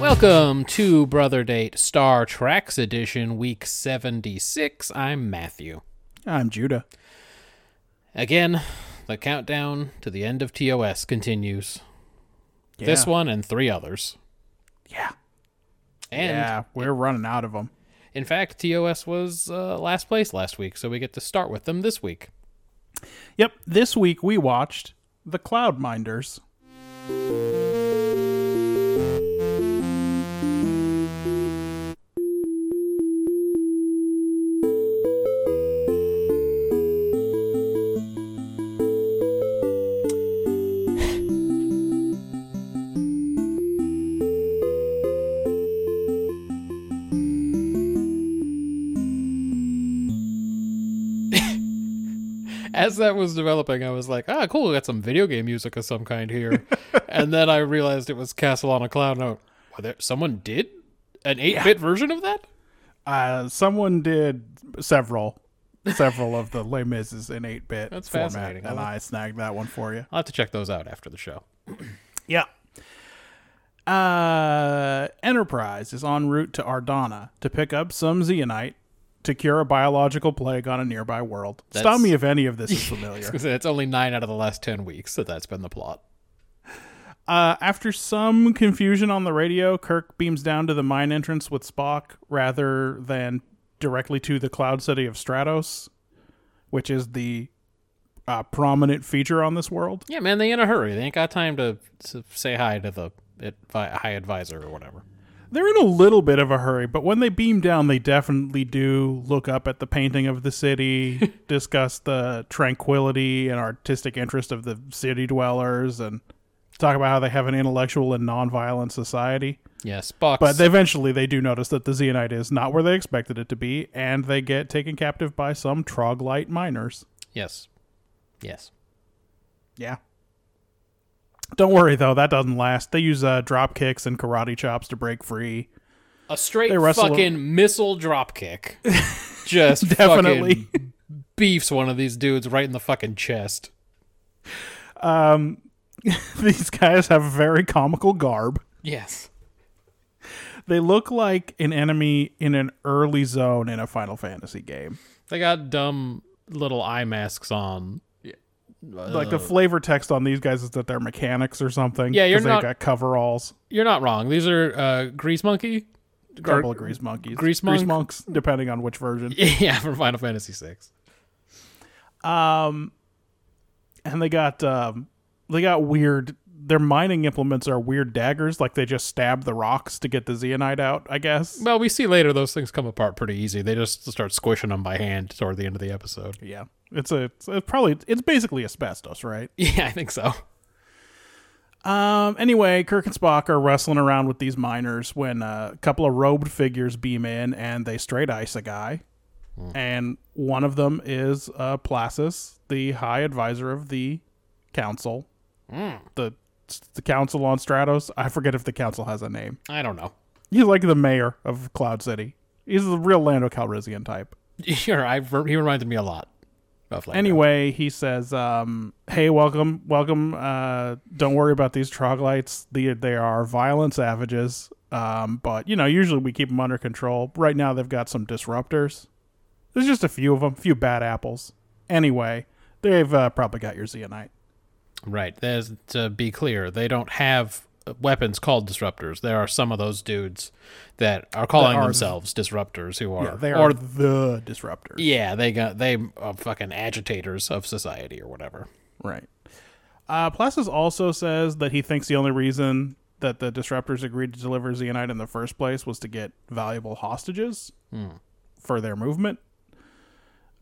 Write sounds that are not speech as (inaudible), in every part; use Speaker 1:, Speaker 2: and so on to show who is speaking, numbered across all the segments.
Speaker 1: Welcome to Brother Date Star Treks Edition, Week 76. I'm Matthew.
Speaker 2: I'm Judah.
Speaker 1: Again, the countdown to the end of TOS continues. This
Speaker 2: Yeah.
Speaker 1: one and three others.
Speaker 2: Yeah.
Speaker 1: And
Speaker 2: yeah, we're running out of them.
Speaker 1: in fact, TOS was uh, last place last week, so we get to start with them this week.
Speaker 2: Yep. This week we watched The Cloudminders.
Speaker 1: As that was developing, I was like, ah, cool, we got some video game music of some kind
Speaker 2: (laughs)
Speaker 1: here. and then I realized it was Castle on a Cloud Note. Well, there, someone did an 8 bit version of that?
Speaker 2: Uh, someone did several, several of the Les Mis's in 8 bit
Speaker 1: That's
Speaker 2: format,
Speaker 1: fascinating. I
Speaker 2: and
Speaker 1: like-
Speaker 2: I snagged that one for you.
Speaker 1: I'll have to check those out after the show.
Speaker 2: Yeah. Uh, Enterprise is en route to Ardana to pick up some zeonite to cure a biological plague on a nearby world. Stop
Speaker 1: That's-
Speaker 2: me if any of this is familiar.
Speaker 1: Because it's only nine out of the last ten weeks that that's been the plot.
Speaker 2: Uh, after some confusion on the radio, Kirk beams down to the mine entrance with Spock rather than directly to the cloud city of Stratos, which is the uh, prominent feature on this world.
Speaker 1: Yeah, man, they in a hurry. They ain't got time to, to say hi to the advi- high advisor or whatever.
Speaker 2: They're in a little bit of a hurry, but when they beam down, they definitely do look up at the painting of the city, discuss the tranquility and artistic interest of the city dwellers, and talk about how they have an intellectual and nonviolent society.
Speaker 1: Yeah, Spock.
Speaker 2: But they eventually they do notice that the Xenite is not where they expected it to be, and they get taken captive by some troglite miners.
Speaker 1: yes, yes.
Speaker 2: Yeah. Don't worry though, that doesn't last. They use uh, drop kicks and karate chops to break free.
Speaker 1: A straight
Speaker 2: They wrestle-
Speaker 1: fucking missile drop kick.
Speaker 2: (laughs)
Speaker 1: Just
Speaker 2: Definitely.
Speaker 1: fucking beefs one of these dudes right in the fucking chest.
Speaker 2: Um, (laughs) These guys have a very comical garb.
Speaker 1: Yes.
Speaker 2: They look like an enemy in an early zone in a Final Fantasy game.
Speaker 1: They got dumb little eye masks on.
Speaker 2: like the flavor text on these guys is that they're mechanics or something.
Speaker 1: Yeah, you're
Speaker 2: 'cause
Speaker 1: not-
Speaker 2: They got coveralls.
Speaker 1: You're not wrong. These are uh, Grease Monkey. (laughs)
Speaker 2: Garble grease monkeys.
Speaker 1: Grease monk?
Speaker 2: monks, depending on which version.
Speaker 1: Yeah, from Final Fantasy VI.
Speaker 2: Um, and they got um, they got weird. Their mining implements are weird daggers, like they just stab the rocks to get the zeonite out. I guess.
Speaker 1: Well, we see later those things come apart pretty easy. They just start squishing them by hand toward the end of the episode.
Speaker 2: Yeah, it's a it's, it's probably it's basically asbestos, right?
Speaker 1: Yeah, I think so.
Speaker 2: Um. Anyway, Kirk and Spock are wrestling around with these miners when uh, a couple of robed figures beam in and they straight ice a guy, and one of them is uh, Placis, the High Advisor of the Council, the the Council on Stratos. I forget if the Council has a name.
Speaker 1: I don't know. (laughs)
Speaker 2: He's like the mayor of Cloud City. He's the real Lando Calrissian type.
Speaker 1: Sure, I he reminded me a lot of like
Speaker 2: Anyway, he says, um, "Hey, welcome, welcome. Uh, don't worry about these troglodytes. The, they are violent savages. Um, but you know, usually we keep them under control. Right now, they've got some disruptors. There's just a few of them, few bad apples. Anyway, they've uh, probably got your zeonite.
Speaker 1: Right. There's to be clear, they don't have weapons called disruptors. There are some of those dudes that are calling
Speaker 2: are-
Speaker 1: themselves disruptors who are
Speaker 2: Yeah, they
Speaker 1: or
Speaker 2: are the disruptors,
Speaker 1: yeah, they got they are fucking agitators of society or whatever.
Speaker 2: right? Uh, Placis also says that he thinks the only reason." That the disruptors agreed to deliver Xenite in the first place was to get valuable hostages for their movement.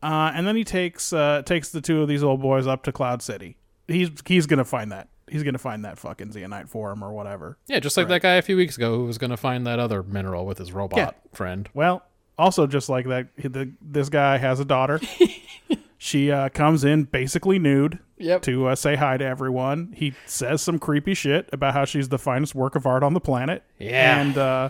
Speaker 2: Uh, and then he takes uh, takes the two of these old boys up to Cloud City. He's he's gonna find that. He's gonna find that fucking zeonite for him or whatever.
Speaker 1: Yeah, just like that guy a few weeks ago who was going to find that other mineral with his robot friend.
Speaker 2: Well, also just like that, he- the, this guy has
Speaker 1: (laughs)
Speaker 2: a daughter. she uh, comes in basically nude
Speaker 1: Yep.
Speaker 2: to uh, say hi to everyone. He says some creepy shit about how she's the finest work of art on the planet.
Speaker 1: Yeah.
Speaker 2: and uh,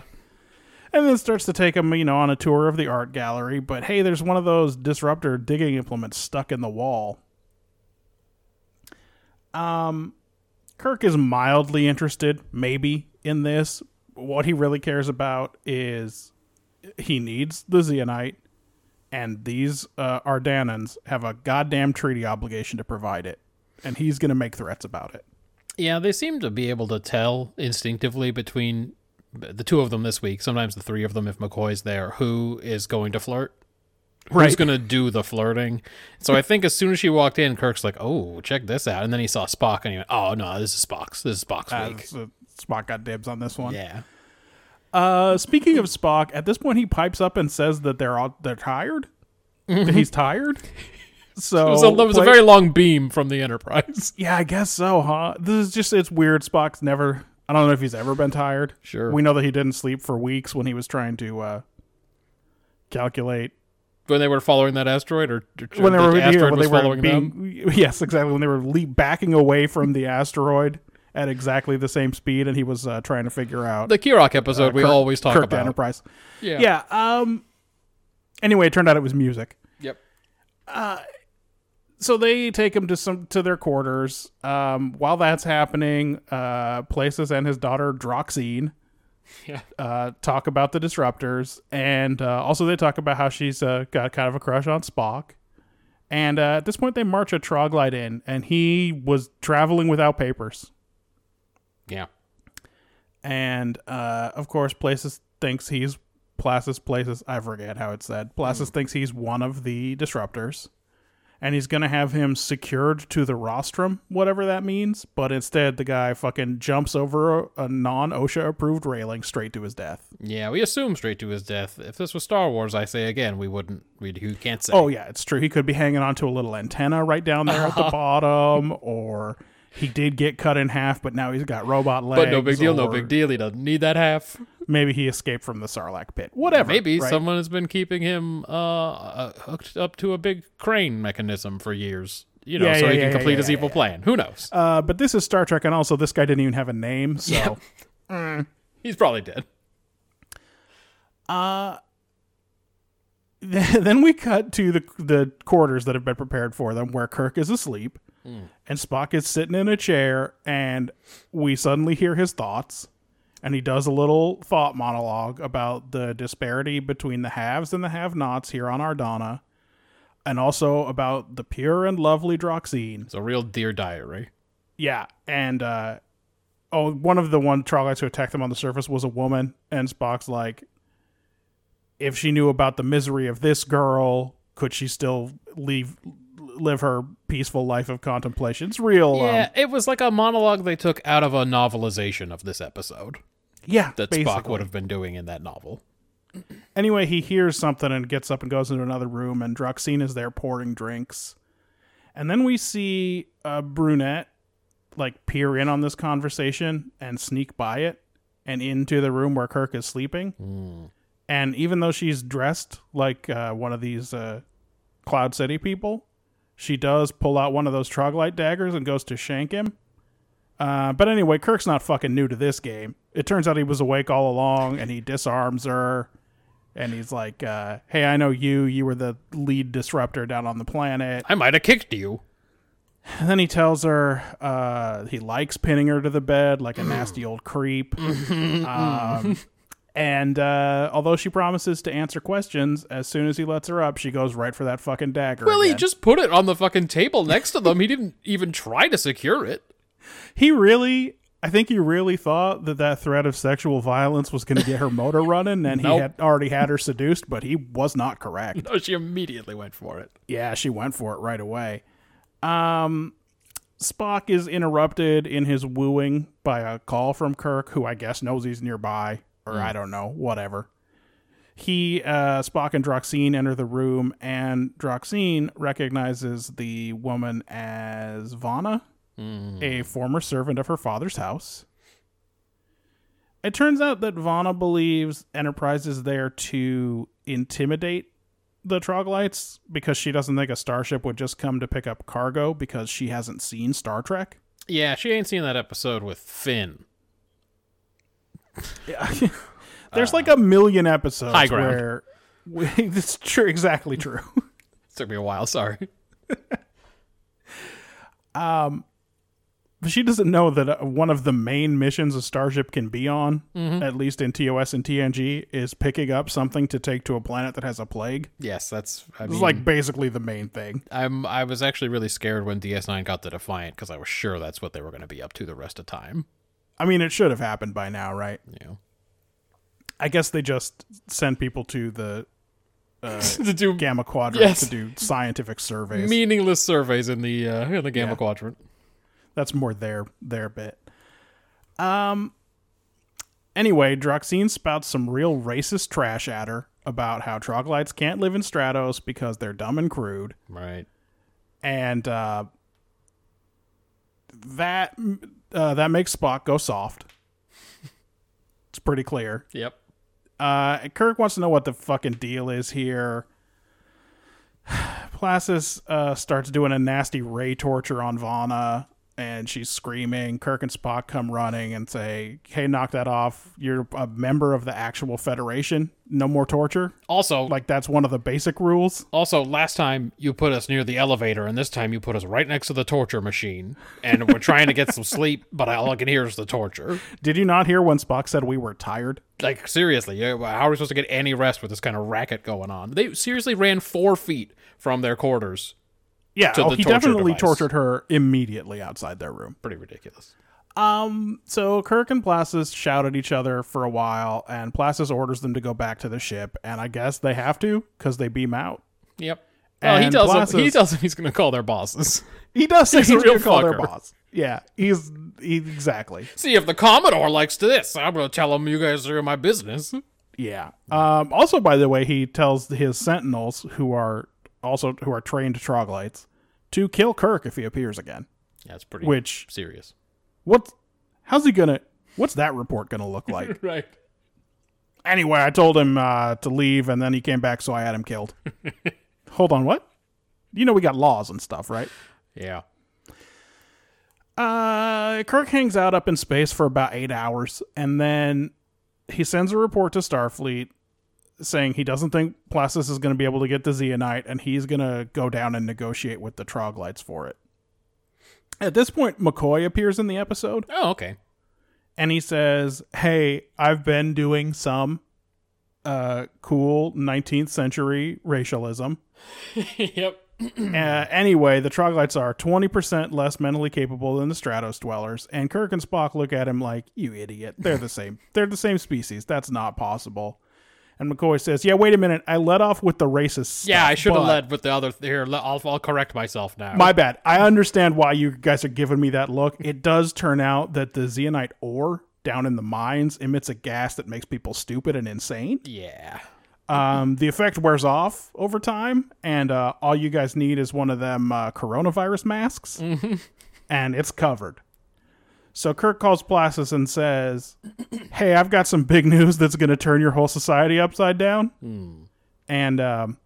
Speaker 2: and then starts to take him, you know, on a tour of the art gallery. But hey, there's one of those disruptor digging implements stuck in the wall. Um, Kirk is mildly interested, maybe, in this. What he really cares about is he needs the Xenite, and these uh, Ardanans have a goddamn treaty obligation to provide it, and he's going to make threats about it.
Speaker 1: Yeah, they seem to be able to tell instinctively between the two of them this week, sometimes the three of them if McCoy's there, who is going to flirt. Who's
Speaker 2: Right.
Speaker 1: going to do the flirting? So I think as soon as she walked in, Kirk's like, oh, check this out. And then he saw Spock and he went, oh, no, this is Spock's. This is Spock's
Speaker 2: Uh,
Speaker 1: week.
Speaker 2: so Spock got dibs on this one.
Speaker 1: Yeah.
Speaker 2: Uh, speaking of Spock, at this point he pipes up and says that they're all, they're tired. That
Speaker 1: (laughs)
Speaker 2: he's tired. So
Speaker 1: Mm-hmm. It was, a, it was a
Speaker 2: play-
Speaker 1: very long beam from the Enterprise. (laughs)
Speaker 2: Yeah, I guess so, huh? This is just it's weird. Spock's never I don't know if he's ever been tired.
Speaker 1: Sure.
Speaker 2: We know that he didn't sleep for weeks when he was trying to uh calculate
Speaker 1: when they were following that asteroid, or, or
Speaker 2: when they
Speaker 1: the
Speaker 2: were yeah,
Speaker 1: asteroid
Speaker 2: when
Speaker 1: was
Speaker 2: they were
Speaker 1: following them.
Speaker 2: being (laughs) yes, exactly when they were le- backing away from the asteroid at exactly the same speed and he was uh, trying to figure out
Speaker 1: The Kirok episode we
Speaker 2: uh, Kirk-
Speaker 1: always talk
Speaker 2: Kirk
Speaker 1: about.
Speaker 2: Enterprise.
Speaker 1: Yeah.
Speaker 2: Yeah. Um. Anyway, it turned out it was music.
Speaker 1: Yep.
Speaker 2: So they take him to some to their quarters. Um, while that's happening, uh, Places and his daughter Droxine
Speaker 1: Yeah.
Speaker 2: uh, talk about the disruptors, and uh, also they talk about how she's uh, got kind of a crush on Spock. And uh, at this point, they march a troglite in, and he was traveling without papers.
Speaker 1: Yeah.
Speaker 2: and uh, of course places thinks he's places places i forget how it's said
Speaker 1: Hmm.
Speaker 2: places thinks he's one of the disruptors and he's gonna have him secured to the rostrum whatever that means but instead the guy fucking jumps over a, a non-osha approved railing straight to his death
Speaker 1: Yeah, we assume straight to his death. If this was Star Wars, I say again, we wouldn't. We you can't say.
Speaker 2: oh yeah it's true he could be hanging onto a little antenna right down there at
Speaker 1: (laughs)
Speaker 2: the bottom or he did get cut in half but now he's got robot legs
Speaker 1: but no big deal, no
Speaker 2: or
Speaker 1: big deal. He doesn't need that half.
Speaker 2: maybe he escaped from the sarlacc pit whatever
Speaker 1: Maybe
Speaker 2: right?
Speaker 1: someone has been keeping him uh, uh, hooked up to a big crane mechanism for years. You know,
Speaker 2: Yeah,
Speaker 1: so
Speaker 2: yeah,
Speaker 1: he
Speaker 2: yeah,
Speaker 1: can
Speaker 2: yeah,
Speaker 1: complete
Speaker 2: yeah,
Speaker 1: his
Speaker 2: yeah,
Speaker 1: evil plan. Who knows?
Speaker 2: Uh, but this is Star Trek, and also this guy didn't even have a name. So
Speaker 1: He's probably dead.
Speaker 2: (laughs) then we cut to the the quarters that have been prepared for them, where Kirk is asleep, and Spock is sitting in a chair, and we suddenly hear his thoughts, and he does a little thought monologue about the disparity between the haves and the have-nots here on Ardana, and also about the pure and lovely Droxine.
Speaker 1: It's a real dear diary.
Speaker 2: Yeah, and uh, oh, one of the one troglodytes who attacked them on the surface was a woman, and Spock's like, if she knew about the misery of this girl, could she still leave live her peaceful life of contemplation? It's real.
Speaker 1: yeah,
Speaker 2: um,
Speaker 1: it was like a monologue they took out of a novelization of this episode
Speaker 2: yeah.
Speaker 1: that Spock
Speaker 2: basically.
Speaker 1: would have been doing in that novel.
Speaker 2: Anyway, he hears something and gets up and goes into another room, and Droxine is there pouring drinks. And then we see a brunette like peer in on this conversation and sneak by it and into the room where Kirk is sleeping. And even though she's dressed like uh, one of these uh, Cloud City people, she does pull out one of those troglite daggers and goes to shank him. Uh, but anyway, Kirk's not fucking new to this game. It turns out he was awake all along and he disarms her. And he's like, uh, hey, I know you. You were the lead disruptor down on the planet.
Speaker 1: I might have kicked you.
Speaker 2: And then he tells her uh, he likes pinning her to the bed
Speaker 1: (clears throat)
Speaker 2: like a nasty old
Speaker 1: (laughs)
Speaker 2: creep. um, and uh, although she promises to answer questions, as soon as he lets her up, she goes right for that fucking dagger.
Speaker 1: Well, he
Speaker 2: again.
Speaker 1: just put it on the fucking table next to them. He didn't even try to secure it.
Speaker 2: he really, I think he really thought that that threat of sexual violence was going to get her motor running, and he
Speaker 1: Nope.
Speaker 2: had already had her seduced, but he was not correct.
Speaker 1: (laughs) No, Oh, she immediately went for it.
Speaker 2: Yeah, she went for it right away. Um, Spock is interrupted in his wooing by a call from Kirk, who I guess knows he's nearby, or I don't know, whatever. He, uh, Spock, and Droxine enter the room, and Droxine recognizes the woman as Vana, a former servant of her father's house. It turns out that Vana believes Enterprise is there to intimidate the Troglodytes because she doesn't think a starship would just come to pick up cargo because she hasn't seen Star Trek.
Speaker 1: Yeah, she ain't seen that episode with Finn.
Speaker 2: There's like a million episodes
Speaker 1: Uh, High ground.
Speaker 2: where we, (laughs) it's true, exactly true. (laughs)
Speaker 1: took me a while, (laughs) sorry.
Speaker 2: But she doesn't know that uh, one of the main missions a starship can be on,
Speaker 1: Mm-hmm.
Speaker 2: at least in TOS and TNG, is picking up something to take to a planet that has a plague.
Speaker 1: Yes, that's I
Speaker 2: It's
Speaker 1: mean,
Speaker 2: like basically the main thing.
Speaker 1: I'm I was actually really scared when DS9 got the Defiant because I was sure that's what they were going to be up to the rest of time.
Speaker 2: I mean, it should have happened by now, right?
Speaker 1: You (laughs) know,
Speaker 2: I guess they just send people to the
Speaker 1: to do
Speaker 2: Gamma Quadrant
Speaker 1: Yes.
Speaker 2: to do
Speaker 1: (laughs)
Speaker 2: scientific surveys.
Speaker 1: meaningless surveys in the uh, in the Gamma Quadrant.
Speaker 2: That's more their their bit. Um. Anyway, Droxine spouts some real racist trash at her about how troglodytes can't live in Stratos because they're dumb and crude,
Speaker 1: Right.
Speaker 2: and uh, that uh, that makes Spock go soft. it's pretty clear.
Speaker 1: Yep.
Speaker 2: Uh, Kirk wants to know what the fucking deal is here. (sighs) Placis uh, starts doing a nasty ray torture on Vana, and she's screaming. Kirk and Spock come running and say, "Hey, knock that off! You're a member of the actual Federation. No more torture.
Speaker 1: Also, like
Speaker 2: Like that's one of the basic rules."
Speaker 1: also last time you put us near the elevator, and this time you put us right next to the torture machine, and we're trying to get some (laughs) sleep, but all I can hear is the torture.
Speaker 2: Did you not hear when Spock said we were tired?
Speaker 1: Like seriously, yeah, how are we supposed to get any rest with this kind of racket going on? They seriously ran four feet from their quarters.
Speaker 2: Yeah,
Speaker 1: To
Speaker 2: oh,
Speaker 1: the
Speaker 2: he
Speaker 1: torture
Speaker 2: definitely
Speaker 1: device.
Speaker 2: tortured her immediately outside their room.
Speaker 1: Pretty ridiculous.
Speaker 2: Um, so Kirk and Placis shout at each other for a while, and Placis orders them to go back to the ship, and I guess they have to because they beam out.
Speaker 1: Yep. Well, he
Speaker 2: And
Speaker 1: tells
Speaker 2: Blasso's-
Speaker 1: them, he tells them he's going to call their bosses.
Speaker 2: He does say he's,
Speaker 1: a real
Speaker 2: gonna call their
Speaker 1: fucker.
Speaker 2: boss. Yeah, he's he, exactly.
Speaker 1: (laughs) See if the Commodore likes this. I'm going to tell him you guys are in my (laughs) business.
Speaker 2: Yeah. Um. Also, by the way, he tells his sentinels who are also who are trained troglodytes to kill Kirk if he appears again.
Speaker 1: That's pretty
Speaker 2: Which
Speaker 1: serious.
Speaker 2: what's how's he gonna what's that report gonna look
Speaker 1: (laughs)
Speaker 2: like?
Speaker 1: Right.
Speaker 2: anyway, I told him uh, to leave, and then he came back, so I had him killed. Hold on, what? You know we got laws and stuff, right?
Speaker 1: Yeah.
Speaker 2: Uh, Kirk hangs out up in space for about eight hours, and then he sends a report to Starfleet saying he doesn't think Placis is going to be able to get the Zeonite, and he's going to go down and negotiate with the Troglodytes for it. At this point, McCoy appears in the episode,
Speaker 1: Oh, okay.
Speaker 2: and he says, "Hey, I've been doing some uh cool 19th century racialism.
Speaker 1: (laughs) yep.
Speaker 2: uh, anyway, the troglodytes are 20% less mentally capable than the Stratos dwellers, and Kirk and Spock look at him like, "You idiot. They're the same. They're the same species. That's not possible." And McCoy says, "Yeah, wait a minute. I let off with the racist stuff,
Speaker 1: Yeah, I should have
Speaker 2: but-
Speaker 1: led with the other. Here, le- I'll, I'll correct myself now.
Speaker 2: My bad. I understand why you guys are giving me that look. It does turn out that the zeonite ore down in the mines emits a gas that makes people stupid and insane.
Speaker 1: yeah. (laughs)
Speaker 2: Um, the effect wears off over time, and uh, all you guys need is one of them uh, coronavirus masks, and it's covered. So Kirk calls Placis and says, "Hey, I've got some big news that's going to turn your whole society upside down, and um,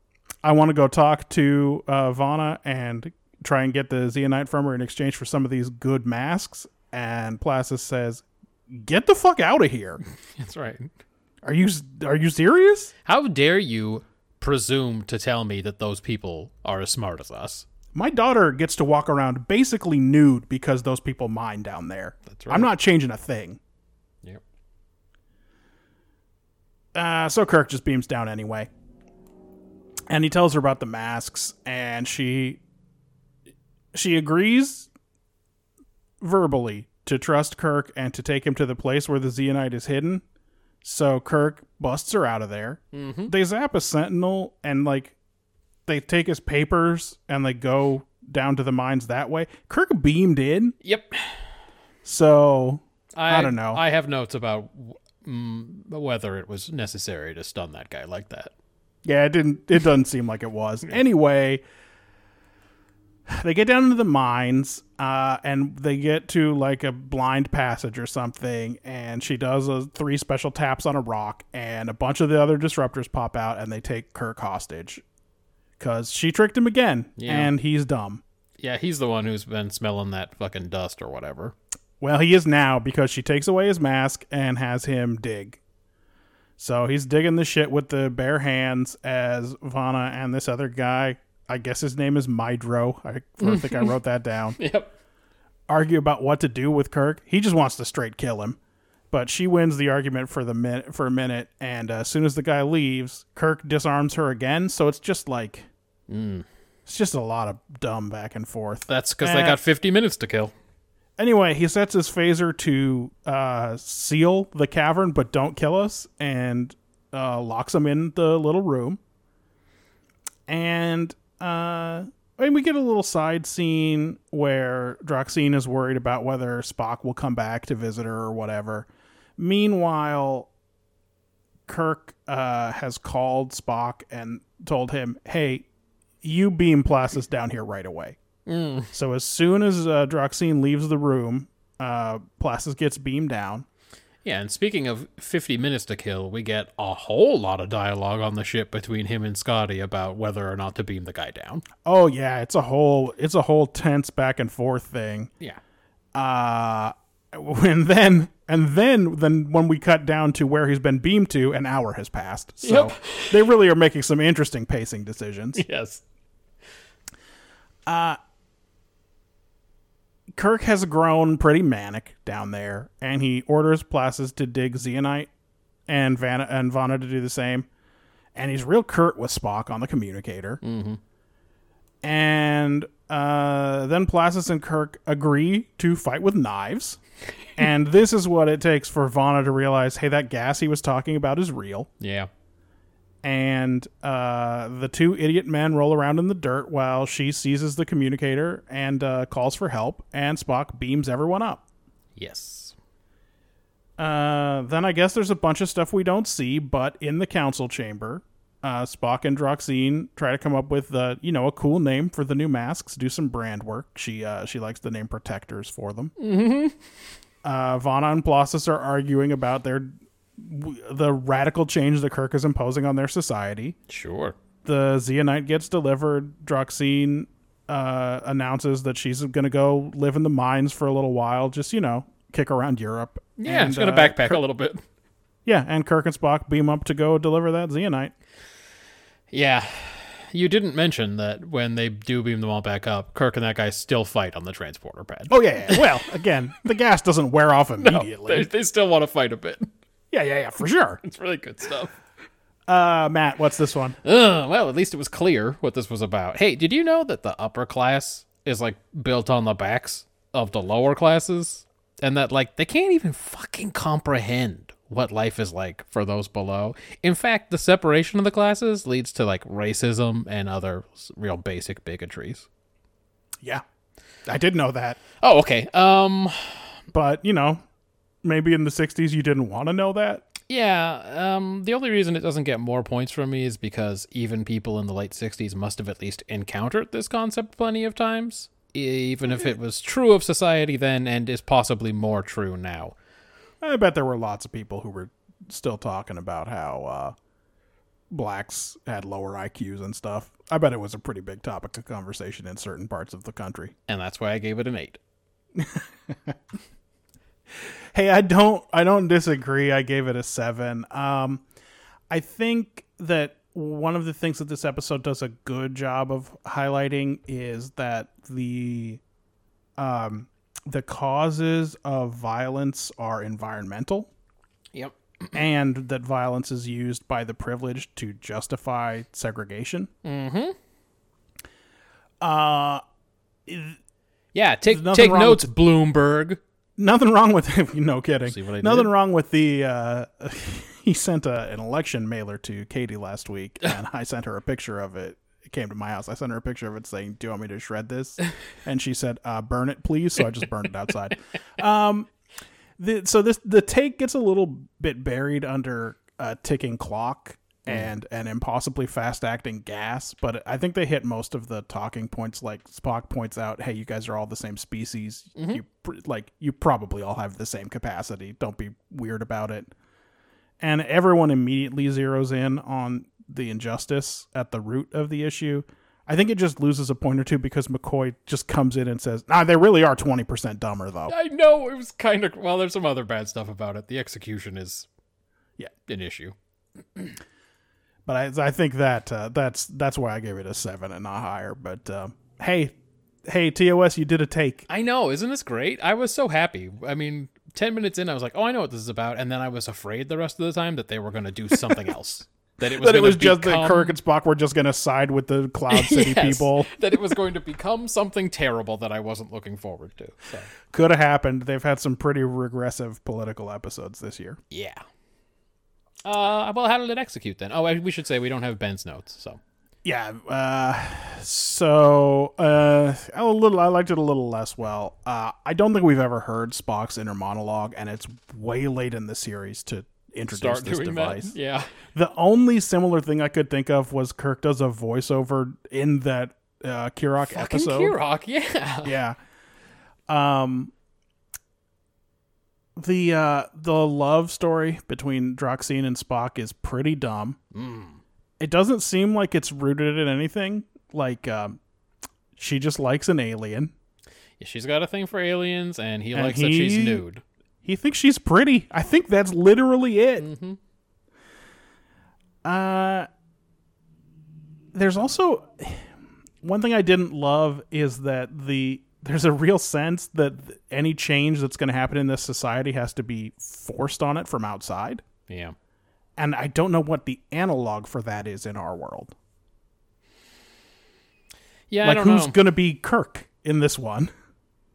Speaker 2: I want to go talk to uh, Vana and try and get the Xeonite from her in exchange for some of these good masks." And Placis says, "Get the fuck out of here!
Speaker 1: That's right.
Speaker 2: Are you are you serious?"
Speaker 1: How dare you presume to tell me that those people are as smart as us?
Speaker 2: My daughter gets to walk around basically nude because those people mine down there.
Speaker 1: That's right.
Speaker 2: I'm not changing a thing.
Speaker 1: Yep.
Speaker 2: Uh, so Kirk just beams down anyway. And he tells her about the masks, and she she agrees verbally to trust Kirk and to take him to the place where the Xeonite is hidden. So Kirk busts her out of there.
Speaker 1: Hmm. Mm-hmm.
Speaker 2: They zap a sentinel and like they take his papers and they go down to the mines that way. Kirk beamed in,
Speaker 1: Yep.
Speaker 2: so I don't know.
Speaker 1: I have notes about w- mm, whether it was necessary to stun that guy like that.
Speaker 2: Yeah, it didn't. It doesn't seem like it was. Anyway, they get down into the mines, uh, and they get to like a blind passage or something. And she does uh three special taps on a rock, and a bunch of the other disruptors pop out, and they take Kirk hostage because she tricked him again,
Speaker 1: Yeah.
Speaker 2: and he's dumb.
Speaker 1: Yeah, he's the one who's been smelling that fucking dust or whatever.
Speaker 2: Well, he is now because she takes away his mask and has him dig. So he's digging the shit with the bare hands as Vana and this other guy, I guess his name is Mydro. I don't think I wrote that down.
Speaker 1: Yep.
Speaker 2: Argue about what to do with Kirk. He just wants to straight kill him. But she wins the argument for the min- for a minute and uh, as soon as the guy leaves, Kirk disarms her again, so it's just like It's just a lot of dumb back and forth.
Speaker 1: That's because
Speaker 2: Eh.
Speaker 1: they got 50 minutes to kill.
Speaker 2: Anyway, he sets his phaser to uh, seal the cavern, but don't kill us, and uh, locks him in the little room. And uh, I mean, we get a little side scene where Droxine is worried about whether Spock will come back to visit her or whatever. Meanwhile, Kirk uh, has called Spock and told him, "Hey, you beam Plastis down here right away." So as soon as uh, Droxine leaves the room, uh, Plastis gets beamed down.
Speaker 1: Yeah, and speaking of 50 minutes to kill, we get a whole lot of dialogue on the ship between him and Scotty about whether or not to beam the guy down.
Speaker 2: Oh yeah, it's a whole it's a whole tense back and forth thing.
Speaker 1: Yeah.
Speaker 2: Uh, (laughs) and then and then then when we cut down to where he's been beamed to, an hour has passed. So
Speaker 1: Yep.
Speaker 2: they really are making some interesting pacing decisions.
Speaker 1: (laughs) Yes.
Speaker 2: Kirk has grown pretty manic down there, and he orders Plassis to dig Xeonite and Vanna and Vanna to do the same. And he's real curt with Spock on the communicator. Mm-hmm. And uh, then Plassis and Kirk agree to fight with knives. and this is what it takes for Vanna to realize, hey, that gas he was talking about is real
Speaker 1: Yeah.
Speaker 2: and uh, the two idiot men roll around in the dirt while she seizes the communicator and uh, calls for help, and Spock beams everyone up.
Speaker 1: Yes.
Speaker 2: Uh, then I guess there's a bunch of stuff we don't see, but in the council chamber, uh, Spock and Droxine try to come up with uh, you know a cool name for the new masks, do some brand work. She uh, she likes the name protectors for them. Mm-hmm. Uh, Vana and Plossus are arguing about their w- the radical change that Kirk is imposing on their society
Speaker 1: Sure.
Speaker 2: the Xeonite gets delivered. Droxine uh, announces that she's going to go live in the mines for a little while, just, you know, kick around Europe.
Speaker 1: Yeah,
Speaker 2: And,
Speaker 1: he's going to
Speaker 2: uh,
Speaker 1: backpack a little bit.
Speaker 2: Yeah, and Kirk and Spock beam up to go deliver that Xeonite.
Speaker 1: Yeah. You didn't mention that when they do beam them all back up, Kirk and that guy still fight on the transporter pad.
Speaker 2: Oh, yeah. yeah. Well, again, the gas doesn't wear (laughs) off immediately.
Speaker 1: Oh, They, they still want to fight a bit. (laughs)
Speaker 2: yeah, yeah, yeah, for sure.
Speaker 1: It's really good stuff.
Speaker 2: Uh, Matt, what's this one?
Speaker 1: Ugh, well, at least it was clear what this was about. Hey, did you know that the upper class is like built on the backs of the lower classes? And that like they can't even fucking comprehend what life is like for those below. In fact, the separation of the classes leads to like racism and other s- real basic bigotries.
Speaker 2: Yeah, I did know that.
Speaker 1: Oh, okay. Um
Speaker 2: But, you know, maybe in the 60s you didn't want to know that.
Speaker 1: yeah, um the only reason it doesn't get more points from me is because even people in the late 60s must have at least encountered this concept plenty of times, e-, even if it was true of society then and is possibly more true now.
Speaker 2: I bet there were lots of people who were still talking about how uh, blacks had lower IQs and stuff. I bet it was a pretty big topic of conversation in certain parts of the country.
Speaker 1: And that's why I gave it an 8.
Speaker 2: Hey, I don't I don't disagree. I gave it a 7. Um I think that one of the things that this episode does a good job of highlighting is that the um the causes of violence are environmental.
Speaker 1: Yep.
Speaker 2: and that violence is used by the privileged to justify segregation.
Speaker 1: Mm-hmm.
Speaker 2: Uh,
Speaker 1: Yeah, take
Speaker 2: nothing
Speaker 1: take
Speaker 2: wrong
Speaker 1: notes Bloomberg.
Speaker 2: Nothing wrong with (laughs) no kidding.
Speaker 1: See what I did?
Speaker 2: Nothing wrong with the. Uh, (laughs) he sent a, an election mailer to Katie last
Speaker 1: (laughs)
Speaker 2: week, and I sent her a picture of it. It came to my house. I sent her a picture of it saying, "Do you want me to
Speaker 1: (laughs)
Speaker 2: shred this?" And she said, uh, "Burn it, please." So I just burned it outside. Um, the, so this the take gets a little bit buried under a ticking clock and an impossibly fast acting gas, but I think they hit most of the talking points. Like Spock points out, "Hey, you guys are all the same species. You pr- like you probably all have the same capacity. Don't be weird about it." And everyone immediately zeroes in on the injustice at the root of the issue. I think it just loses a point or two because McCoy just comes in and says, "Nah, they really are twenty percent dumber, though."
Speaker 1: I know it was kind of well. There's some other bad stuff about it. The execution is,
Speaker 2: Yeah.
Speaker 1: an issue.
Speaker 2: but I, I think that uh, that's that's why I gave it a seven and not higher. But um, hey, hey, TOS, you did a take.
Speaker 1: I know. Isn't this great? I was so happy. I mean, ten minutes in, I was like, oh, I know what this is about, and then I was afraid the rest of the time that they were going to do something
Speaker 2: (laughs)
Speaker 1: else. That it was
Speaker 2: That it
Speaker 1: gonna
Speaker 2: was just
Speaker 1: become-
Speaker 2: that
Speaker 1: (laughs)
Speaker 2: Kirk and Spock were just going to side with the Cloud City
Speaker 1: Yes,
Speaker 2: people.
Speaker 1: (laughs) that it was going to become something terrible that I wasn't looking forward to. So,
Speaker 2: Could have happened. They've had some pretty regressive political episodes this year.
Speaker 1: yeah. Uh, well, how did it execute then? Oh, I- we should say we don't have Ben's notes. So
Speaker 2: Yeah. Uh, so uh, a little, I liked it a little less well. Uh, I don't think we've ever heard Spock's inner monologue, and it's way late in the series to introduce
Speaker 1: start
Speaker 2: this
Speaker 1: doing
Speaker 2: device.
Speaker 1: that. Yeah.
Speaker 2: The only similar thing I could think of was Kirk does a voiceover in that uh, Kirok
Speaker 1: Fucking
Speaker 2: episode.
Speaker 1: Kirok, yeah. (laughs)
Speaker 2: Yeah. Um. The uh, the love story between Droxine and Spock is pretty dumb.
Speaker 1: Hmm.
Speaker 2: It doesn't seem like it's rooted in anything. Like, um, she just likes an alien.
Speaker 1: She's got a thing for aliens, and he
Speaker 2: And
Speaker 1: likes that she's
Speaker 2: he-
Speaker 1: nude.
Speaker 2: He thinks she's pretty. I think that's literally it.
Speaker 1: Mm-hmm.
Speaker 2: Uh, there's also one thing I didn't love is that the there's a real sense that th- any change that's going to happen in this society has to be forced on it from outside,
Speaker 1: Yeah.
Speaker 2: and I don't know what the analog for that is in our world.
Speaker 1: Yeah, I
Speaker 2: like,
Speaker 1: don't
Speaker 2: who's
Speaker 1: know.
Speaker 2: going to be Kirk in this one?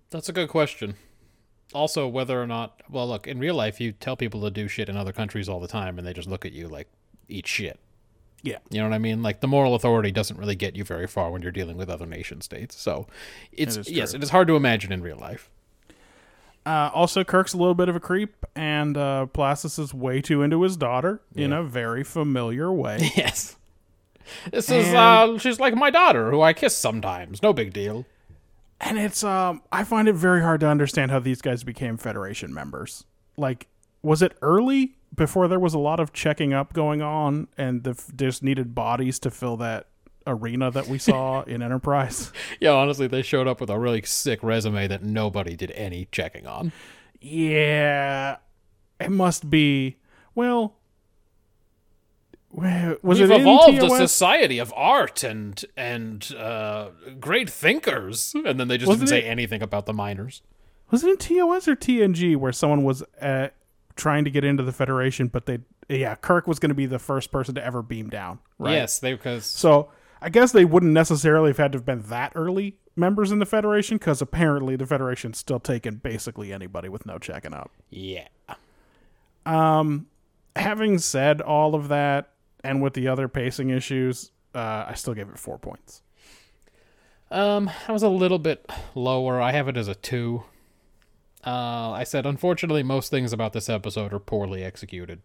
Speaker 1: That's a good question. Also, whether or not, well, look, in real life, you tell people to do shit in other countries all the time, and they just look at you like, eat shit.
Speaker 2: Yeah.
Speaker 1: You know what I mean? Like the moral authority doesn't really get you very far when you're dealing with other nation states. So, it's
Speaker 2: is
Speaker 1: yes,
Speaker 2: true.
Speaker 1: it is hard to imagine in real life. (laughs)
Speaker 2: Uh, also, Kirk's a little bit of a creep, and uh, Plassis is way too into his daughter in a very familiar way. (laughs)
Speaker 1: Yes. This is uh, she's like my daughter, who I kiss sometimes. No big deal.
Speaker 2: and it's um, I find it very hard to understand how these guys became Federation members. Like, was it early before there was a lot of checking up going on, and the f- just needed bodies to fill that arena that
Speaker 1: (laughs)
Speaker 2: we saw in Enterprise?
Speaker 1: Yeah, honestly, they showed up with a really sick resume that nobody did any checking on.
Speaker 2: Yeah, it must be. Well, wa- was
Speaker 1: We've
Speaker 2: it in
Speaker 1: evolved a
Speaker 2: TOS?
Speaker 1: society of art and and uh, great thinkers, and then they just
Speaker 2: Wasn't
Speaker 1: didn't say
Speaker 2: it-
Speaker 1: anything about the miners.
Speaker 2: was it in TOS or TNG where someone was uh, trying to get into the Federation, but they yeah Kirk was going to be the first person to ever beam down, right?
Speaker 1: Yes, they because
Speaker 2: So I guess they wouldn't necessarily have had to have been that early members in the Federation because apparently the Federation's still taking basically anybody with no checking up.
Speaker 1: yeah,
Speaker 2: Having said all of that, and with the other pacing issues, uh, I still gave it four points. (laughs)
Speaker 1: um, I was a little bit lower. I have it as a two. Uh, I said, unfortunately, most things about this episode are poorly executed.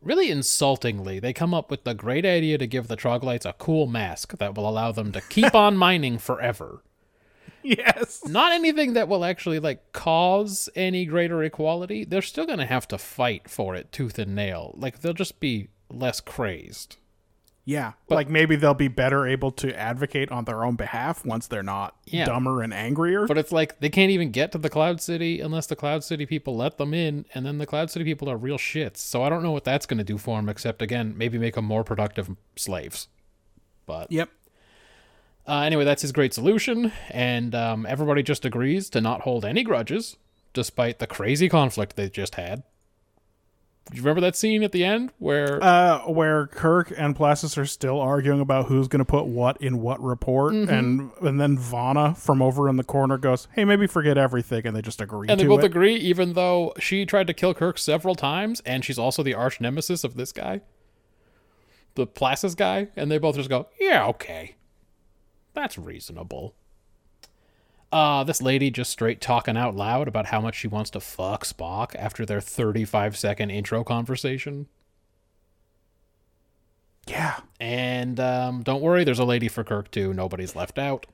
Speaker 1: Really insultingly, they come up with the great idea to give the troglodytes a cool mask that will allow them to (laughs) keep on mining forever.
Speaker 2: Yes.
Speaker 1: not anything that will actually like cause any greater equality they're still going to have to fight for it tooth and nail like they'll just be less crazed
Speaker 2: Yeah. like maybe they'll be better able to advocate on their own behalf once they're not
Speaker 1: Yeah.
Speaker 2: dumber and angrier.
Speaker 1: but it's like they can't even get to the cloud city unless the cloud city people let them in and then the cloud city people are real shits so i don't know what that's going to do for them except again maybe make them more productive slaves but
Speaker 2: yep.
Speaker 1: uh, anyway that's his great solution and um, everybody just agrees to not hold any grudges despite the crazy conflict they just had Do you remember that scene at the end where
Speaker 2: Uh, where Kirk and Plassis are still arguing about who's going to put what in what report,
Speaker 1: Mm-hmm.
Speaker 2: and and then Vana from over in the corner goes, "Hey, maybe forget everything," and they just agree
Speaker 1: And they
Speaker 2: to
Speaker 1: both
Speaker 2: it.
Speaker 1: agree, even though she tried to kill Kirk several times, and she's also the arch nemesis of this guy, the Plassis guy, and they both just go, "Yeah, okay, that's reasonable." Uh, this lady just straight talking out loud about how much she wants to fuck Spock after their 35 second intro conversation.
Speaker 2: Yeah.
Speaker 1: And um, don't worry, there's a lady for Kirk too. Nobody's left out.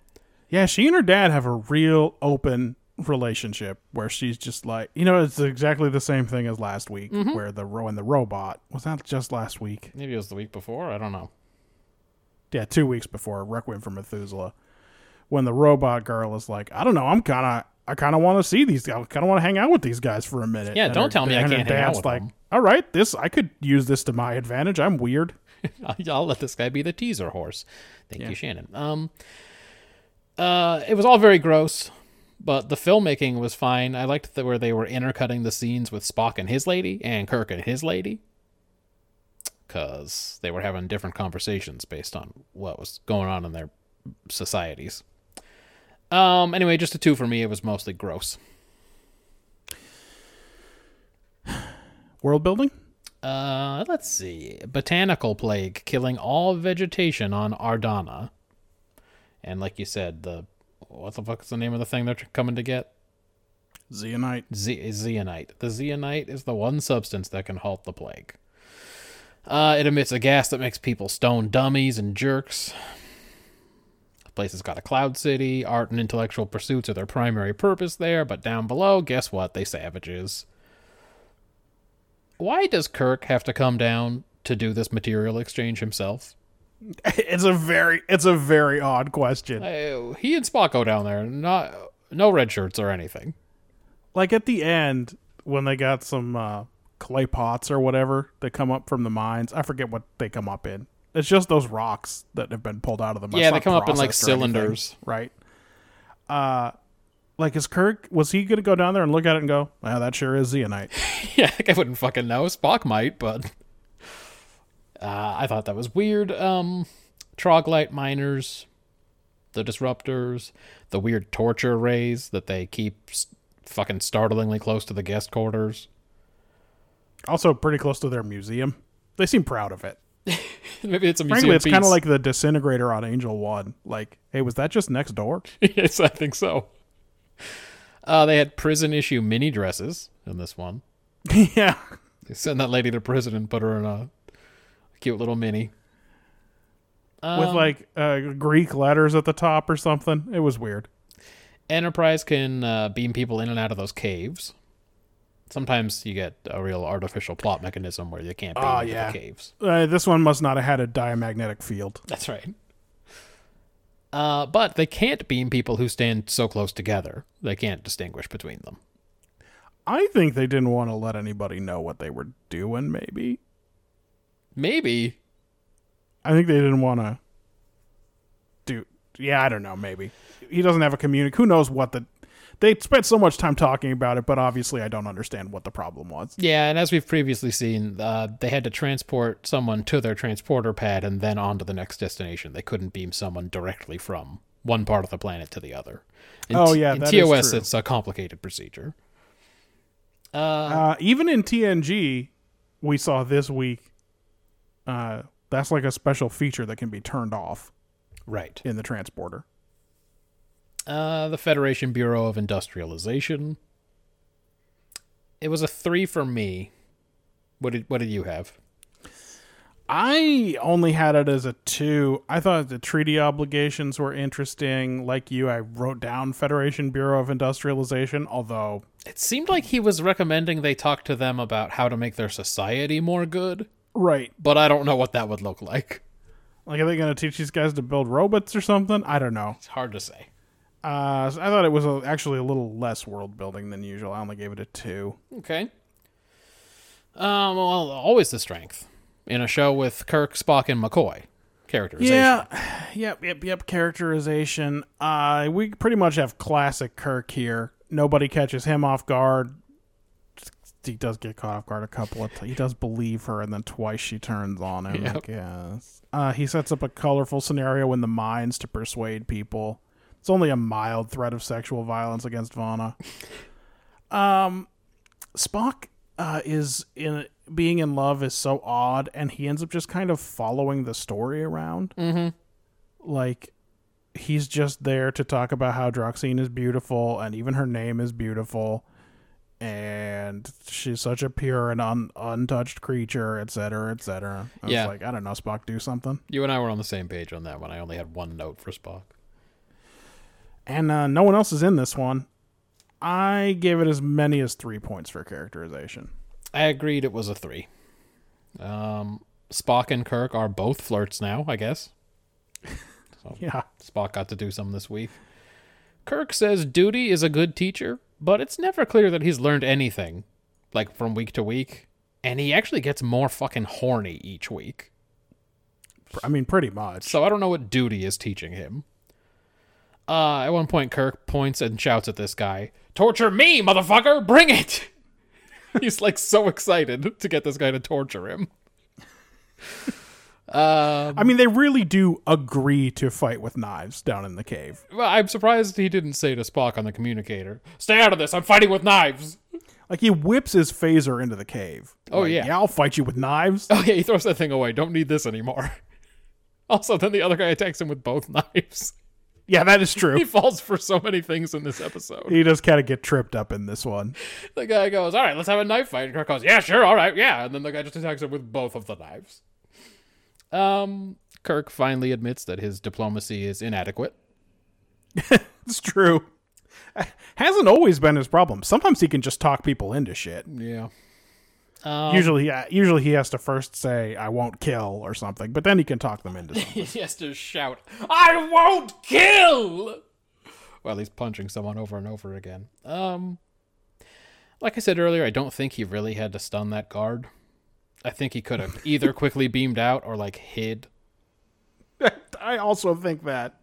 Speaker 2: Yeah, she and her dad have a real open relationship where she's just like, you know, it's exactly the same thing as last week
Speaker 1: Mm-hmm.
Speaker 2: where the ro- and the robot was that just last week?
Speaker 1: Maybe it was the week before. I don't know. (laughs)
Speaker 2: Yeah, two weeks before Requiem for Methuselah, when the robot girl is like, I don't know, I'm kind of, I kind of want to see these, I kind of want to hang out with these guys for a minute.
Speaker 1: Yeah,
Speaker 2: And
Speaker 1: don't
Speaker 2: her-
Speaker 1: tell me I
Speaker 2: and her
Speaker 1: can't hang out
Speaker 2: dad's
Speaker 1: with
Speaker 2: like,
Speaker 1: them.
Speaker 2: All right, this I could use this to my advantage. I'm weird.
Speaker 1: I'll let this guy be the teaser horse. Thank you, Shannon. Um, uh, it was all very gross, but the filmmaking was fine. I liked the, where they were intercutting the scenes with Spock and his lady and Kirk and his lady, because they were having different conversations based on what was going on in their societies. Um, anyway, just a two for me. It was mostly gross.
Speaker 2: World building.
Speaker 1: Uh, let's see. Botanical plague killing all vegetation on Ardana. And like you said, the what the fuck is the name of the thing they're tr- coming to get?
Speaker 2: Xeonite.
Speaker 1: Z- zeonite. The zeonite is the one substance that can halt the plague. Uh, it emits a gas that makes people stone dummies and jerks. The place has got a cloud city. Art and intellectual pursuits are their primary purpose there, but down below, guess what? They savages. Why does Kirk have to come down to do this material exchange himself?
Speaker 2: (laughs) It's a very, it's a very odd question.
Speaker 1: Uh, he and Spock go down there, not no red shirts or anything.
Speaker 2: like at the end when they got some uh, clay pots or whatever that come up from the mines. I forget what they come up in. It's just those rocks that have been pulled out of them. It's
Speaker 1: Yeah, they
Speaker 2: not
Speaker 1: come up in, like,
Speaker 2: processed or anything,
Speaker 1: cylinders.
Speaker 2: right? Uh, like is Kirk? Was he going to go down there and look at it and go, "Wow, that sure is zeonite."
Speaker 1: (laughs) yeah, like I wouldn't fucking know. Spock might, but uh, I thought that was weird. Um, troglodyte miners, the disruptors, the weird torture rays that they keep s- fucking startlingly close to the guest quarters. (laughs)
Speaker 2: also, pretty close to their museum. They seem proud of it.
Speaker 1: Maybe it's a museum
Speaker 2: Frankly, it's kind of
Speaker 1: piece.
Speaker 2: like the disintegrator on Angel One. Like, hey, was that just next door?
Speaker 1: (laughs) yes, I think so. Uh, they had prison issue mini dresses in this one.
Speaker 2: yeah,
Speaker 1: They send that lady to prison and put her in a cute little mini.
Speaker 2: with
Speaker 1: Um,
Speaker 2: like uh, Greek letters at the top or something. It was weird.
Speaker 1: Enterprise can uh, beam people in and out of those caves. Sometimes you get a real artificial plot mechanism where you can't beam
Speaker 2: Oh,
Speaker 1: into
Speaker 2: yeah.
Speaker 1: the caves.
Speaker 2: Uh, this one must not have had a diamagnetic field.
Speaker 1: That's right. Uh, but they can't beam people who stand so close together. They can't distinguish between them.
Speaker 2: I think they didn't want to let anybody know what they were doing, maybe.
Speaker 1: Maybe.
Speaker 2: I think they didn't want to do. Yeah, I don't know, maybe. He doesn't have a communic. Who knows what the. They spent so much time talking about it, but obviously I don't understand what the problem was.
Speaker 1: Yeah, and as we've previously seen, uh, they had to transport someone to their transporter pad and then on to the next destination. They couldn't beam someone directly from one part of the planet to the other. In
Speaker 2: Oh, yeah,
Speaker 1: in
Speaker 2: that is
Speaker 1: TOS,
Speaker 2: true.
Speaker 1: it's a complicated procedure.
Speaker 2: Uh, even in TNG, we saw this week. Uh, that's like a special feature that can be turned off
Speaker 1: Right.
Speaker 2: in the transporter.
Speaker 1: Uh, the Federation Bureau of Industrialization. It was a three for me. What did What did you have?
Speaker 2: I only had it as a two. I thought the treaty obligations were interesting. Like you, I wrote down Federation Bureau of Industrialization, although
Speaker 1: It seemed like he was recommending they talk to them about how to make their society more good,
Speaker 2: Right.
Speaker 1: but I don't know what that would look like.
Speaker 2: Like are they gonna teach these guys to build robots or something? I don't know.
Speaker 1: It's hard to say.
Speaker 2: Uh so I thought it was a, actually a little less world building than usual. I only gave it a two.
Speaker 1: Okay. Um. Well, always the strength in a show with Kirk, Spock, and McCoy characterization.
Speaker 2: Yeah. (sighs) Yep, yep, yep. Characterization. Uh we pretty much have classic Kirk here. Nobody catches him off guard. He does get caught off guard a couple of times. He does believe her, and then twice she turns on him. I
Speaker 1: Yep.
Speaker 2: guess. Uh, he sets up a colorful scenario in the mines to persuade people. It's only a mild threat of sexual violence against Vana. Um, Spock uh, is in being in love is so odd, and he ends up just kind of following the story around. Mm-hmm. Like he's just there to talk about how Droxine is beautiful and even her name is beautiful and she's such a pure and un- untouched creature, et cetera, et cetera. I
Speaker 1: Yeah.
Speaker 2: was like, I don't know, Spock, do something.
Speaker 1: You and I were on the same page on that one. I only had one note for Spock.
Speaker 2: And uh, no one else is in this one. I gave it as many as three points for characterization. (laughs)
Speaker 1: I agreed it was a three. Um, Spock and Kirk are both flirts now, I guess.
Speaker 2: Yeah.
Speaker 1: Spock got to do some this week. Kirk says duty is a good teacher, but it's never clear that he's learned anything, like from week to week. And he actually gets more fucking horny each week.
Speaker 2: Pr- I mean, pretty much.
Speaker 1: So I don't know what duty is teaching him. Uh, at one point, Kirk points and shouts at this guy, Torture me, motherfucker! Bring it! (laughs) He's like so excited to get this guy to torture him. (laughs) Um,
Speaker 2: I mean, they really do agree to fight with knives down in the cave.
Speaker 1: well, I'm surprised he didn't say to Spock on the communicator, Stay out of this, I'm fighting with knives! (laughs)
Speaker 2: Like, he whips his phaser into the cave.
Speaker 1: Oh,
Speaker 2: Like,
Speaker 1: yeah.
Speaker 2: Yeah, I'll fight you with knives.
Speaker 1: Oh, yeah, he throws that thing away. Don't need this anymore. (laughs) Also, then the other guy attacks him with both (laughs) knives.
Speaker 2: yeah, that is
Speaker 1: He (laughs)
Speaker 2: true.
Speaker 1: falls for so many things in this episode.
Speaker 2: He does kind of get tripped up in this one.
Speaker 1: The guy goes, "All right, let's have a knife fight." And Kirk goes, "Yeah, sure, all right, yeah." And then the guy just attacks him with both of the knives. Um, Kirk finally admits that his diplomacy is inadequate.
Speaker 2: It's true. Hasn't always been his problem. Sometimes he can just talk people into shit.
Speaker 1: Yeah, Um,
Speaker 2: usually, uh, usually he has to first say "I won't kill" or something, but then he can talk them into.
Speaker 1: (laughs) (laughs)
Speaker 2: Something.
Speaker 1: he has to shout, "I won't kill!" While he's punching someone over and over again. Um, like I said earlier, I don't think he really had to stun that guard. I think he could have either quickly beamed out or like hid.
Speaker 2: I also think that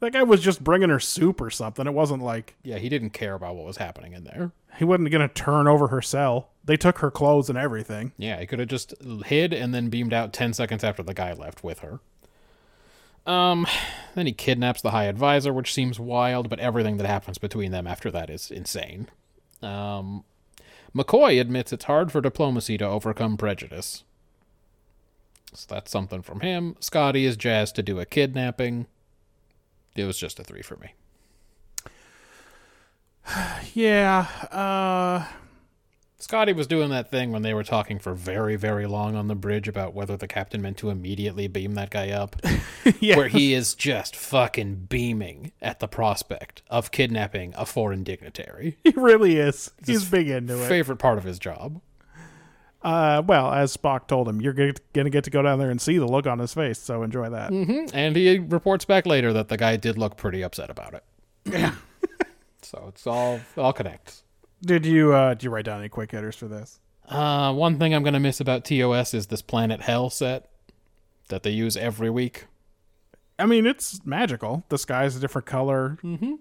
Speaker 2: that guy was just bringing her soup or something. It wasn't like
Speaker 1: Yeah, he didn't care about what was happening in there.
Speaker 2: he wasn't going to turn over her cell. They took her clothes and everything.
Speaker 1: Yeah, he could have just hid and then beamed out 10 seconds after the guy left with her. Um, then he kidnaps the high advisor, which seems wild, but everything that happens between them after that is insane. Um, McCoy admits it's hard for diplomacy to overcome prejudice. So that's something from him. Scotty is jazzed to do a kidnapping. It was just a three for me.
Speaker 2: Yeah, uh,
Speaker 1: Scotty was doing that thing when they were talking for very, very long on the bridge about whether the captain meant to immediately beam that guy up.
Speaker 2: yeah.
Speaker 1: where he is just fucking beaming at the prospect of kidnapping a foreign dignitary.
Speaker 2: (laughs) he really is. He's big into it.
Speaker 1: Favorite part of his job.
Speaker 2: Uh, well, as Spock told him, you're going to get to go down there and see the look on his face. So enjoy that.
Speaker 1: hmm And he reports back later that the guy did look pretty upset about it. Yeah. so it's all it all connects.
Speaker 2: Did you uh, did you write down any quick hitters for this?
Speaker 1: Uh, one thing I'm gonna miss about TOS is this Planet Hell set that they use every week.
Speaker 2: I mean, it's magical. The sky's a different color. Mm-hmm.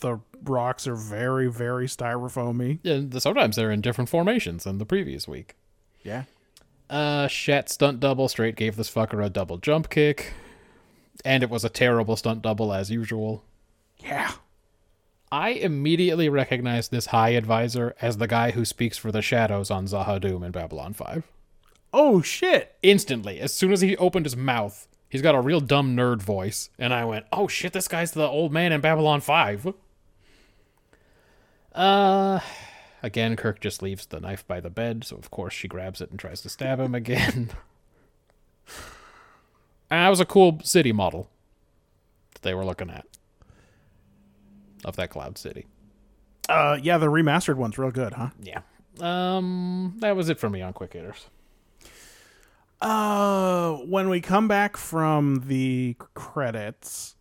Speaker 2: The rocks are very, very styrofoamy.
Speaker 1: And sometimes they're in different formations than the previous week.
Speaker 2: Yeah.
Speaker 1: Uh, Shat stunt double straight gave this fucker a double jump kick, and it was a terrible stunt double as usual.
Speaker 2: Yeah.
Speaker 1: I immediately recognized this high advisor as the guy who speaks for the shadows on Zahadum in Babylon 5.
Speaker 2: Oh, shit.
Speaker 1: Instantly, as soon as he opened his mouth, he's got a real dumb nerd voice, and I went, "Oh shit, this guy's the old man in Babylon 5." Uh again Kirk just leaves the knife by the bed, so of course she grabs it and tries to stab him again. (laughs) and that was a cool city model that they were looking at of that cloud city.
Speaker 2: Uh, yeah, the remastered one's real good, huh?
Speaker 1: Yeah. Um, that was it for me on quick hitters. (laughs)
Speaker 2: Uh, when we come back from the credits,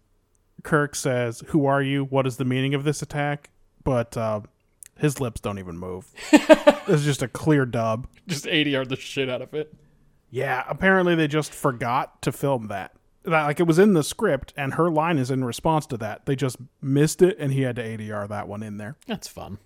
Speaker 2: Kirk says, Who are you? What is the meaning of this attack? But uh, his lips don't even move. it's just a clear dub.
Speaker 1: Just 80 yard the shit out of it.
Speaker 2: Yeah, apparently they just forgot to film that. That like it was in the script, and her line is in response to that. They just missed it, and he had to ADR that one in there.
Speaker 1: That's fun.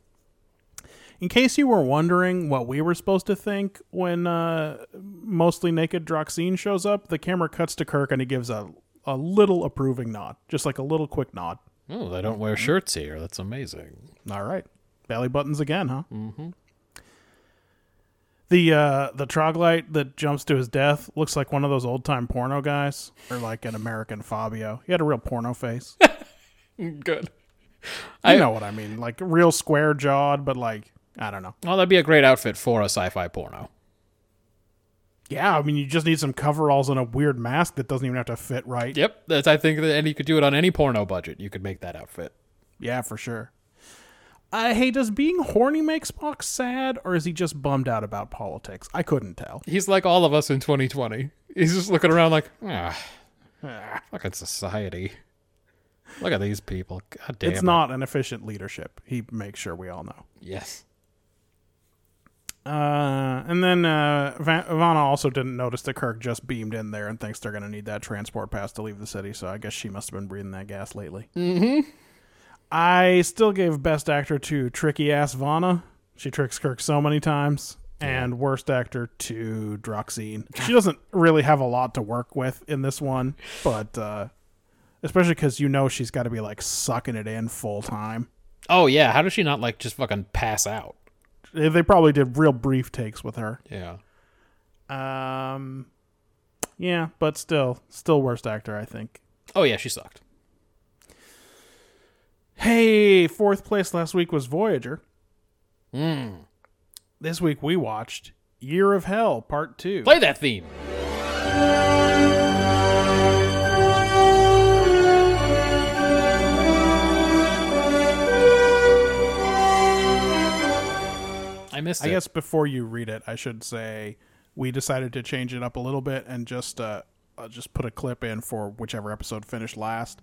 Speaker 2: In case you were wondering what we were supposed to think when uh, mostly naked Droxine shows up, the camera cuts to Kirk, and he gives a a little approving nod, just like a little quick nod.
Speaker 1: Oh, they don't wear shirts here. That's amazing.
Speaker 2: All right, belly buttons again, huh? Mm-hmm. The uh, the troglodyte that jumps to his death looks like one of those old time porno guys, or like an American Fabio. He had a real porno face. You
Speaker 1: Good.
Speaker 2: I know what I mean, like real square jawed, but like I don't know.
Speaker 1: Well, Oh, that'd be a great outfit for a sci-fi porno.
Speaker 2: Yeah, I mean, you just need some coveralls and a weird mask that doesn't even have to fit right.
Speaker 1: Yep, that's I think that and you could do it on any porno budget. You could make that outfit.
Speaker 2: Yeah, for sure. Uh, hey, does being horny make Spock sad, or is he just bummed out about politics? I couldn't tell.
Speaker 1: He's like all of us in 2020. He's just looking around like, ah, fucking society. Look at these people. God damn.
Speaker 2: it's
Speaker 1: it.
Speaker 2: not an efficient leadership. He makes sure we all know.
Speaker 1: Yes.
Speaker 2: Uh, and then uh, Va- Vanna also didn't notice that Kirk just beamed in there and thinks they're going to need that transport pass to leave the city. So I guess she must have been breathing that gas lately. Mm-hmm. I still gave best actor to tricky ass Vanna. She tricks Kirk so many times. And worst actor to Droxine. She doesn't really have a lot to work with in this one, but uh, especially because you know she's got to be like sucking it in full time.
Speaker 1: Oh yeah. How does she not like just fucking pass out?
Speaker 2: They they probably did real brief takes with her.
Speaker 1: Yeah.
Speaker 2: Um, yeah, but still, still worst actor, I think.
Speaker 1: Oh yeah, she sucked.
Speaker 2: Hey, fourth place last week was Voyager.
Speaker 1: Hmm.
Speaker 2: This week we watched Year of Hell Part Two.
Speaker 1: Play that theme. I missed
Speaker 2: I
Speaker 1: it.
Speaker 2: guess before you read it, I should say we decided to change it up a little bit and just uh, uh, just put a clip in for whichever episode finished last.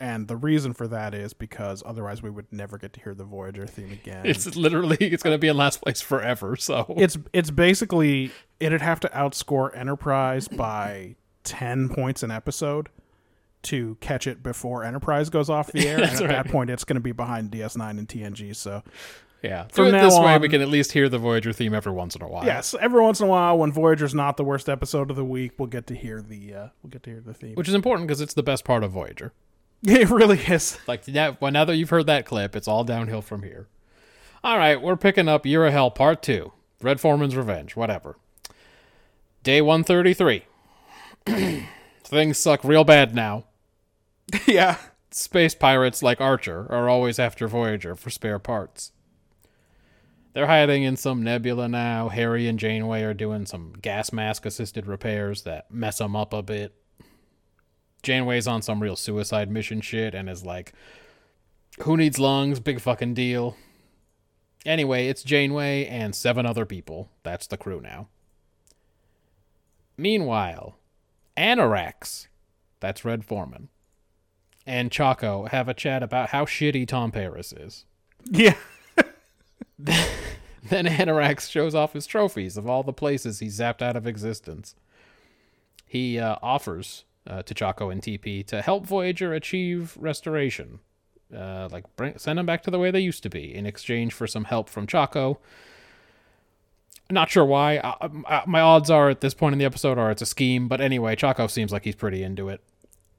Speaker 2: And the reason for that is because otherwise we would never get to hear the Voyager theme
Speaker 1: (laughs)
Speaker 2: again.
Speaker 1: It's literally it's gonna be in last place forever. (laughs) So
Speaker 2: it's it's basically it'd have to outscore Enterprise by ten points an episode to catch it before Enterprise goes off (laughs) the air. and at that point, it's going to be behind DS9 and TNG. So
Speaker 1: yeah,
Speaker 2: From
Speaker 1: from
Speaker 2: now
Speaker 1: this way
Speaker 2: on-
Speaker 1: we can at least hear the Voyager theme every once in a while.
Speaker 2: yes, every once in a while, when Voyager's not the worst episode of the week, we'll get to hear the uh, we'll get to hear the theme.
Speaker 1: which is important because it's the best part of Voyager.
Speaker 2: (laughs) it really is. (laughs)
Speaker 1: Like that. Well, now that you've heard that clip, it's all downhill from here. All right, we're picking up Year of Hell Part Two, Red Foreman's Revenge, whatever. Day one thirty three. (clears throat) Things suck real bad now.
Speaker 2: yeah.
Speaker 1: space pirates like Archer are always after Voyager for spare parts. They're hiding in some nebula now. Harry and Janeway are doing some gas mask assisted repairs that mess them up a bit. Janeway's on some real suicide mission shit and is like, who needs lungs? Big fucking deal. Anyway, it's Janeway and seven other people. That's the crew now. Meanwhile, Anorax, that's Red Foreman, and Chaco have a chat about how shitty Tom Paris is. (laughs)
Speaker 2: Yeah.
Speaker 1: Then Anorax shows off his trophies of all the places he zapped out of existence. He uh, offers uh, to Chaco and TP to help Voyager achieve restoration, uh, like bring, send them back to the way they used to be in exchange for some help from Chaco. Not sure why. I, I, my odds are at this point in the episode are it's a scheme, but anyway, Chaco seems like he's pretty into it.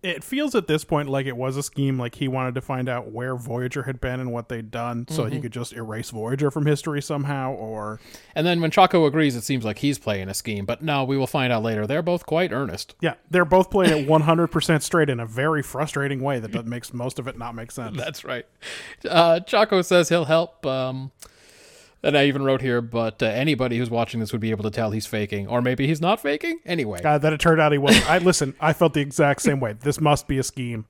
Speaker 2: It feels at this point like it was a scheme, like he wanted to find out where Voyager had been and what they'd done, so he could just erase Voyager from history somehow, or
Speaker 1: And then when Chaco agrees, it seems like he's playing a scheme, but no, we will find out later. They're both quite earnest. (laughs)
Speaker 2: Yeah, they're both playing it 100% straight in a very frustrating way that does- makes most of it not make sense.
Speaker 1: That's right. Uh, Chaco says he'll help. Um, and I even wrote here, but uh, anybody who's watching this would be able to tell he's faking, or maybe he's not faking. Anyway,
Speaker 2: God, that it turned out he was. I listen. I felt the exact same way. This must be a scheme.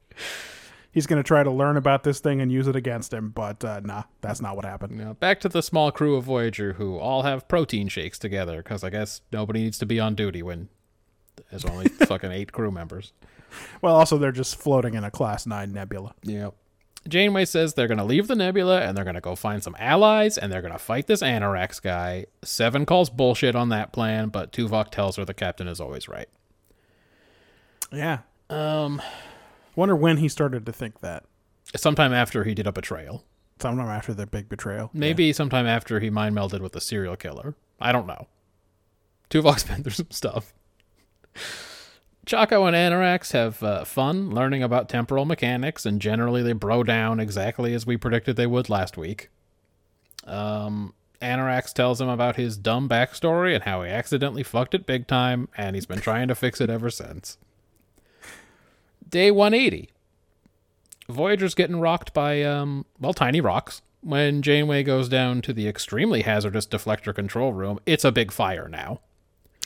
Speaker 2: He's going to try to learn about this thing and use it against him, but uh, nah, that's not what happened.
Speaker 1: now back to the small crew of Voyager who all have protein shakes together because I guess nobody needs to be on duty when there's only fucking eight crew members.
Speaker 2: Well, also they're just floating in a Class Nine nebula.
Speaker 1: Yep. Janeway says they're going to leave the nebula and they're going to go find some allies and they're going to fight this Anorax guy. Seven calls bullshit on that plan, but Tuvok tells her the captain is always right.
Speaker 2: Yeah.
Speaker 1: Um,
Speaker 2: Wonder when he started to think that.
Speaker 1: sometime after he did a betrayal.
Speaker 2: Sometime after their big betrayal.
Speaker 1: Maybe sometime after he mind melded with a serial killer. I don't know. (laughs) Tuvok's been through some stuff. Chaco and Anorax have uh, fun learning about temporal mechanics, and generally they bro down exactly as we predicted they would last week. Um, Anorax tells him about his dumb backstory and how he accidentally fucked it big time, and he's been trying to fix it ever since. Day 180. Voyager's getting rocked by, um, well, tiny rocks. When Janeway goes down to the extremely hazardous deflector control room, it's a big fire now.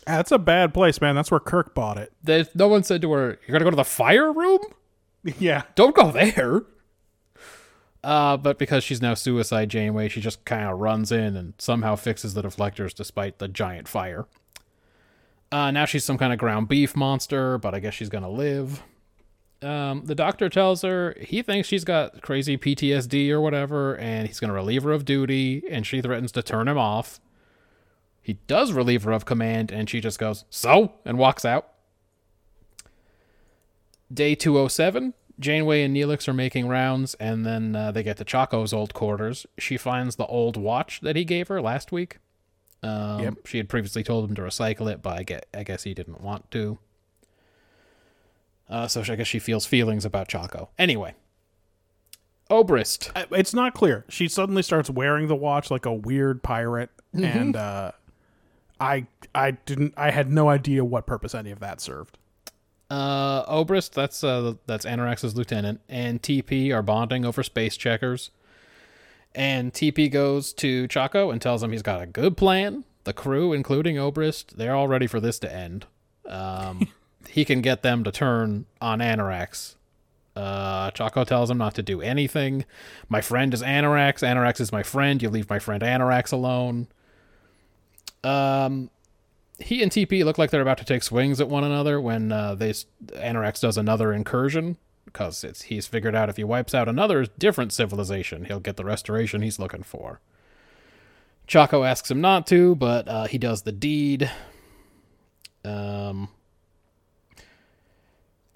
Speaker 2: That's a bad place, man. That's where Kirk bought it.
Speaker 1: There's, no one said to her, You're going to go to the fire room?
Speaker 2: Yeah.
Speaker 1: Don't go there. Uh, but because she's now Suicide Janeway, she just kind of runs in and somehow fixes the deflectors despite the giant fire. Uh, now she's some kind of ground beef monster, but I guess she's gonna live. Um, the doctor tells her he thinks she's got crazy PTSD or whatever, and he's gonna relieve her of duty, and she threatens to turn him off. He does relieve her of command, and she just goes, So? and walks out. Day 207, Janeway and Neelix are making rounds, and then uh, they get to Chaco's old quarters. She finds the old watch that he gave her last week. Um,
Speaker 2: Yep.
Speaker 1: She had previously told him to recycle it, but I, get, I guess he didn't want to. Uh, so she- I guess she feels feelings about Chaco. Anyway, Obrist.
Speaker 2: I- It's not clear. She suddenly starts wearing the watch like a weird pirate,
Speaker 1: Mm-hmm.
Speaker 2: and uh, I I didn't I had no idea what purpose any of that served.
Speaker 1: Uh, Obrist, that's uh, that's Anorax's lieutenant, and TP are bonding over space checkers. And TP goes to Chaco and tells him he's got a good plan. The crew, including Obrist, they're all ready for this to end. Um, he can get them to turn on Anorax. Uh, Chaco tells him not to do anything. My friend is Anorax. Anorax is my friend. You leave my friend Anorax alone. Um, he and TP look like they're about to take swings at one another when uh, they Anorax does another incursion because it's he's figured out if he wipes out another different civilization, he'll get the restoration he's looking for. Chaco asks him not to, but uh, he does the deed. Um,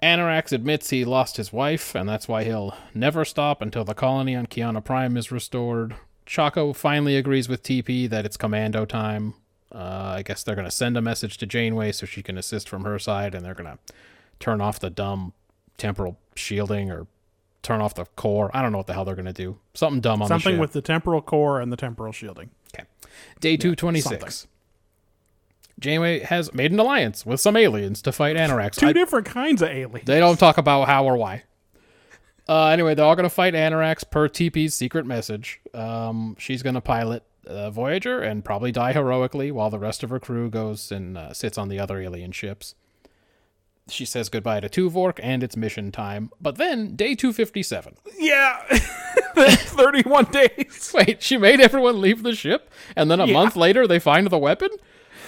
Speaker 1: Anorax admits he lost his wife, and that's why he'll never stop until the colony on Kiana Prime is restored. Chaco finally agrees with TP that it's commando time. Uh, I guess they're going to send a message to Janeway so she can assist from her side, and they're going to turn off the dumb temporal shielding or turn off the core. I don't know what the hell they're going to do. Something dumb on the
Speaker 2: Something
Speaker 1: ship.
Speaker 2: with the temporal core and the temporal shielding.
Speaker 1: Okay. Day 226. Janeway has made an alliance with some aliens to fight Anorax.
Speaker 2: Two
Speaker 1: I-
Speaker 2: different kinds of aliens.
Speaker 1: they don't talk about how or why. Uh, anyway, they're all going to fight Anorax per TP's secret message. Um, she's going to pilot uh, Voyager and probably die heroically while the rest of her crew goes and uh, sits on the other alien ships. She says goodbye to Tuvork and it's mission time. But then, day 257.
Speaker 2: (laughs) Yeah. (laughs) Thirty-one days.
Speaker 1: (laughs) Wait, she made everyone leave the ship, and then a month later they find the weapon?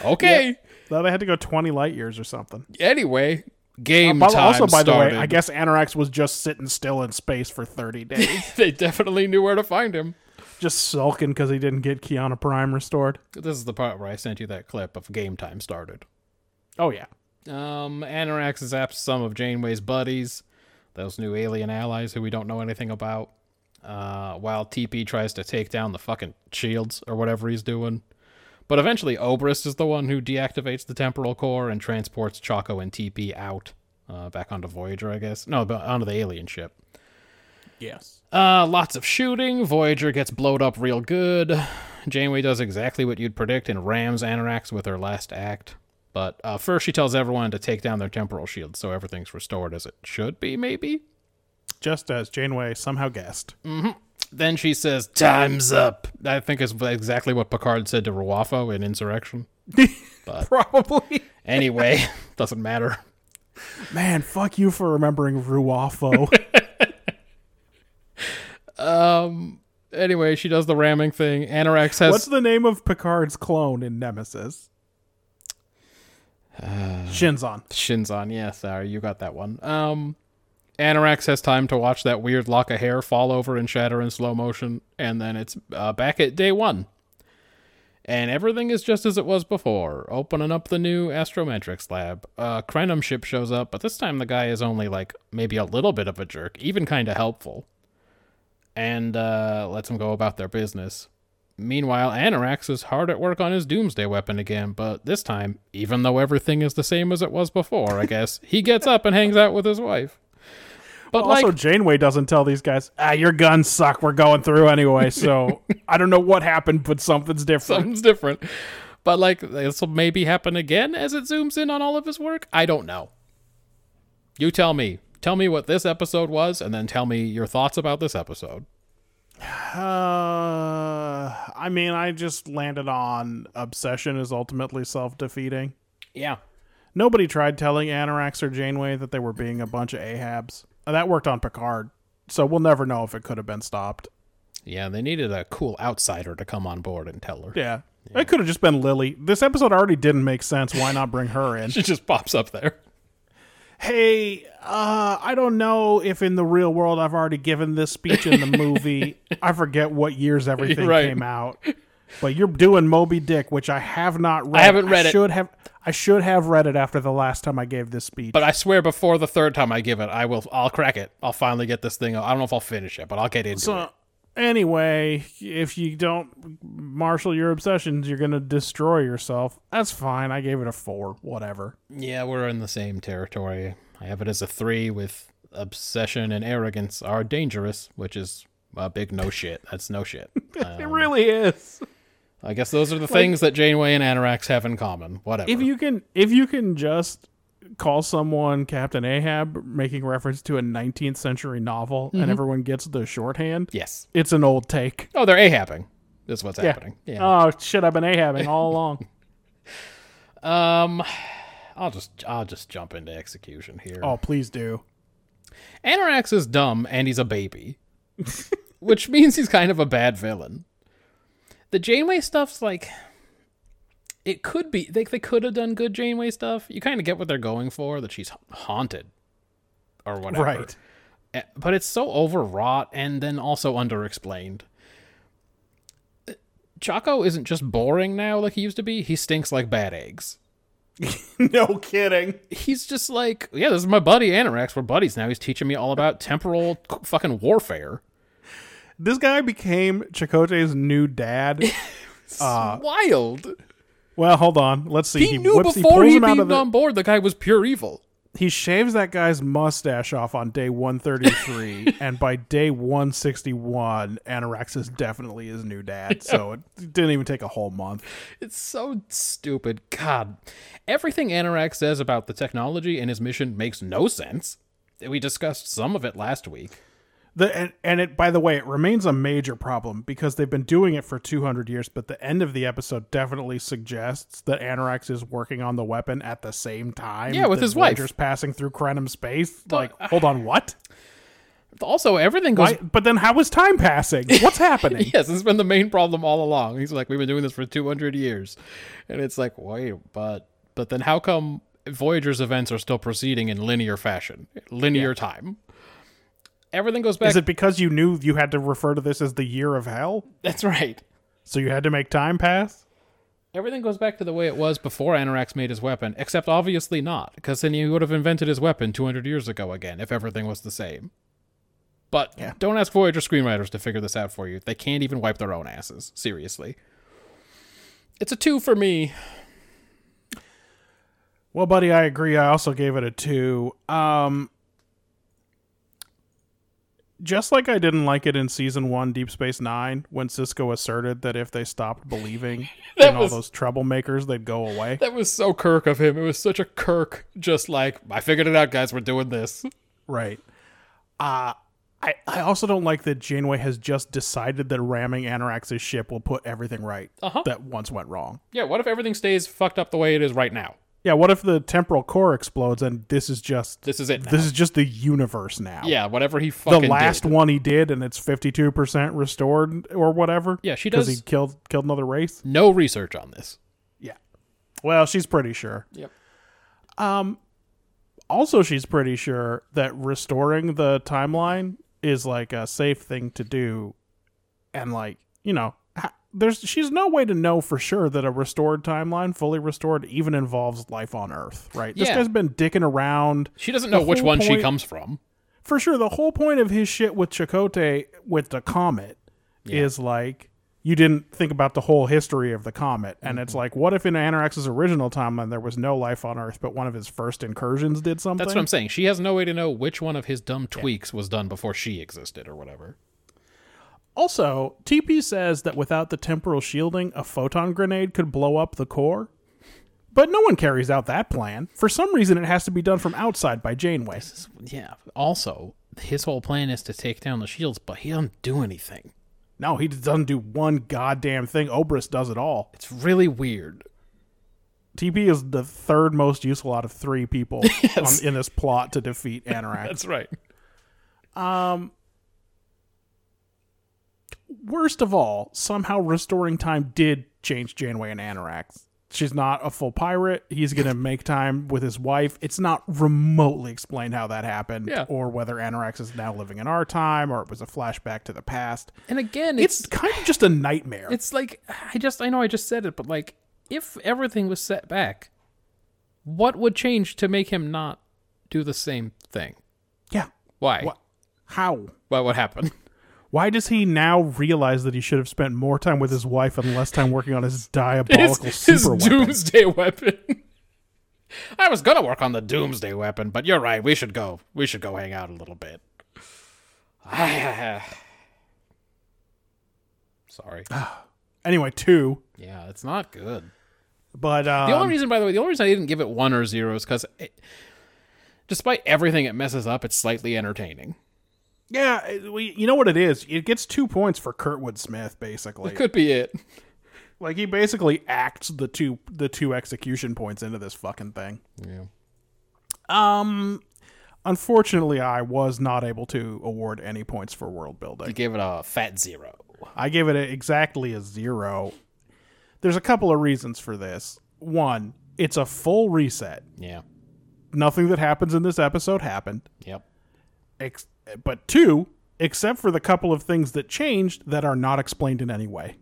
Speaker 1: Okay.
Speaker 2: Thought I had to go twenty light years or something.
Speaker 1: Anyway, game
Speaker 2: But
Speaker 1: time
Speaker 2: also, by
Speaker 1: started.
Speaker 2: the way, I guess Anorax was just sitting still in space
Speaker 1: (laughs)
Speaker 2: for thirty days,
Speaker 1: they definitely knew where to find him.
Speaker 2: just sulking because he didn't get Kiana Prime restored.
Speaker 1: This is the part where I sent you that clip of game time started.
Speaker 2: Oh yeah.
Speaker 1: Um, Anorax zaps some of Janeway's buddies, those new alien allies who we don't know anything about, uh, while TP tries to take down the fucking shields or whatever he's doing. But eventually, Obrist is the one who deactivates the temporal core and transports Chaco and TP out, uh, back onto Voyager, I guess. No, but onto the alien ship.
Speaker 2: Yes.
Speaker 1: Uh, lots of shooting. Voyager gets blowed up real good. Janeway does exactly what you'd predict and rams Anorax with her last act. But uh, first, she tells everyone to take down their temporal shields so everything's restored as it should be, maybe?
Speaker 2: Just as Janeway somehow guessed.
Speaker 1: Then she says, Time's up. I think is exactly what Picard said to Ruafo in Insurrection. Mm.
Speaker 2: (laughs) Probably.
Speaker 1: Anyway, (laughs) doesn't matter.
Speaker 2: Man, fuck you for remembering Ruafo.
Speaker 1: Anyway, she does the ramming thing. Anorax has.
Speaker 2: What's the name of Picard's clone in Nemesis? Shinzon.
Speaker 1: Shinzon, yeah, sorry, you got that one. Um, Anorax has time to watch that weird lock of hair fall over and shatter in slow motion, and then it's uh, back at day one. And everything is just as it was before, opening up the new astrometrics lab. Uh, Krenum ship shows up, but this time the guy is only like maybe a little bit of a jerk, even kind of helpful, and uh, lets them go about their business. Meanwhile, Anorax is hard at work on his doomsday weapon again, but this time, even though everything is the same as it was before, I guess, he gets up and hangs out with his wife. But
Speaker 2: also,
Speaker 1: like,
Speaker 2: Janeway doesn't tell these guys, ah, your guns suck. We're going through anyway. So I don't know what happened, but something's different.
Speaker 1: something's different. But like, this will maybe happen again as it zooms in on all of his work. I don't know. You tell me. Tell me what this episode was, and then tell me your thoughts about this episode.
Speaker 2: Uh, I mean, I just landed on obsession is ultimately self defeating.
Speaker 1: Yeah.
Speaker 2: Nobody tried telling Anorax or Janeway that they were being a bunch of Ahabs. Uh, That worked on Picard. So we'll never know if it could have been stopped.
Speaker 1: Yeah, they needed a cool outsider to come on board and tell her.
Speaker 2: Yeah. It could have just been Lily. This episode already didn't make sense. Why not bring
Speaker 1: (laughs)
Speaker 2: her in?
Speaker 1: She just pops up there.
Speaker 2: hey, uh, I don't know if in the real world I've already given this speech
Speaker 1: (laughs)
Speaker 2: in the movie. I forget what years everything
Speaker 1: Right.
Speaker 2: came out. But you're doing Moby Dick, which I have not read.
Speaker 1: haven't read it.
Speaker 2: Should have I should have read it after the last time I gave this speech.
Speaker 1: But I swear, before the third time I give it, I will. I'll crack it. I'll finally get this thing. I don't know if I'll finish it, but I'll get into it.
Speaker 2: So Uh, anyway, if you don't marshal your obsessions, you're gonna destroy yourself. That's fine. I gave it a four. Whatever.
Speaker 1: Yeah, we're in the same territory. I have it as a three with obsession and arrogance are dangerous, which is a big no shit. That's no shit.
Speaker 2: it
Speaker 1: Um,
Speaker 2: really is.
Speaker 1: I guess those
Speaker 2: (laughs)
Speaker 1: are the things that Janeway and Anorax have in common. Whatever.
Speaker 2: If you can, if you can just call someone Captain Ahab, making reference to a 19th century novel,
Speaker 1: Mm-hmm.
Speaker 2: and everyone gets the shorthand,
Speaker 1: yes.
Speaker 2: it's an old take.
Speaker 1: Oh, they're ahabbing. That's what's happening. Yeah.
Speaker 2: Oh shit! I've been
Speaker 1: (laughs)
Speaker 2: Ahabbing all along.
Speaker 1: Um, I'll just I'll just jump into execution here.
Speaker 2: oh, please do.
Speaker 1: Anorax is dumb and he's a baby, (laughs) which means he's kind of a bad villain. The Janeway stuff's like it could be they they could have done good Janeway stuff. You kind of get what they're going for that she's haunted or whatever.
Speaker 2: Right.
Speaker 1: Eh, But it's so overwrought and then also underexplained. Eh, Chaco isn't just boring now like he used to be. He stinks like bad eggs
Speaker 2: (laughs) no kidding.
Speaker 1: he's just like, yeah, this is my buddy Anorax. We're buddies now. He's teaching me all about temporal c- fucking warfare.
Speaker 2: This guy became Chakotay's
Speaker 1: (laughs)
Speaker 2: new dad.
Speaker 1: It's
Speaker 2: Uh,
Speaker 1: wild.
Speaker 2: Well, hold on. Let's see.
Speaker 1: He, knew
Speaker 2: whips-
Speaker 1: before
Speaker 2: pulls
Speaker 1: he
Speaker 2: him out of
Speaker 1: beamed
Speaker 2: the-
Speaker 1: on board the guy was pure evil.
Speaker 2: he shaves that guy's mustache off on
Speaker 1: (laughs)
Speaker 2: day 133 and by day 161 anorax is definitely his new dad so it didn't even take a whole month
Speaker 1: It's so stupid. God, everything Anorax says about the technology and his mission makes no sense. We discussed some of it last week.
Speaker 2: the, and, and it by the way it remains a major problem because they've been doing it for 200 years but the end of the episode definitely suggests that anorax is working on the weapon at the same time
Speaker 1: Yeah, with
Speaker 2: that
Speaker 1: his wife.
Speaker 2: Voyager's passing through krenim space like hold on
Speaker 1: (sighs)
Speaker 2: what
Speaker 1: Also, everything goes.
Speaker 2: I, but then how is time passing what's happening
Speaker 1: (laughs) Yes, it's been the main problem all along. He's like, we've been doing this for 200 years. And it's like, wait, but but then how come Voyager's events are still proceeding in linear fashion, linear time? Everything goes back.
Speaker 2: Is it because you knew you had to refer to this as the year of hell?
Speaker 1: (laughs) That's right.
Speaker 2: So you had to make time pass?
Speaker 1: Everything goes back to the way it was before Anorax made his weapon, except obviously not, because then he would have invented his weapon 200 years ago again if everything was the same. But
Speaker 2: Yeah.
Speaker 1: don't ask Voyager screenwriters to figure this out for you. They can't even wipe their own asses. Seriously. It's a two for me.
Speaker 2: Well, buddy, I agree. I also gave it a two. Um just like I didn't like it in season one, Deep Space Nine, when Cisco asserted that if they stopped believing
Speaker 1: (laughs) That
Speaker 2: in
Speaker 1: was-
Speaker 2: all those troublemakers, they'd go away.
Speaker 1: That was so Kirk of him. It was such a Kirk, just like, I figured it out, guys. We're doing this.
Speaker 2: Right. Uh I, I also don't like that Janeway has just decided that ramming Anorax's ship will put everything right
Speaker 1: Uh-huh.
Speaker 2: that once went wrong.
Speaker 1: Yeah, what if everything stays fucked up the way it is right now?
Speaker 2: Yeah, what if the temporal core explodes and this is just
Speaker 1: This is it now.
Speaker 2: This is just the universe now.
Speaker 1: yeah, whatever he fucking
Speaker 2: The last
Speaker 1: did.
Speaker 2: one he did, and it's fifty two percent restored or whatever.
Speaker 1: Yeah, she
Speaker 2: he
Speaker 1: does-
Speaker 2: killed killed another race.
Speaker 1: No research on this.
Speaker 2: Yeah. Well, she's pretty sure.
Speaker 1: Yep.
Speaker 2: Also, she's pretty sure that restoring the timeline is like a safe thing to do, and like you know, ha- there's she's no way to know for sure that a restored timeline, fully restored, even involves life on Earth. Right? This
Speaker 1: Yeah.
Speaker 2: guy's been dicking around.
Speaker 1: She doesn't know
Speaker 2: The
Speaker 1: which
Speaker 2: whole
Speaker 1: one she
Speaker 2: point-
Speaker 1: comes from.
Speaker 2: for sure the whole point of his shit with Chakotay with the comet is like you didn't think about the whole history of the comet. And it's
Speaker 1: Mm-hmm.
Speaker 2: like, what if in Anorax's original timeline there was no life on Earth, but one of his first incursions did something?
Speaker 1: That's what I'm saying. She has no way to know which one of his dumb tweaks was done before she existed or whatever.
Speaker 2: Also, TP says that without the temporal shielding, a photon grenade could blow up the core. But no one carries out that plan. For some reason, it has to be done from outside by Janeway.
Speaker 1: Yeah. Also, his whole plan is to take down the shields, but he doesn't do anything.
Speaker 2: No, he doesn't do one goddamn thing. Obrus does it all.
Speaker 1: It's really weird.
Speaker 2: TP is the third most useful out of
Speaker 1: (laughs)
Speaker 2: three people on, in this plot to defeat Anorak. Um,
Speaker 1: That's right.
Speaker 2: Worst of all, somehow restoring time did change Janeway and Anorak. She's not a full pirate. He's
Speaker 1: (laughs)
Speaker 2: going to make time with his wife. It's not remotely explained how that happened
Speaker 1: Yeah.
Speaker 2: or whether Anorak is now living in our time or it was a flashback to the past.
Speaker 1: And again,
Speaker 2: It's kind of just a nightmare.
Speaker 1: it's like I just I know I just said it, but like if everything was set back, what would change to make him not do the same thing?
Speaker 2: yeah.
Speaker 1: Why?
Speaker 2: What? How?
Speaker 1: Why would happen?
Speaker 2: Why does he now realize that he should have spent more time with his wife and less time working on his diabolical super weapon?
Speaker 1: doomsday weapon. (laughs) I was gonna work on the doomsday weapon, but you're right. We should go. We should go hang out a little bit. (sighs) Sorry.
Speaker 2: Ah. Anyway, two.
Speaker 1: Yeah, it's not good.
Speaker 2: But um,
Speaker 1: The only reason, by the way, the only reason I didn't give it one or zero is because, despite everything it messes up, it's slightly entertaining.
Speaker 2: yeah, it- we, you know what it is? It gets two points for Kurtwood Smith, basically.
Speaker 1: Could be it.
Speaker 2: Like he basically acts the two the two execution points into this fucking thing.
Speaker 1: Yeah.
Speaker 2: Um, unfortunately, I was not able to award any points for world building.
Speaker 1: You gave it a fat zero.
Speaker 2: I gave it a, exactly a zero. There's a couple of reasons for this. One, it's a full reset.
Speaker 1: Yeah.
Speaker 2: Nothing that happens in this episode happened.
Speaker 1: Yep. (laughs)
Speaker 2: Ex- but two, except for the couple of things that changed that are not explained in any way.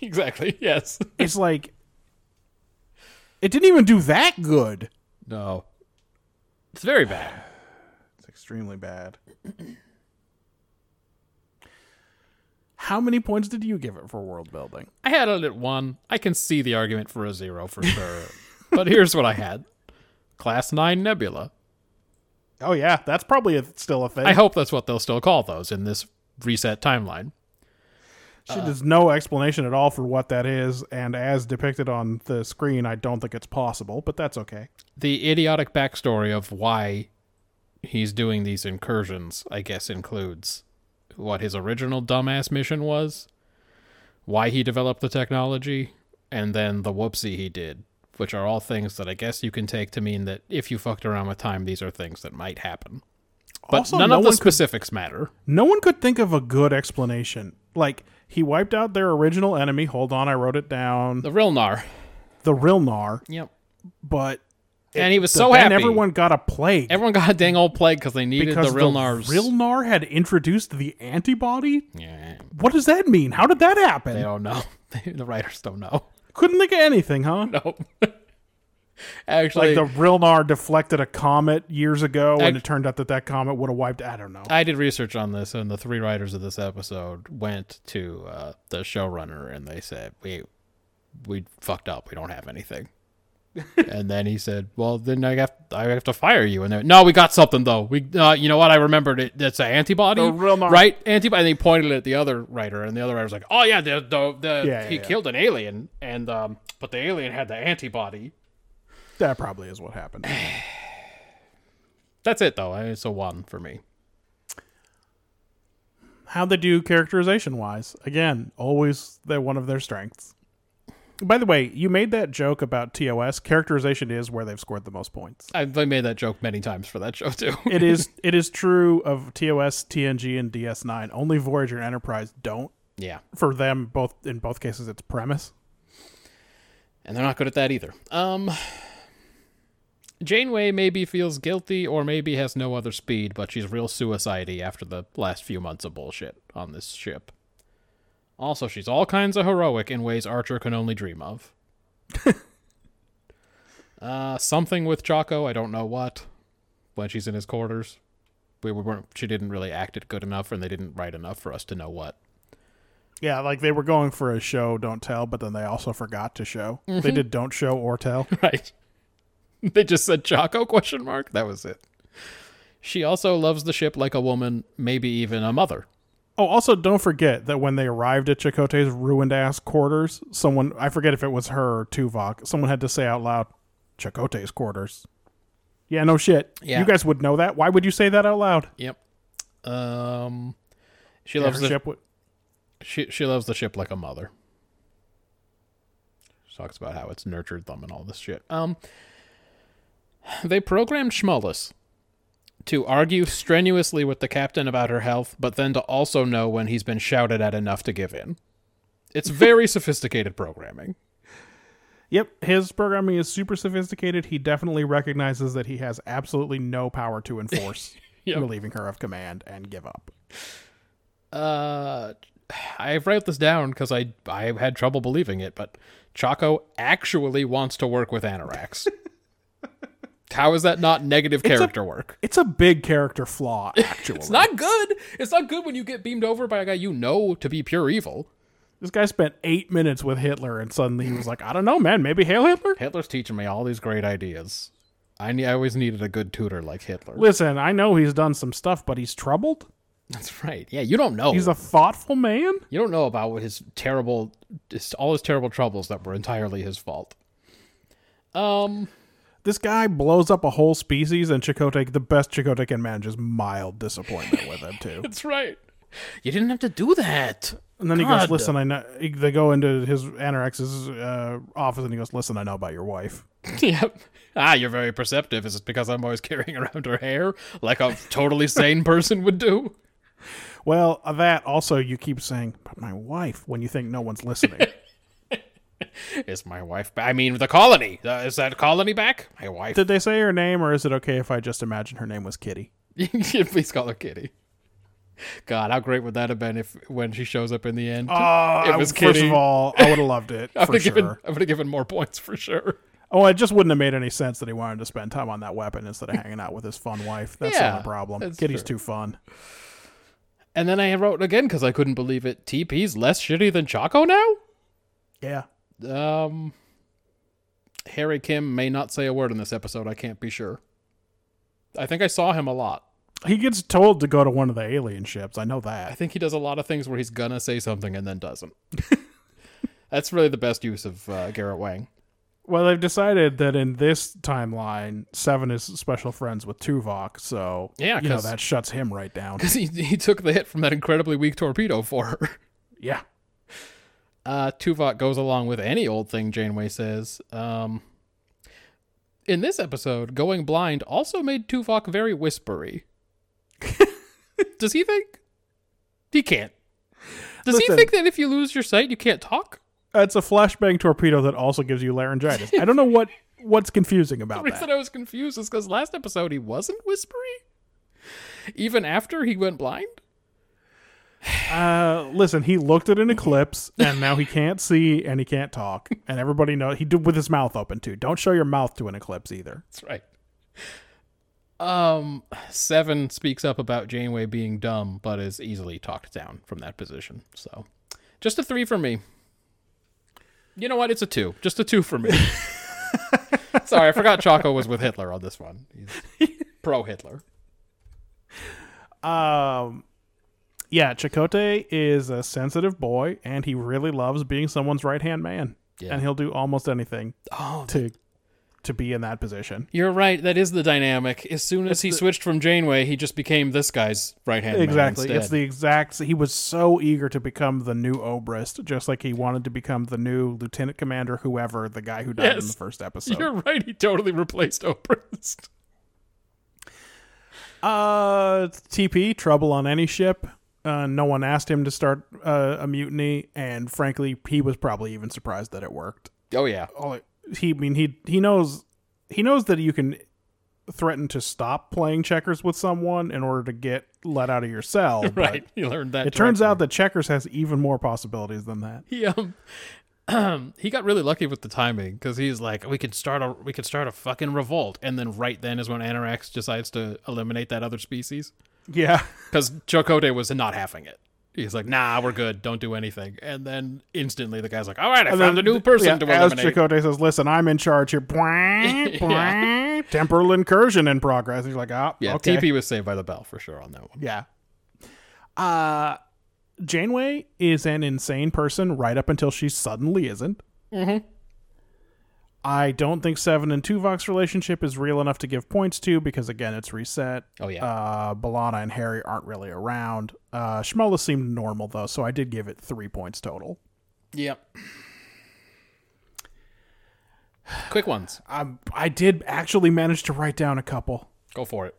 Speaker 1: Exactly. Yes.
Speaker 2: It's (laughs) like it didn't even do that good.
Speaker 1: No. It's very bad.
Speaker 2: It's extremely bad. (clears throat) How many points did you give it for world building?
Speaker 1: I had it at one. I can see the argument for a zero for sure. but here's what I had Class 9 Nebula.
Speaker 2: Oh yeah, that's probably a, still a thing.
Speaker 1: I hope that's what they'll still call those in this reset timeline.
Speaker 2: Shit, there's no explanation at all for what that is, and as depicted on the screen, I don't think it's possible, but that's okay.
Speaker 1: The idiotic backstory of why he's doing these incursions, I guess, includes what his original dumbass mission was, why he developed the technology, and then the whoopsie he did, which are all things that I guess you can take to mean that if you fucked around with time, these are things that might happen. But
Speaker 2: Also,
Speaker 1: none
Speaker 2: no
Speaker 1: of the
Speaker 2: one could-
Speaker 1: specifics matter.
Speaker 2: No one could think of a good explanation. Like, he wiped out their original enemy. Hold on, I wrote it down.
Speaker 1: The Rilnar.
Speaker 2: The Rilnar,
Speaker 1: Yep.
Speaker 2: but
Speaker 1: And he was
Speaker 2: the-
Speaker 1: so
Speaker 2: then
Speaker 1: happy.
Speaker 2: everyone got a plague.
Speaker 1: Everyone got a dang old plague because they needed
Speaker 2: because
Speaker 1: the Rilnar's.
Speaker 2: Rilnar had introduced the antibody.
Speaker 1: yeah,
Speaker 2: What does that mean? How did that happen?
Speaker 1: they don't know. (laughs) the writers don't know.
Speaker 2: Couldn't think of anything, huh?
Speaker 1: Nope. (laughs)
Speaker 2: Like
Speaker 1: Actually,
Speaker 2: the Rilnar deflected a comet years ago, and
Speaker 1: Act-
Speaker 2: it turned out that that comet would have wiped. I don't know.
Speaker 1: I did research on this, and the three writers of this episode went to uh, the showrunner and they said, "We, we fucked up. We don't have
Speaker 2: (laughs)
Speaker 1: anything." and then he said, "Well, then I have I have to fire you." And they went, "No, we got something though. We, uh, you know what? I remembered it. That's an antibody,
Speaker 2: The Rilnar-
Speaker 1: right? Antibody." And they pointed at the other writer, and the other writer was like, "Oh yeah, the, the, the
Speaker 2: Yeah,
Speaker 1: he
Speaker 2: yeah, yeah.
Speaker 1: killed an alien, and um, but the alien had the antibody."
Speaker 2: that probably is what happened.
Speaker 1: That's it though. I- It's a one for me.
Speaker 2: how they do characterization wise. Again, always they one of their strengths. By the way, you made that joke about TOS. Characterization is where they've scored the most points.
Speaker 1: I've I made that joke many times for that show too.
Speaker 2: It is it is true of TOS, TNG, and DS9. Only Voyager and Enterprise don't.
Speaker 1: (laughs) yeah.
Speaker 2: For them, both in both cases, it's premise.
Speaker 1: and they're not good at that either. Um, Janeway maybe feels guilty or maybe has no other speed, but she's real suicide-y after the last few months of bullshit on this ship. Also, she's all kinds of heroic in ways Archer can only dream of. uh, something with Chaco, I don't know what. When she's in his quarters, we we weren't. She didn't really act it good enough, and they didn't write enough for us to know what.
Speaker 2: Yeah, like they were going for a show, don't tell, but then they also forgot to show. They did don't show or tell.
Speaker 1: (laughs) Right. They just said Choco question mark. That was it. She also loves the ship like a woman, maybe even a mother.
Speaker 2: Oh, also don't forget that when they arrived at Chakotay's ruined ass quarters, someone I forget if it was her or Tuvok, someone had to say out loud, Chakotay's quarters. Yeah, no shit.
Speaker 1: Yeah.
Speaker 2: You guys would know that. Why would you say that out loud?
Speaker 1: Yep. Um she
Speaker 2: Yeah,
Speaker 1: loves
Speaker 2: her
Speaker 1: the
Speaker 2: ship would-
Speaker 1: She she loves the ship like a mother. She talks about how it's nurtured them and all this shit. Um, they programmed Schmullis to argue strenuously with the captain about her health, but then to also know when he's been shouted at enough to give in. It's
Speaker 2: (laughs)
Speaker 1: very sophisticated programming.
Speaker 2: Yep, his programming is super sophisticated. He definitely recognizes that he has absolutely no power to enforce
Speaker 1: (laughs) Yep.
Speaker 2: relieving her of command and give up.
Speaker 1: Uh, I wrote this down because I I had trouble believing it, but Chaco actually wants to work with (laughs) Anorax. How is that not negative character work?
Speaker 2: It's a big character flaw, actually.
Speaker 1: (laughs) It's not good. It's not good when you get beamed over by a guy you know to be pure evil.
Speaker 2: This guy spent eight minutes with Hitler, and suddenly he was like, "I don't know, man. Maybe hail Hitler."
Speaker 1: Hitler's teaching me all these great ideas. I, ne- I always needed a good tutor like Hitler.
Speaker 2: Listen, I know he's done some stuff, but he's troubled.
Speaker 1: That's right. Yeah, you don't know.
Speaker 2: He's a thoughtful man.
Speaker 1: you don't know about what his terrible, just all his terrible troubles that were entirely his fault. Um,
Speaker 2: This guy blows up a whole species, and Chakotay, the best Chakotay can manage, is mild disappointment with him too.
Speaker 1: that's right. You didn't have to do that.
Speaker 2: (laughs) And then he goes,
Speaker 1: God.
Speaker 2: "Listen, I know." he- They go into his anorex's uh, office, and he goes, "Listen, I know about your wife."
Speaker 1: (laughs) yep. Ah, you're very perceptive. Is it because I'm always (laughs) carrying around her hair like a totally sane person would do?
Speaker 2: Well, that also you keep saying, "But my wife," when you think no one's listening. (laughs)
Speaker 1: Is my wife? Ba- I mean, the colony. Uh, is that colony back? My wife. (laughs)
Speaker 2: Did they say her name, or is it okay if I just imagine her name was Kitty?
Speaker 1: Please call her Kitty. God, how great would that have been if when she shows up in the end?
Speaker 2: Uh,
Speaker 1: It
Speaker 2: I-
Speaker 1: was
Speaker 2: first
Speaker 1: Kitty.
Speaker 2: of all, I would have loved it
Speaker 1: (laughs) I
Speaker 2: for
Speaker 1: would have given,
Speaker 2: sure.
Speaker 1: I would have given more points for sure.
Speaker 2: Oh, it just wouldn't have made any sense that he wanted to spend time on that weapon instead of hanging out with his fun wife. That's
Speaker 1: Yeah,
Speaker 2: the only problem.
Speaker 1: that's
Speaker 2: Kitty's
Speaker 1: true.
Speaker 2: too fun.
Speaker 1: And then I wrote again because I couldn't believe it. TP's less shitty than Chaco now.
Speaker 2: Yeah.
Speaker 1: Um, Harry Kim may not say a word in this episode. I can't be sure. I think I saw him a lot.
Speaker 2: He gets told to go to one of the alien ships. I know
Speaker 1: I
Speaker 2: that.
Speaker 1: think he does a lot of things where he's gonna say something and then doesn't. That's really the best use of uh, Garrett Wang.
Speaker 2: Well, they've decided that in this timeline, Seven is special friends with Tuvok, so
Speaker 1: Yeah,
Speaker 2: you know
Speaker 1: 'cause-
Speaker 2: that shuts him right down.
Speaker 1: because he, he took the hit from that incredibly weak torpedo for her.
Speaker 2: Yeah.
Speaker 1: Uh, Tuvok goes along with any old thing Janeway says. Um, in this episode, going blind also made Tuvok very whispery. Does he think? He can't. Does
Speaker 2: Listen.
Speaker 1: he think that if you lose your sight, you can't talk?
Speaker 2: It's a flashbang torpedo that also gives you laryngitis. I don't know what what's confusing
Speaker 1: The
Speaker 2: about
Speaker 1: reason
Speaker 2: that.
Speaker 1: I was confused is because last episode he wasn't whispery, even after he went blind.
Speaker 2: Uh, listen, he looked at an eclipse, and now he can't see and he can't talk, and everybody knows he did with his mouth open too. Don't show your mouth to an eclipse either.
Speaker 1: That's right. Um, Seven speaks up about Janeway being dumb, but is easily talked down from that position. So, just a three for me. You know what? It's a two. Just a two for (laughs) me. Sorry, I forgot Chaco was with Hitler on this one. He's pro Hitler.
Speaker 2: Um, yeah, Chakotay is a sensitive boy, and he really loves being someone's right hand man,
Speaker 1: Yeah.
Speaker 2: and he'll do almost anything
Speaker 1: Oh,
Speaker 2: to to be in that position.
Speaker 1: you're right. That is the dynamic. As soon as he switched from Janeway, he just became this guy's right hand.
Speaker 2: Exactly, it's the exact. He was so eager to become the new Obrist, just like he wanted to become the new Lieutenant Commander, whoever the guy who died in
Speaker 1: Yes.
Speaker 2: the
Speaker 1: (laughs)
Speaker 2: first episode.
Speaker 1: You're right. He totally replaced Oprah's.
Speaker 2: Uh, TP trouble on any ship. Uh, no one asked him to start uh, a mutiny, and frankly, he was probably even surprised that it worked.
Speaker 1: Oh yeah.
Speaker 2: All it, he I mean he he knows he knows that you can threaten to stop playing checkers with someone in order to get let out of your cell.
Speaker 1: (laughs)
Speaker 2: but
Speaker 1: Right. You learned that.
Speaker 2: It turns
Speaker 1: directly.
Speaker 2: out that checkers has even more possibilities than that.
Speaker 1: he um (clears throat) he got really lucky with the timing because he's like we could start a we could start a fucking revolt and then right then is when Anorax decides to eliminate that other species
Speaker 2: Yeah.
Speaker 1: because Chocote was not having it. He's like, nah, we're good. Don't do anything. And then instantly the guy's like, all right, I
Speaker 2: And
Speaker 1: found a new person
Speaker 2: yeah,
Speaker 1: to
Speaker 2: as
Speaker 1: eliminate.
Speaker 2: Chakotay says, "Listen, I'm in
Speaker 1: (laughs)
Speaker 2: charge here." Bwah,
Speaker 1: Yeah.
Speaker 2: bwah. Temporal incursion in progress. He's like, "Ah,
Speaker 1: yeah,
Speaker 2: okay."
Speaker 1: TP was saved by the bell for sure on that one.
Speaker 2: Yeah. Uh Janeway is an insane person right up until she suddenly isn't. Mm-hmm. I don't think Seven and Tuvok's relationship is real enough to give points to because again it's reset.
Speaker 1: Oh, yeah.
Speaker 2: Uh Balana and Harry aren't really around. Uh Shmola seemed normal though, so I did give it three points total.
Speaker 1: Yep. Quick ones.
Speaker 2: I Um, I did actually manage to write down a couple.
Speaker 1: Go for it.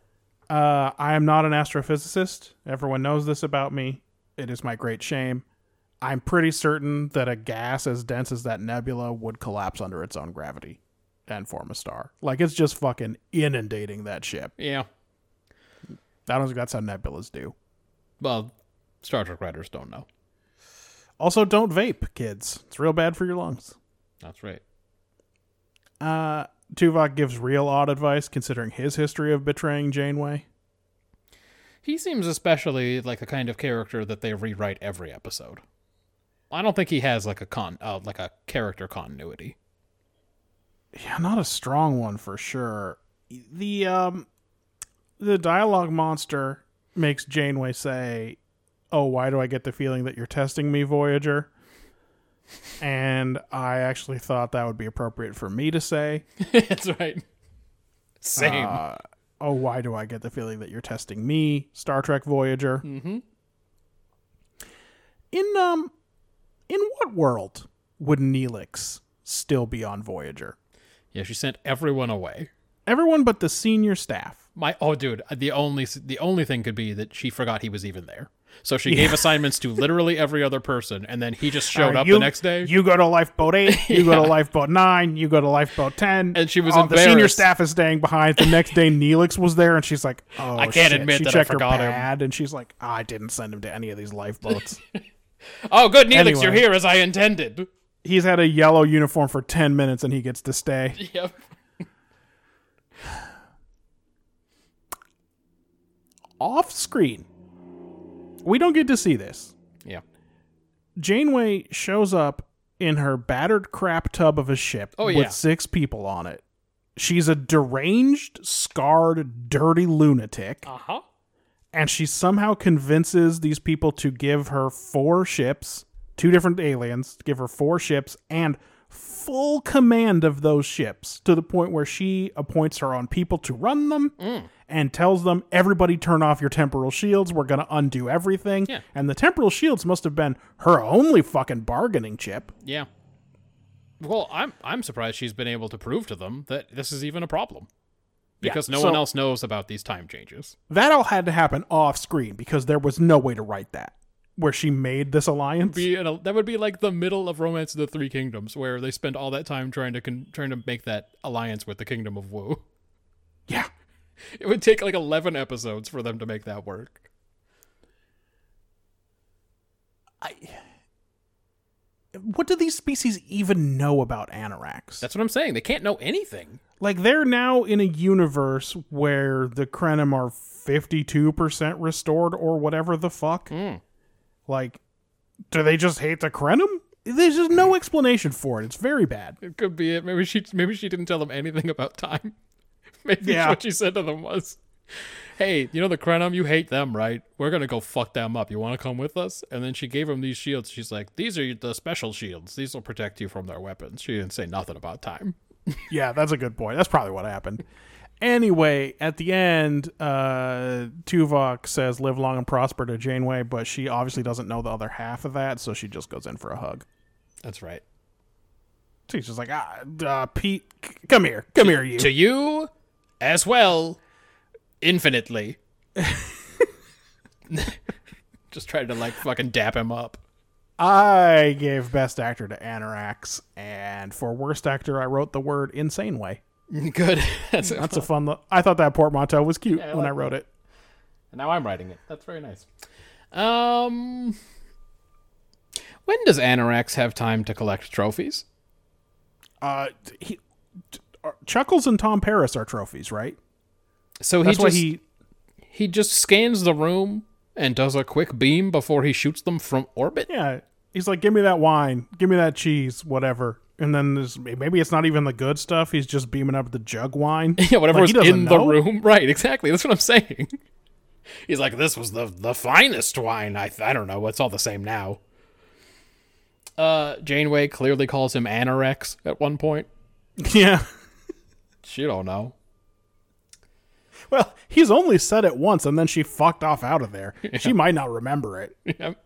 Speaker 2: Uh, I am not an astrophysicist. Everyone knows this about me. It is my great shame. I'm pretty certain that a gas as dense as that nebula would collapse under its own gravity and form a star. Like, it's just fucking inundating that ship.
Speaker 1: Yeah.
Speaker 2: I don't think that's how nebulas do.
Speaker 1: Well, Star Trek writers don't know.
Speaker 2: Also, don't vape, kids. It's real bad for your lungs.
Speaker 1: That's right.
Speaker 2: Uh, Tuvok gives real odd advice considering his history of betraying Janeway.
Speaker 1: He seems especially like the kind of character that they rewrite every episode. I don't think he has like a con uh, like a character continuity.
Speaker 2: Yeah, not a strong one for sure. The um the dialogue monster makes Janeway say, "Oh, why do I get the feeling that you're testing me, Voyager?" And I actually thought that would be appropriate for me to say,
Speaker 1: That's right. Same.
Speaker 2: "Oh, why do I get the feeling that you're testing me, Star Trek Voyager?" Mm-hmm. In um, in what world would Neelix still be on Voyager?
Speaker 1: yeah, she sent everyone away.
Speaker 2: Everyone but the senior staff.
Speaker 1: My oh, dude, the only the only thing could be that she forgot he was even there. So she gave assignments to literally every other person, and then he just showed
Speaker 2: Uh,
Speaker 1: up
Speaker 2: you-
Speaker 1: the next day.
Speaker 2: You go to lifeboat eight.
Speaker 1: (laughs)
Speaker 2: You go to lifeboat nine. You go to lifeboat ten. Um,
Speaker 1: And she was
Speaker 2: the senior
Speaker 1: embarrassed.
Speaker 2: staff is staying behind. The next day, Neelix was there, and
Speaker 1: (laughs)
Speaker 2: she's like, "Oh,
Speaker 1: I can't
Speaker 2: shit.
Speaker 1: admit
Speaker 2: she
Speaker 1: that I
Speaker 2: checked
Speaker 1: forgot
Speaker 2: her
Speaker 1: him.
Speaker 2: pad, And she's like, "I didn't send him to any of these lifeboats." (laughs)
Speaker 1: oh, good, Neelix, you're
Speaker 2: Anyway.
Speaker 1: here as I intended.
Speaker 2: He's had a yellow uniform for ten minutes, and he gets
Speaker 1: (laughs)
Speaker 2: to stay.
Speaker 1: Yep.
Speaker 2: Off screen, we don't get to see this.
Speaker 1: Yeah.
Speaker 2: Janeway shows up in her battered crap tub of a ship
Speaker 1: Oh, yeah.
Speaker 2: with six people on it. She's a deranged, scarred, dirty lunatic.
Speaker 1: Uh huh.
Speaker 2: and she somehow convinces these people to give her four ships, two different aliens, give her four ships and full command of those ships to the point where she appoints her own people to run them
Speaker 1: Mm.
Speaker 2: and tells them everybody turn off your temporal shields we're going to undo everything
Speaker 1: Yeah.
Speaker 2: and the temporal shields must have been her only fucking bargaining chip
Speaker 1: Yeah. Well, I'm I'm surprised she's been able to prove to them that this is even a problem.
Speaker 2: Yeah,
Speaker 1: Because no
Speaker 2: so-
Speaker 1: one else knows about these time changes.
Speaker 2: that all had to happen off screen because there was no way to write that where she made this alliance
Speaker 1: Be in a- that would be like the middle of Romance of the Three Kingdoms, where they spend all that time trying to con- trying to make that alliance with the Kingdom of Wu. (laughs)
Speaker 2: yeah
Speaker 1: It would take like eleven episodes for them to make that work.
Speaker 2: what do these species even know about anoraks
Speaker 1: That's what I'm saying. They can't know anything.
Speaker 2: like they're now in a universe where the Krenim are 52% restored or whatever the fuck. Like, do they just hate the Krenim? There's just no explanation for it. It's very bad.
Speaker 1: It could be it. Maybe she maybe she didn't tell them anything about time. (laughs) maybe
Speaker 2: Yeah.
Speaker 1: what she said to them was, "Hey, you know the Krenom, you hate them, right? We're gonna go fuck them up. You want to come with us?" And then she gave them these shields. She's like, "These are the special shields. These will protect you from their weapons." She didn't say nothing about time.
Speaker 2: Yeah, that's a good point. That's probably what happened. Anyway, at the end, uh, Tuvok says live long and prosper to Janeway, but she obviously doesn't know the other half of that, so she just goes in for a hug.
Speaker 1: That's right.
Speaker 2: She's just like, ah, uh, Pete, c- come here. Come here, you.
Speaker 1: To you, as well, infinitely. (laughs) Just tried to like fucking dap him up. (laughs)
Speaker 2: I gave best actor to Anorax, and for worst actor, I wrote the word insane way.
Speaker 1: Good. (laughs) That's,
Speaker 2: That's a fun. Lo- I thought that portmanteau was cute
Speaker 1: I
Speaker 2: when I
Speaker 1: like
Speaker 2: wrote it.
Speaker 1: And now I'm writing it. That's very nice. Um, when does Anorax have time to collect trophies?
Speaker 2: Uh, he, uh, Chuckles and Tom Paris are trophies, right?
Speaker 1: So he
Speaker 2: That's
Speaker 1: just
Speaker 2: why
Speaker 1: he...
Speaker 2: he.
Speaker 1: just scans the room and does a quick beam before he shoots them from orbit. (laughs)
Speaker 2: Yeah. He's like, give me that wine, give me that cheese, whatever. And then there's, maybe it's not even the good stuff. He's just beaming up the jug wine.
Speaker 1: (laughs) Yeah, whatever
Speaker 2: Like, he
Speaker 1: was in
Speaker 2: doesn't
Speaker 1: the
Speaker 2: know.
Speaker 1: room. (laughs) Right, exactly. That's what I'm saying. (laughs) He's like, this was the the finest wine. I I don't know. It's all the same now. Uh, Janeway clearly calls him anorex at one point.
Speaker 2: (laughs)
Speaker 1: oh
Speaker 2: Yeah.
Speaker 1: She don't know.
Speaker 2: Well, he's only said it once, and then she fucked off out
Speaker 1: (laughs)
Speaker 2: of there. She might not remember it. (laughs)
Speaker 1: Yep.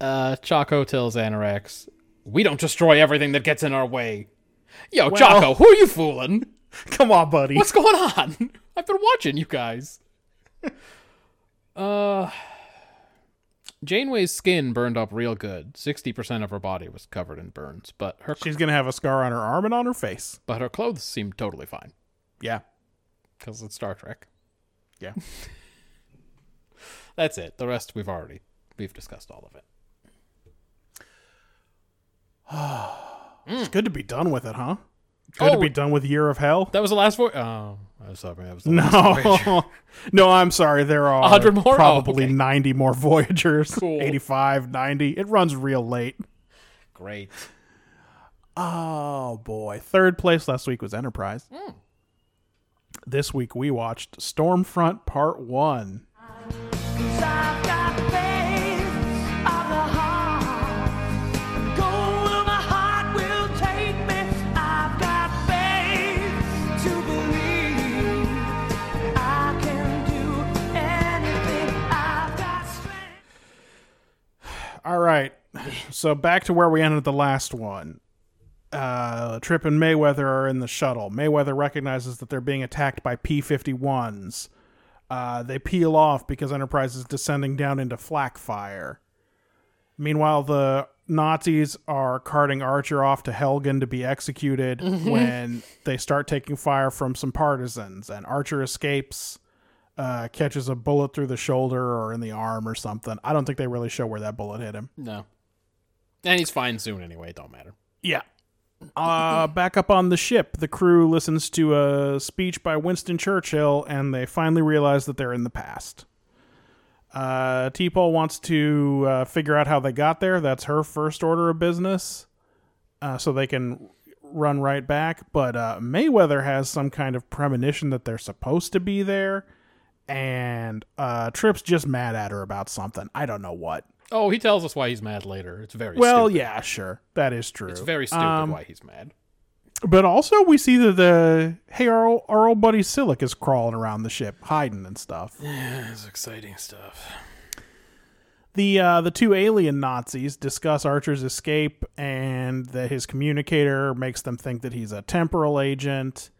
Speaker 1: Uh, Chaco tells Anorex, "We don't destroy everything that gets in our way." Yo, Chaco, who are you fooling?
Speaker 2: Come on, buddy.
Speaker 1: What's going on? (laughs) I've been watching you guys. (laughs) uh, Janeway's skin burned up real good. Sixty percent of her body was covered in burns, but her
Speaker 2: (laughs) She's gonna have a scar on her arm and on her face.
Speaker 1: but her clothes seemed totally fine
Speaker 2: Yeah.
Speaker 1: because it's Star Trek.
Speaker 2: Yeah.
Speaker 1: That's it. The rest we've already we've discussed all of it.
Speaker 2: It's good to be done with it, huh? Good
Speaker 1: Hmm. Oh,
Speaker 2: to be done with Year
Speaker 1: (laughs)
Speaker 2: of Hell.
Speaker 1: That was the last voice. Oh, I was sorry. That was the last
Speaker 2: No, (laughs) no, I'm sorry. There are
Speaker 1: 100 more? Oh,
Speaker 2: probably
Speaker 1: okay.
Speaker 2: 90 more (laughs) Voyagers.
Speaker 1: Cool.
Speaker 2: 85, 90. It runs real late.
Speaker 1: Great.
Speaker 2: Oh boy! Third place last week was Enterprise.
Speaker 1: Hmm.
Speaker 2: This week we watched Stormfront Part One.
Speaker 3: I've got pains of the heart. Gold of my heart will take me. I've got faith to believe. I can do anything. I've got strength.
Speaker 2: All right. So back to where we ended the last one. Uh, Tripp and Mayweather are in the shuttle. Mayweather recognizes that they're being attacked by P 51s. Uh, they peel off because Enterprise is descending down into flak fire. Meanwhile, the Nazis are carting Archer off to Helgen to be executed when they start taking fire from some partisans, and Archer escapes uh, catches a bullet through the shoulder or in the arm or something. I don't think they really show where that bullet hit him.
Speaker 1: No. And he's fine soon anyway. It don't matter.
Speaker 2: Yeah. Uh, back up on the ship, the crew listens to a speech by Winston Churchill and they finally realize that they're in the past. Uh, T-Pole wants to uh, figure out how they got there. That's her first order of business. Uh, so they can run right back. But uh, Mayweather has some kind of premonition that they're supposed to be there. And uh, Tripp's just mad at her about something. I don't know what.
Speaker 1: Oh, he tells us why he's mad later. It's very
Speaker 2: Well,
Speaker 1: stupid.
Speaker 2: yeah, sure. That is true.
Speaker 1: It's very stupid
Speaker 2: Um,
Speaker 1: why he's mad.
Speaker 2: But also, we see that the hey, our old, our old buddy Silic is crawling around the ship, hiding and stuff.
Speaker 1: That's exciting stuff.
Speaker 2: The uh, the two alien Nazis discuss Archer's escape and that his communicator makes them think that he's a temporal agent.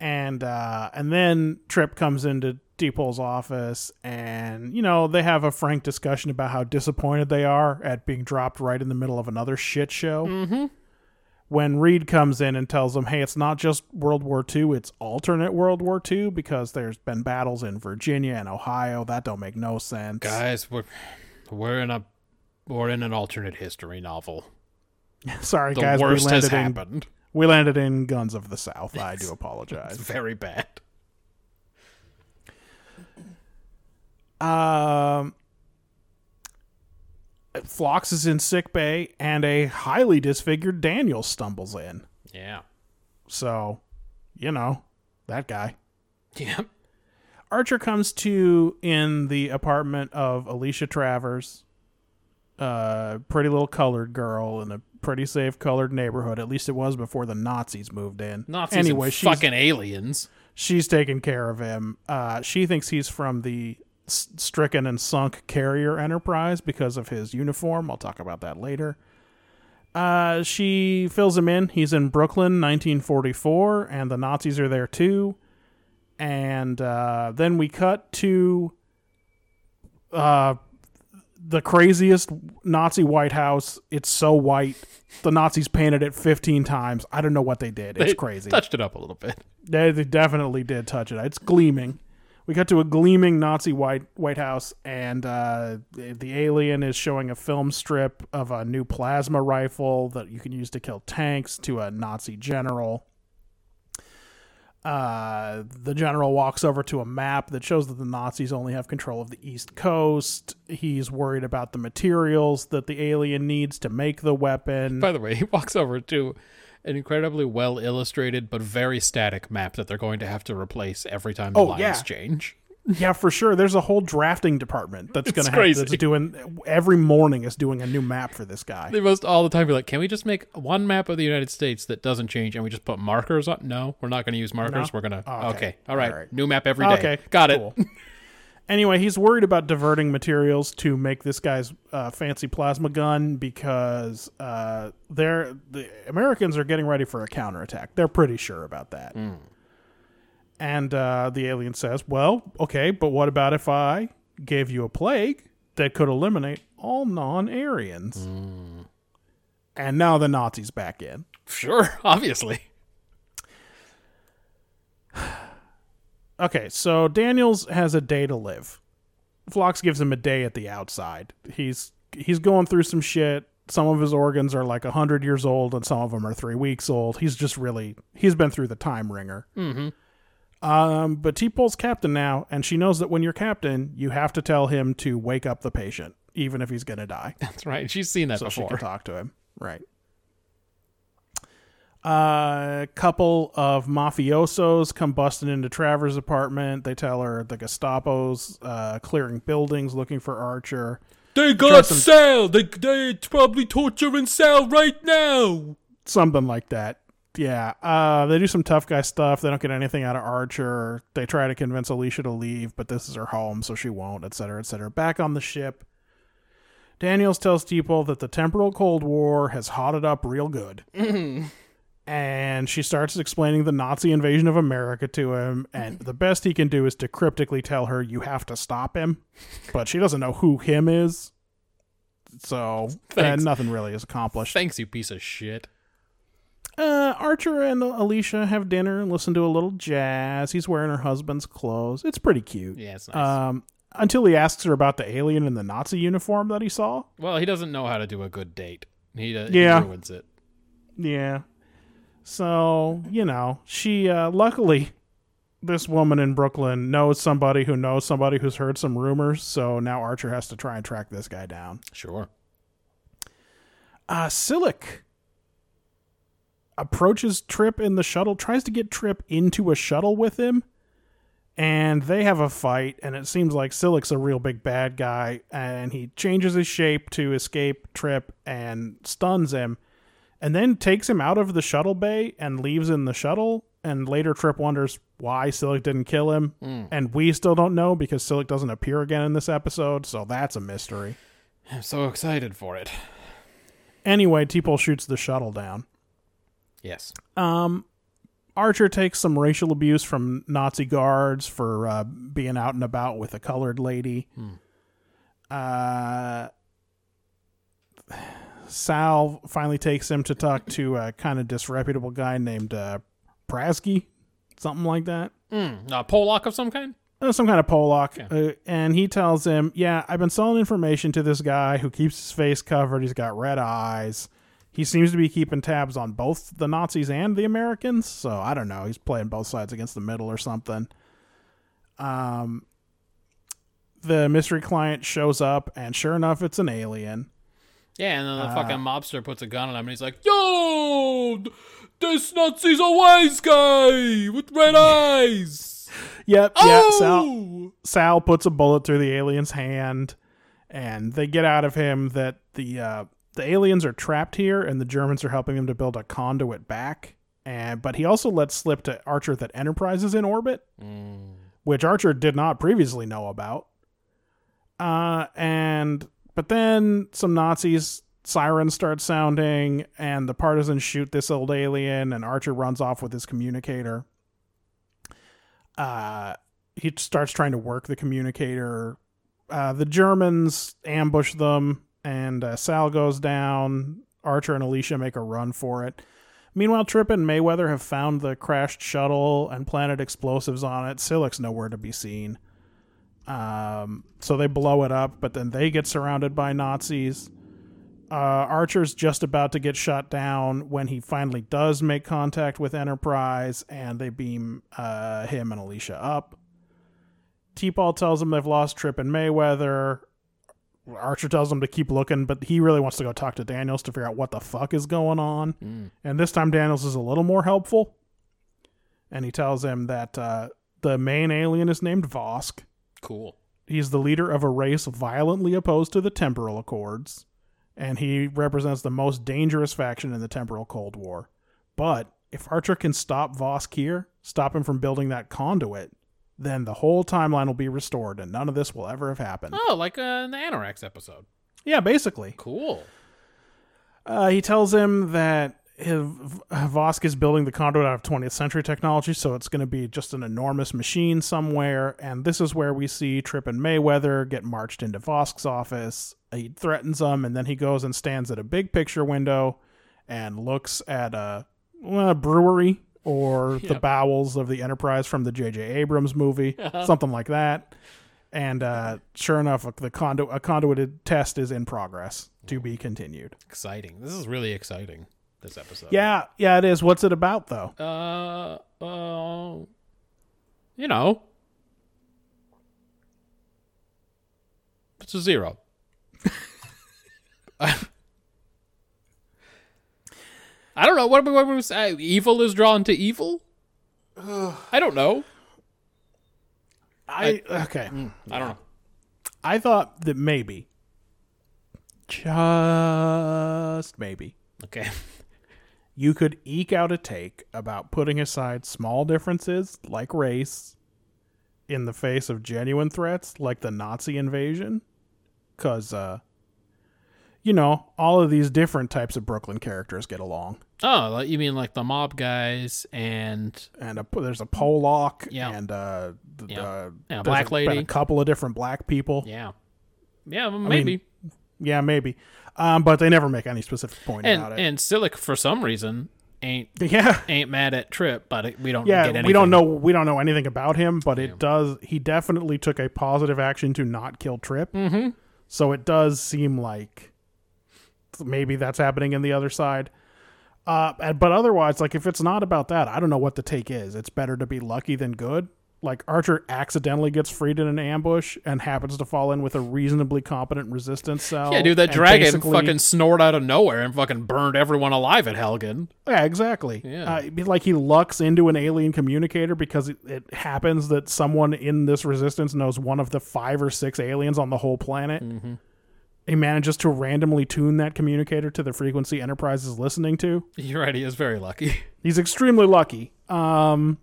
Speaker 2: And uh, and then Trip comes into Deepole's office, and you know they have a frank discussion about how disappointed they are at being dropped right in the middle of another shit show. when Reed comes in and tells them, hey, it's not just World War II, it's alternate World War II because there's been battles in Virginia and Ohio. That don't make no sense.
Speaker 1: Guys, we're we're in a we're in an alternate history novel.
Speaker 2: Sorry,
Speaker 1: The
Speaker 2: guys.
Speaker 1: worst
Speaker 2: we
Speaker 1: has
Speaker 2: landed in,
Speaker 1: happened.
Speaker 2: We landed in Guns of the South. I do apologize.
Speaker 1: Very bad.
Speaker 2: Um, Phlox is in sick bay, and a highly disfigured Daniel stumbles in.
Speaker 1: Yeah.
Speaker 2: So, you know, that guy.
Speaker 1: Yep.
Speaker 2: Archer comes to in the apartment of Alicia Travers, a pretty little colored girl in a pretty safe colored neighborhood. At least it was before the Nazis moved in.
Speaker 1: Nazis
Speaker 2: anyway,
Speaker 1: and
Speaker 2: she's,
Speaker 1: fucking aliens.
Speaker 2: she's taking care of him. Uh, she thinks he's from the s- stricken and sunk carrier Enterprise because of his uniform. I'll talk about that later. Uh, she fills him in. He's in Brooklyn, 1944, and the Nazis are there too. And uh, then we cut to uh, the craziest Nazi White House. It's so white. The Nazis painted it 15 times. I don't know what they did. It's
Speaker 1: They
Speaker 2: crazy.
Speaker 1: Touched it up a little bit.
Speaker 2: They, they definitely did touch it. It's gleaming. We cut to a gleaming Nazi White White House, and uh, the the alien is showing a film strip of a new plasma rifle that you can use to kill tanks to a Nazi general. Uh, the general walks over to a map that shows that the Nazis only have control of the East Coast. He's worried about the materials that the alien needs to make the weapon.
Speaker 1: By the way, he walks over to an incredibly well illustrated but very static map that they're going to have to replace every time the
Speaker 2: Oh,
Speaker 1: lines
Speaker 2: yeah.
Speaker 1: change.
Speaker 2: yeah, for sure. There's a whole drafting department that's going to have
Speaker 1: crazy.
Speaker 2: that's doing every morning is doing a new map for this guy.
Speaker 1: They must all the time be like, "Can we just make one map of the United States that doesn't change, and we just put markers on?" No, we're not going to use markers.
Speaker 2: No?
Speaker 1: We're gonna
Speaker 2: Oh,
Speaker 1: okay.
Speaker 2: okay.
Speaker 1: all right,
Speaker 2: All right.
Speaker 1: new map every day.
Speaker 2: Okay,
Speaker 1: Oh, got (laughs)
Speaker 2: cool.
Speaker 1: it.
Speaker 2: Anyway, he's worried about diverting materials to make this guy's uh, fancy plasma gun because uh, they're the Americans are getting ready for a counterattack. They're pretty sure about that.
Speaker 1: Hmm.
Speaker 2: And uh, the alien says, "Well, okay, but what about if I gave you a plague that could eliminate all non-Aryans?"
Speaker 1: Hmm.
Speaker 2: And now the Nazis back in.
Speaker 1: Sure, (laughs) obviously.
Speaker 2: Okay, so Daniels has a day to live. Phlox gives him a day at the outside. He's he's going through some shit. Some of his organs are like hundred years old, and some of them are three weeks old. He's just really he's been through the time ringer. Mm-hmm. Um, but T-Pole's captain now, and she knows that when you're captain, you have to tell him to wake up the patient, even if he's gonna die
Speaker 1: That's right. She's seen that
Speaker 2: so she
Speaker 1: before.
Speaker 2: can talk to him. Right. A Uh, couple of mafiosos come busting into Travers' apartment. They tell her the Gestapo's uh, clearing buildings looking for Archer.
Speaker 1: They got Sal. They they probably torturing Sal right now.
Speaker 2: Something like that. Yeah. Uh, they do some tough guy stuff. They don't get anything out of Archer. They try to convince Alicia to leave, but this is her home, so she won't, et cetera, et cetera. Back on the ship, Daniels tells Teeple that the temporal Cold War has hotted up real good. and she starts explaining the Nazi invasion of America to him. And the best he can do is to cryptically tell her, you have to stop him. But she doesn't know who him is. So uh,
Speaker 1: Thanks.
Speaker 2: nothing really is accomplished.
Speaker 1: Thanks, you piece of shit.
Speaker 2: Uh, Archer and Alicia have dinner and listen to a little jazz. He's wearing her husband's clothes. It's pretty cute.
Speaker 1: Yeah, it's nice.
Speaker 2: Um, until he asks her about the alien in the Nazi uniform that he saw.
Speaker 1: well, he doesn't know how to do a good date. He, uh,
Speaker 2: Yeah.
Speaker 1: he ruins it.
Speaker 2: Yeah. So, you know, she, uh, luckily, this woman in Brooklyn knows somebody who knows somebody who's heard some rumors. So now Archer has to try and track this guy down.
Speaker 1: Sure.
Speaker 2: Uh, Silic approaches Trip in the shuttle, tries to get Trip into a shuttle with him, and they have a fight. And it seems like Silic's a real big bad guy, and he changes his shape to escape Trip and stuns him, and then takes him out of the shuttle bay and leaves in the shuttle. And later, Trip wonders why Silic didn't kill him, and we still don't know because Silic doesn't appear again in this episode, so that's a mystery.
Speaker 1: I'm so excited for it.
Speaker 2: Anyway, T-Pole shoots the shuttle down.
Speaker 1: Yes.
Speaker 2: Um, Archer takes some racial abuse from Nazi guards for uh, being out and about with a colored lady. Uh, Sal finally takes him to talk to a kind of disreputable guy named uh, Prasky, something like that.
Speaker 1: Hmm, A Pollock of some kind?
Speaker 2: Uh, some kind of Pollock. Uh, and he tells him, Yeah, I've been selling information to this guy who keeps his face covered. He's got red eyes. He seems to be keeping tabs on both the Nazis and the Americans. So I don't know. He's playing both sides against the middle or something. Um, the mystery client shows up, and sure enough, it's an alien.
Speaker 1: Yeah, and then the fucking mobster puts a gun on him and he's like, Yo! This Nazi's a wise guy with red eyes!
Speaker 2: Yep.
Speaker 1: oh!
Speaker 2: Yeah. Sal, Sal puts a bullet through the alien's hand, and they get out of him that the uh, the aliens are trapped here, and the Germans are helping them to build a conduit back. And but he also lets slip to Archer that Enterprise is in orbit, which Archer did not previously know about. Uh, and but then some Nazis sirens start sounding, and the partisans shoot this old alien, and Archer runs off with his communicator. Uh, he starts trying to work the communicator. Uh, the Germans ambush them, and uh, Sal goes down. Archer and Alicia make a run for it. Meanwhile, Tripp and Mayweather have found the crashed shuttle and planted explosives on it. Silic's nowhere to be seen. Um, so they blow it up, but then they get surrounded by Nazis. Uh, Archer's just about to get shot down when he finally does make contact with Enterprise, and they beam uh, him and Alicia up. T-Paul tells them they've lost Trip and Mayweather. Archer tells him to keep looking, but he really wants to go talk to Daniels to figure out what the fuck is going on. And this time, Daniels is a little more helpful, and he tells him that uh, the main alien is named Vosk.
Speaker 1: Cool.
Speaker 2: He's the leader of a race violently opposed to the Temporal Accords, and he represents the most dangerous faction in the Temporal Cold War. But if Archer can stop Vosk here, stop him from building that conduit, then the whole timeline will be restored, and none of this will ever have happened.
Speaker 1: Oh, like uh, in the Anorax episode.
Speaker 2: Yeah, basically.
Speaker 1: Cool.
Speaker 2: Uh, he tells him that his, V- Vosk is building the conduit out of 20th century technology, so it's going to be just an enormous machine somewhere. And this is where we see Tripp and Mayweather get marched into Vosk's office. He threatens them, and then he goes and stands at a big picture window and looks at a, well, a brewery or the bowels of the Enterprise from the J.J. Abrams movie, something like that. And uh, sure enough, the condu- a conduited test is in progress to be continued.
Speaker 1: Exciting. This is really exciting. This episode.
Speaker 2: Yeah, yeah, it is. What's it about though?
Speaker 1: Uh. Uh. You know. It's a zero. (laughs) I don't know. What we, what we say? Evil is drawn to evil. I don't know.
Speaker 2: I, okay.
Speaker 1: I Mm. don't know.
Speaker 2: I thought that maybe, just maybe,
Speaker 1: Okay.
Speaker 2: you could eke out a take about putting aside small differences like race in the face of genuine threats like the Nazi invasion, because uh, you know all of these different types of Brooklyn characters get along.
Speaker 1: Oh, like- you mean like the mob guys and
Speaker 2: and a, there's a Pollock
Speaker 1: Yeah.
Speaker 2: and uh, th-
Speaker 1: Yeah.
Speaker 2: uh,
Speaker 1: And a
Speaker 2: there's
Speaker 1: black
Speaker 2: been
Speaker 1: lady.
Speaker 2: a couple of different black people. Yeah,
Speaker 1: yeah, yeah, well, maybe.
Speaker 2: maybe, um, but they never make any specific point
Speaker 1: and
Speaker 2: about it.
Speaker 1: and Silic for some reason ain't
Speaker 2: (laughs) yeah,
Speaker 1: ain't mad at Trip, but it, we don't get
Speaker 2: yeah,
Speaker 1: anything.
Speaker 2: we don't know we don't know anything about him, but it does. He definitely took a positive action to not kill Trip, mm-hmm. so it does seem like maybe that's happening in the other side. Uh, and- but otherwise, like if it's not about that, I don't know what the take is. It's better to be lucky than good. Like Archer accidentally gets freed in an ambush and happens to fall in with a reasonably competent resistance cell.
Speaker 1: Yeah, dude, that
Speaker 2: and
Speaker 1: dragon
Speaker 2: basically-
Speaker 1: fucking snored out of nowhere and fucking burned everyone alive at Helgen.
Speaker 2: yeah, exactly.
Speaker 1: Yeah.
Speaker 2: Uh, it'd be like he lucks into an alien communicator because it, it happens that someone in this resistance knows one of the five or six aliens on the whole planet.
Speaker 1: Mm-hmm.
Speaker 2: He manages to randomly tune that communicator to the frequency Enterprise is listening to.
Speaker 1: (laughs) You're right, he is very lucky.
Speaker 2: He's extremely lucky. Um,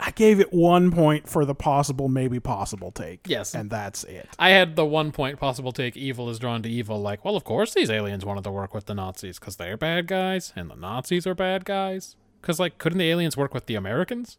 Speaker 2: I gave it one point for the possible, maybe possible take.
Speaker 1: Yes.
Speaker 2: And that's it.
Speaker 1: (laughs) I had the one point possible take evil is drawn to evil, like, well, of course these aliens wanted to work with the Nazis because they're bad guys and the Nazis are bad guys. Because, like, couldn't the aliens work with the Americans?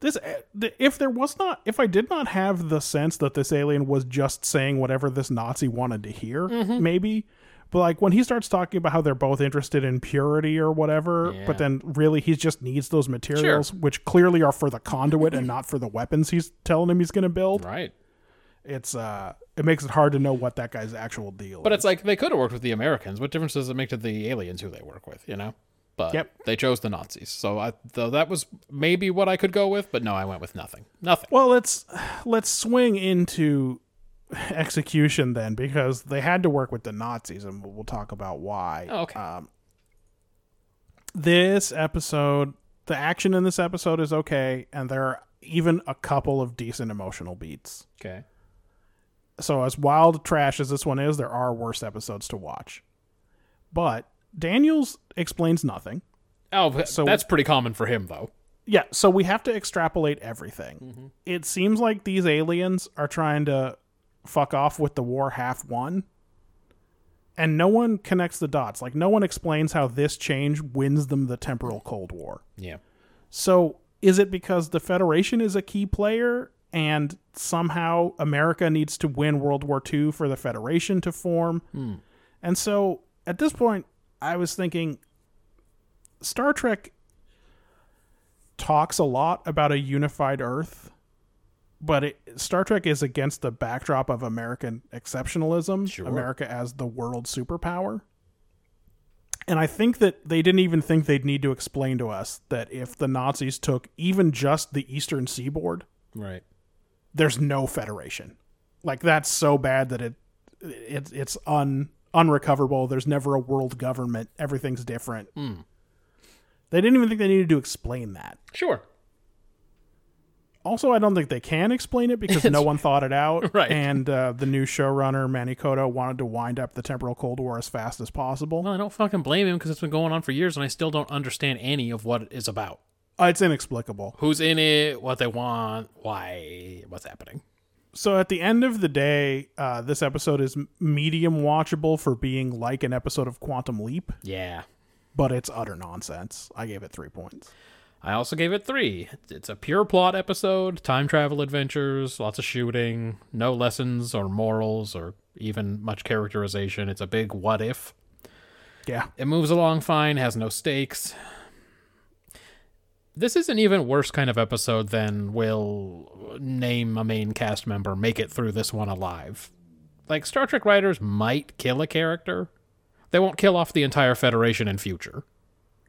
Speaker 2: this eh, if there was not if i did not have the sense that this alien was just saying whatever this nazi wanted to hear
Speaker 1: Mm-hmm.
Speaker 2: maybe but like when he starts talking about how they're both interested in purity or whatever
Speaker 1: Yeah.
Speaker 2: but then really he just needs those materials which clearly are for the conduit and not for the weapons he's telling him he's going to build
Speaker 1: Right.
Speaker 2: it's uh it makes it hard to know what that guy's actual deal
Speaker 1: But
Speaker 2: is.
Speaker 1: it's like they could have worked with the Americans. What difference does it make to the aliens who they work with? You know. But
Speaker 2: Yep.
Speaker 1: they chose the Nazis. So I, though that was maybe what I could go with, but no, I went with nothing. Nothing.
Speaker 2: Well, let's let's swing into (laughs) execution then, because they had to work with the Nazis, and we'll talk about why.
Speaker 1: Oh, okay.
Speaker 2: Um, this episode, the action in this episode is okay, and there are even a couple of decent emotional beats.
Speaker 1: Okay.
Speaker 2: So, as wild trash as this one is, there are worse episodes to watch. But Daniels explains nothing.
Speaker 1: Oh, but
Speaker 2: So-
Speaker 1: that's pretty common for him though.
Speaker 2: Yeah, so we have to extrapolate everything. It seems like these aliens are trying to fuck off with the war half won. And no one connects the dots. Like no one explains how this change wins them the temporal cold war.
Speaker 1: Yeah.
Speaker 2: So is it because the Federation is a key player and somehow America needs to win World War II for the Federation to form? And so at this point, I was thinking Star Trek talks a lot about a unified Earth but it, Star Trek is against the backdrop of American exceptionalism,
Speaker 1: Sure.
Speaker 2: America as the world superpower. And I think that they didn't even think they'd need to explain to us that if the Nazis took even just the eastern seaboard,
Speaker 1: Right.
Speaker 2: there's no federation. Like that's so bad that it, it it's un unrecoverable. There's never a world government. Everything's different. They didn't even think they needed to explain that.
Speaker 1: Sure.
Speaker 2: Also, I don't think they can explain it because no one thought it out.
Speaker 1: Right.
Speaker 2: And uh, the new showrunner Manny Koto wanted to wind up the temporal Cold War as fast as possible.
Speaker 1: Well, I don't fucking blame him because it's been going on for years and I still don't understand any of what it's about.
Speaker 2: Uh, it's inexplicable.
Speaker 1: Who's in it, what they want, why, what's happening.
Speaker 2: So at the end of the day, uh, this episode is m- medium watchable for being like an episode of Quantum Leap,
Speaker 1: Yeah.
Speaker 2: but it's utter nonsense. I gave it three points.
Speaker 1: I also gave it three. It's a pure plot episode, time travel adventures, lots of shooting, no lessons or morals or even much characterization. It's a big what if.
Speaker 2: Yeah.
Speaker 1: It moves along fine, has no stakes. This is an even worse kind of episode than will name a main cast member make it through this one alive. Like Star Trek writers might kill a character. They won't kill off the entire Federation in future.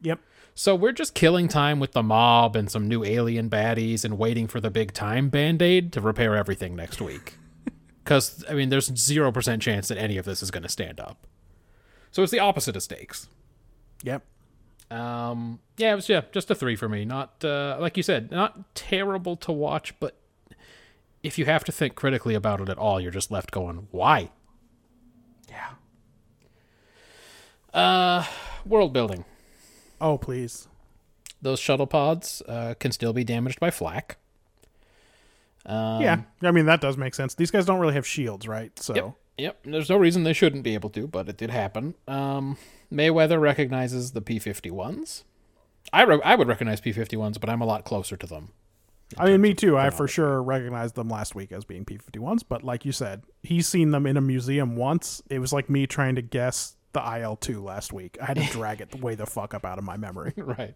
Speaker 2: Yep.
Speaker 1: So we're just killing time with the mob and some new alien baddies and waiting for the big time band aid to repair everything next week. (laughs) Because, I mean, there's 0% chance that any of this is going to stand up. So it's the opposite of stakes.
Speaker 2: Yep.
Speaker 1: Um, yeah, it was yeah, just a three for me. Not uh, like you said, not terrible to watch, but if you have to think critically about it at all, you're just left going, why?
Speaker 2: Yeah.
Speaker 1: World building.
Speaker 2: Oh, please.
Speaker 1: Those shuttle pods uh, can still be damaged by flak. Um, Uh,
Speaker 2: yeah. I mean, that does make sense. These guys don't really have shields, right? So,
Speaker 1: Yep. Yep. There's no reason they shouldn't be able to, but it did happen. Um, Mayweather recognizes the P-51s. I re- I would recognize P-51s, but I'm a lot closer to them.
Speaker 2: I mean, me too. I for sure recognized them last week as being P 51s, but like you said, he's seen them in a museum once. It was like me trying to guess the IL 2 last week. I had to drag it way the fuck up out of my memory.
Speaker 1: (laughs) right.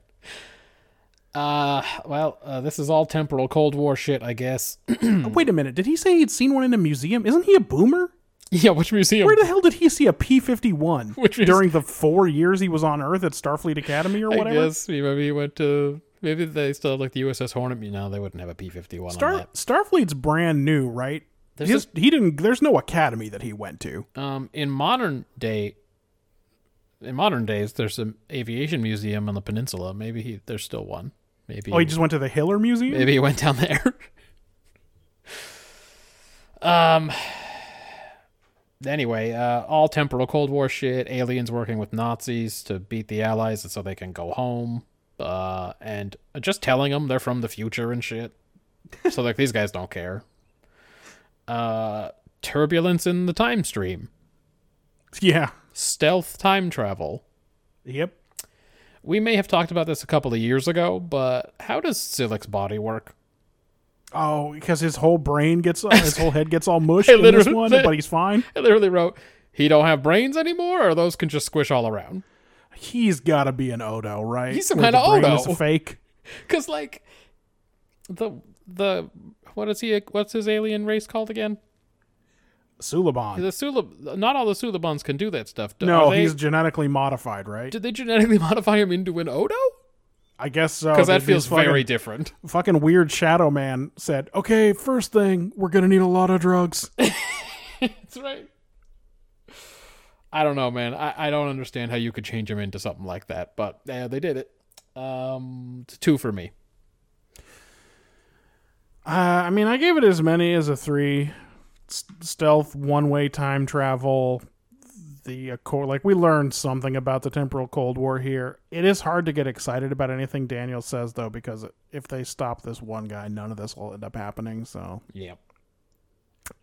Speaker 1: Uh, well, uh, this is all temporal Cold War shit, I guess. (clears throat)
Speaker 2: Wait a minute. Did he say he'd seen one in a museum? Isn't he a boomer?
Speaker 1: yeah, which museum?
Speaker 2: Where the hell did he see a P 51
Speaker 1: (laughs) Which is-
Speaker 2: during the four years he was on Earth at Starfleet Academy
Speaker 1: (laughs)
Speaker 2: or
Speaker 1: I
Speaker 2: whatever?
Speaker 1: guess he- maybe he went to. Maybe they still have like the USS Hornet. No, they wouldn't have a P fifty one on
Speaker 2: Star
Speaker 1: that.
Speaker 2: Starfleet's brand new, right?
Speaker 1: There's
Speaker 2: His, he didn't. There's no academy that he went to. Oh,
Speaker 1: Um, in modern day, in modern days, there's an aviation museum on the peninsula. Maybe he, there's still one. Maybe
Speaker 2: Oh, he just went to the Hiller Museum.
Speaker 1: maybe he went down there. um. Anyway, uh, all temporal Cold War shit. Aliens working with Nazis to beat the Allies, and so they can go home. Uh, and just telling them they're from the future and shit. so like these guys don't care. Uh, turbulence in the time stream
Speaker 2: (laughs) Yeah.
Speaker 1: stealth time travel.
Speaker 2: Yep.
Speaker 1: We may have talked about this a couple of years ago, but how does Silik's body work?
Speaker 2: Oh, because his whole brain gets uh, his whole head
Speaker 1: (laughs)
Speaker 2: gets all mush in this
Speaker 1: literally-
Speaker 2: one, but he's fine.
Speaker 1: (laughs) I literally wrote, he don't have brains anymore, or those can just squish all around.
Speaker 2: He's got to be an Odo, right?
Speaker 1: He's some
Speaker 2: Where the
Speaker 1: kinda
Speaker 2: brain is
Speaker 1: Odo.
Speaker 2: fake.
Speaker 1: Cause like the the what is he? What's his alien race called again?
Speaker 2: Suliban.
Speaker 1: The Sulab. Not all the Sulabans can do that stuff. Do-
Speaker 2: No,
Speaker 1: are they-
Speaker 2: he's genetically modified, right?
Speaker 1: Did they genetically (laughs) modify him into an Odo?
Speaker 2: Oh, I guess so.
Speaker 1: Because that
Speaker 2: They'd be
Speaker 1: feels
Speaker 2: fucking,
Speaker 1: very different. (laughs)
Speaker 2: fucking weird. Shadow Man said, "Okay, first thing, we're gonna need a lot of drugs."
Speaker 1: That's right. I don't know, man. I, I don't understand how you could change him into something like that, but yeah, they did it. Um, it's two for me.
Speaker 2: Uh, I mean, I gave it as many as a three. S- stealth, one-way time travel. The accord, like we learned something about the temporal Cold War here. It is hard to get excited about anything Daniel says, though, because if they stop this one guy, none of this will end up happening. So
Speaker 1: Yep.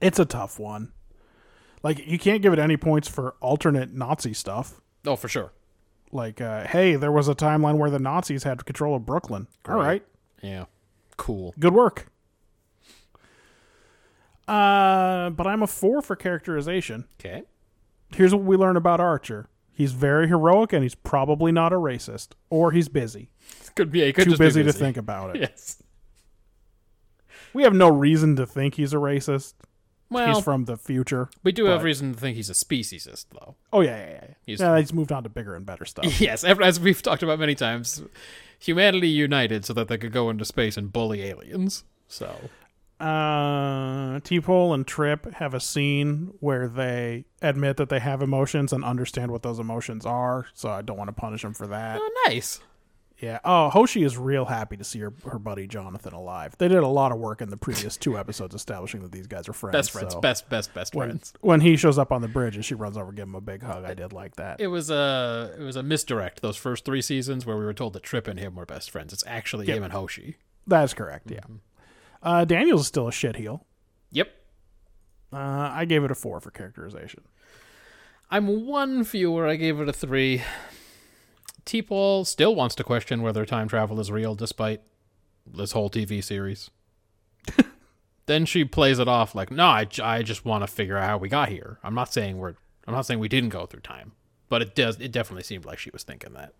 Speaker 2: it's a tough one. Like you can't give it any points for alternate Nazi stuff.
Speaker 1: Oh, for sure.
Speaker 2: Like, uh, hey, there was a timeline where the Nazis had control of Brooklyn. All
Speaker 1: Great.
Speaker 2: right,
Speaker 1: Yeah. Cool.
Speaker 2: good work. Uh, but I'm a four for characterization.
Speaker 1: Okay.
Speaker 2: Here's what we learn about Archer. He's very heroic and he's probably not a racist. Or he's busy.
Speaker 1: Could be. It could (laughs)
Speaker 2: Too
Speaker 1: just be
Speaker 2: busy, to think about it.
Speaker 1: Yes.
Speaker 2: We have no reason to think he's a racist.
Speaker 1: Well,
Speaker 2: he's from the future.
Speaker 1: we do have reason to think he's a speciesist, though.
Speaker 2: Oh yeah, yeah, yeah. yeah.
Speaker 1: He's-
Speaker 2: yeah he's moved on to bigger and better
Speaker 1: (laughs)
Speaker 2: stuff.
Speaker 1: Yes, ev- as we've talked about many times, humanity united so that they could go into space and bully aliens. So
Speaker 2: (laughs) uh, T-Pole and Trip have a scene where they admit that they have emotions and understand what those emotions are. So I don't want to punish them for that.
Speaker 1: oh, nice.
Speaker 2: Yeah. Oh, Hoshi is real happy to see her, her buddy Jonathan alive. They did a lot of work in the previous
Speaker 1: (laughs)
Speaker 2: two episodes establishing that these guys are friends.
Speaker 1: Best friends,
Speaker 2: so
Speaker 1: best, best, best
Speaker 2: When,
Speaker 1: friends.
Speaker 2: when he shows up on the bridge and she runs over, to give him a big hug. I did like that.
Speaker 1: It was a it was a misdirect. Those first three seasons where we were told that Trip and him were best friends. It's actually him and Hoshi.
Speaker 2: That's correct. Yeah.
Speaker 1: Mm-hmm.
Speaker 2: Uh, Daniel's still a shit heel.
Speaker 1: Yep.
Speaker 2: Uh, I gave it a four for characterization.
Speaker 1: I'm one fewer. I gave it a three. T Paul still wants to question whether time travel is real despite this whole TV series. then she plays it off like, no, I, j- I just want to figure out how we got here. I'm not saying we're, I'm not saying we didn't go through time, but it does, it definitely seemed like she was thinking that.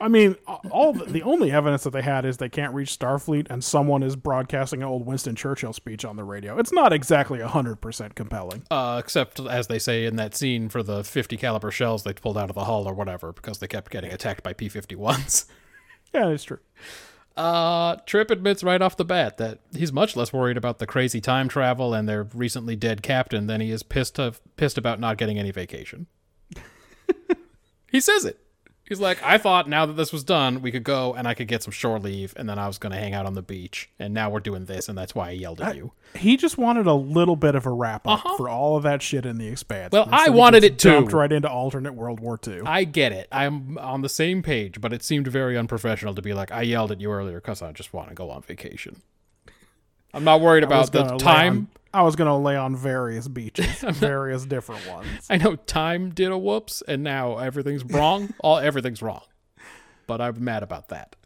Speaker 2: I mean, all the, the only evidence that they had is they can't reach Starfleet, and someone is broadcasting an old Winston Churchill speech on the radio. It's not exactly hundred percent compelling.
Speaker 1: Uh, except as they say in that scene for the 50 caliber shells they pulled out of the hull or whatever, because they kept getting attacked by P-51s.
Speaker 2: Yeah, it's true.
Speaker 1: Uh, Tripp admits right off the bat that he's much less worried about the crazy time travel and their recently dead captain than he is pissed of, pissed about not getting any vacation.
Speaker 2: (laughs)
Speaker 1: he says it. He's like, I thought now that this was done, we could go and I could get some shore leave, and then I was going to hang out on the beach, and now we're doing this, and that's why I yelled at you.
Speaker 2: He just wanted a little bit of a wrap up for all of that shit in the expanse.
Speaker 1: Uh-huh. Well,
Speaker 2: And
Speaker 1: I
Speaker 2: so he
Speaker 1: wanted
Speaker 2: gets
Speaker 1: it too.
Speaker 2: Dumped right into alternate World War II.
Speaker 1: I get it. I'm on the same page, but it seemed very unprofessional to be like, I yelled at you earlier because I just want to go on vacation. I'm not worried
Speaker 2: I was
Speaker 1: about the
Speaker 2: gonna lay
Speaker 1: time.
Speaker 2: on- I was going to lay on
Speaker 1: (laughs)
Speaker 2: various beaches, various different ones.
Speaker 1: I know time did a whoops, and now everything's wrong. All everything's wrong, but I'm mad about that.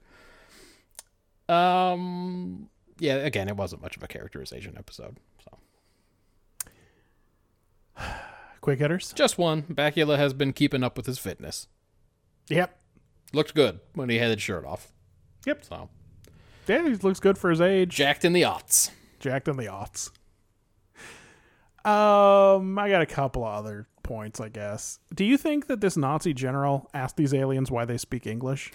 Speaker 1: Um, yeah. Again, it wasn't much of a characterization episode. So
Speaker 2: Quick hitters.
Speaker 1: just one. Bakula has been keeping up with his fitness.
Speaker 2: Yep.
Speaker 1: Looked good when he had his shirt off.
Speaker 2: Yep.
Speaker 1: So
Speaker 2: Yeah, he looks good for his age.
Speaker 1: jacked in the aughts.
Speaker 2: Jacked in the aughts. Um, I got a couple of other points, I guess. Do you think that this Nazi general asked these aliens why they speak English?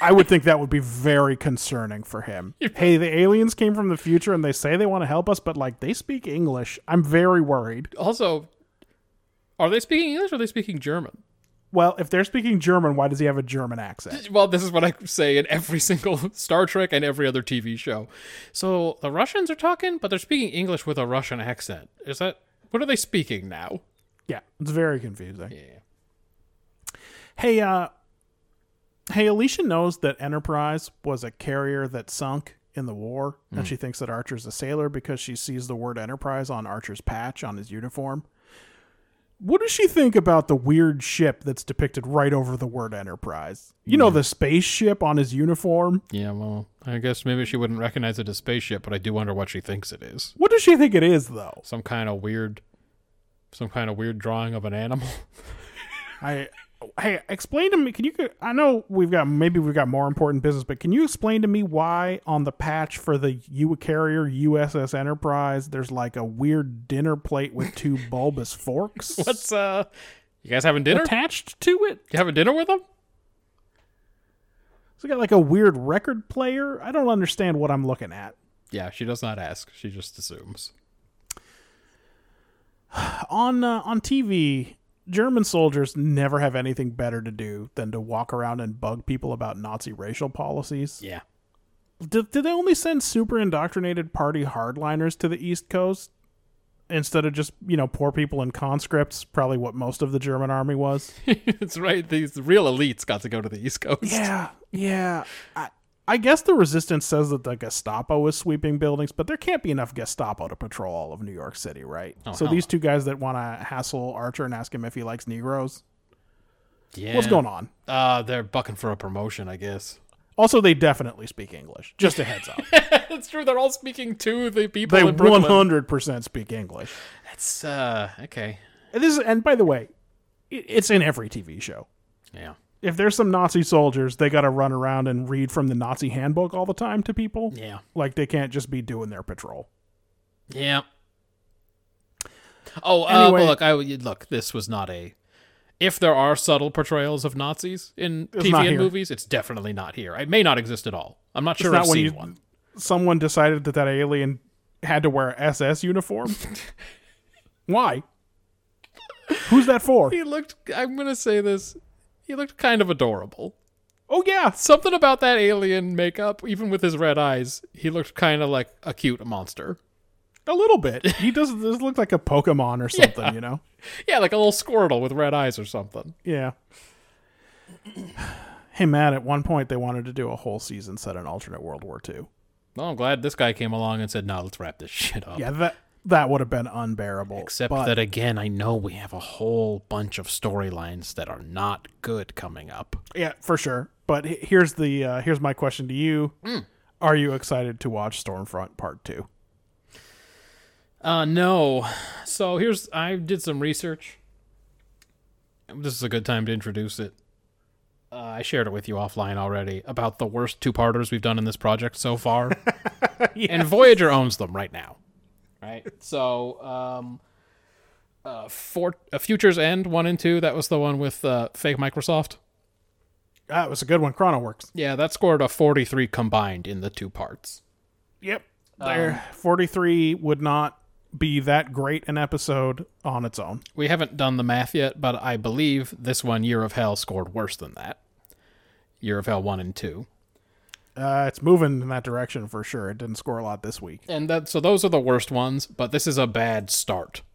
Speaker 2: I would think that would be very concerning for him. Hey, the aliens came from the future and they say they want to help us, but like they speak English. I'm very worried.
Speaker 1: Also, are they speaking English or are they speaking German?
Speaker 2: Well, if they're speaking German, why does he have a German accent?
Speaker 1: Well, this is what I say in every (laughs) single Star Trek and every other TV show. So the Russians are talking, but they're speaking English with a Russian accent. Is that what are they speaking now?
Speaker 2: Yeah, it's very confusing.
Speaker 1: Yeah.
Speaker 2: Hey, uh, hey, Alicia knows that Enterprise was a carrier that sunk in the war, and she thinks that Archer's a sailor because she sees the word Enterprise on Archer's patch on his uniform. What does she think about the weird ship that's depicted right over the word Enterprise? You know, the spaceship on his uniform.
Speaker 1: Yeah. Well, I guess maybe she wouldn't recognize it as spaceship, but I do wonder what she thinks it is.
Speaker 2: What does she think it is, though?
Speaker 1: Some kind of weird, some kind of weird drawing of an animal. (laughs)
Speaker 2: I hey, explain to me. Can you? I know we've got maybe we've got more important business, but can you explain to me why on the patch for the U carrier USS Enterprise there's like a weird dinner plate with two bulbous forks
Speaker 1: What's uh? You guys having dinner?
Speaker 2: attached to it?
Speaker 1: You having dinner with them?
Speaker 2: It's got like a weird record player. I don't understand what I'm looking at.
Speaker 1: Yeah. She does not ask. She just assumes.
Speaker 2: on uh, on TV, German soldiers never have anything better to do than to walk around and bug people about Nazi racial policies.
Speaker 1: Yeah.
Speaker 2: Did, did they only send super indoctrinated party hardliners to the East Coast instead of just, you know, poor people in conscripts? Probably what most of the German army was.
Speaker 1: (laughs) it's right. These real elites got to go to the East Coast.
Speaker 2: yeah, yeah. I, I guess the resistance says that the Gestapo is sweeping buildings, but there can't be enough Gestapo to patrol all of New York City, right? so
Speaker 1: hell
Speaker 2: these two guys that want to hassle Archer and ask him if he likes Negroes,
Speaker 1: yeah.
Speaker 2: what's going on?
Speaker 1: Uh, they're bucking for a promotion, I guess.
Speaker 2: Also, they definitely speak English. Just
Speaker 1: (laughs)
Speaker 2: a heads up.
Speaker 1: That's true. They're all speaking to the people
Speaker 2: they
Speaker 1: in Brooklyn.
Speaker 2: 100% speak English.
Speaker 1: That's uh okay.
Speaker 2: And this is, and by the way, it, it's in every TV show.
Speaker 1: Yeah.
Speaker 2: if there's some Nazi soldiers, they got to run around and read from the Nazi handbook all the time to people.
Speaker 1: Yeah.
Speaker 2: Like they can't just be doing their patrol.
Speaker 1: Yeah. Oh, uh,
Speaker 2: Anyway-
Speaker 1: but look, I look. This was not a. If there are subtle portrayals of Nazis in
Speaker 2: not
Speaker 1: TV and
Speaker 2: here.
Speaker 1: movies, it's definitely not here. It may not exist at all. I'm not sure
Speaker 2: not
Speaker 1: I've
Speaker 2: when
Speaker 1: seen
Speaker 2: you-
Speaker 1: one.
Speaker 2: Someone decided that that alien had to wear a
Speaker 1: (laughs)
Speaker 2: SS uniform. Why? Who's
Speaker 1: (laughs)
Speaker 2: that for?
Speaker 1: He looked. I'm gonna say this. He looked kind of adorable.
Speaker 2: Oh yeah,
Speaker 1: Something about that alien makeup, even with his red eyes, he looked kind of like a cute monster.
Speaker 2: a little bit. He does does look like a Pokemon or something, you know?
Speaker 1: Yeah, like a little squirtle with red eyes or something.
Speaker 2: Yeah. (sighs) Hey Matt, at one point they wanted to do a whole season set in alternate World War II.
Speaker 1: Well, I'm glad this guy came along and said, "No, let's wrap this (laughs) shit up."
Speaker 2: Yeah, that that would have been unbearable.
Speaker 1: Oh. Except
Speaker 2: but-
Speaker 1: that again, I know we have a whole bunch of storylines that are not good coming up.
Speaker 2: Yeah, for sure. But he- here's the uh, here's my question to you:
Speaker 1: Hmm.
Speaker 2: Are you excited to watch Stormfront Part Two?
Speaker 1: Uh no. So here's I did some research. This is a good time to introduce it. Uh, I shared it with you offline already about the worst two-parters we've done in this project so (laughs) far. And Voyager owns them right now. Right? So, um uh, for, uh Futures End 1 and 2, that was the one with uh, fake Microsoft.
Speaker 2: That was a good one. ChronoWorks.
Speaker 1: Yeah, that scored a 43 combined in the two parts.
Speaker 2: Yep.
Speaker 1: Um,
Speaker 2: There, forty three would not be that great an episode on its own.
Speaker 1: We haven't done the math yet, but I believe this one, Year of Hell, scored worse than that. Year of Hell 1 and 2.
Speaker 2: Uh, it's moving in that direction for sure. It didn't score a lot this week.
Speaker 1: And that, so those are the worst ones, but this is a bad start. (laughs)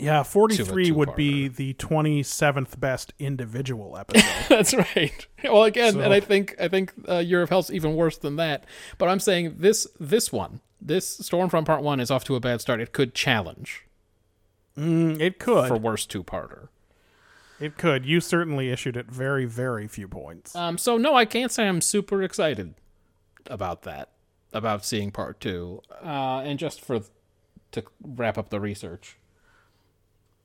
Speaker 2: Yeah, forty three
Speaker 1: To a
Speaker 2: would be the twenty seventh best
Speaker 1: (laughs)
Speaker 2: individual episode.
Speaker 1: That's right. Well, again, and I think I think uh, Year of Hell's even worse than that. But I'm saying this this one, this Stormfront Part 1 is off to a bad start. It could challenge
Speaker 2: Mm, it could.
Speaker 1: for worst two-parter.
Speaker 2: it could. You certainly issued it very, very few points.
Speaker 1: Um, so no, I can't say I'm super excited about that, about seeing part two. Uh, and just for to wrap up the research,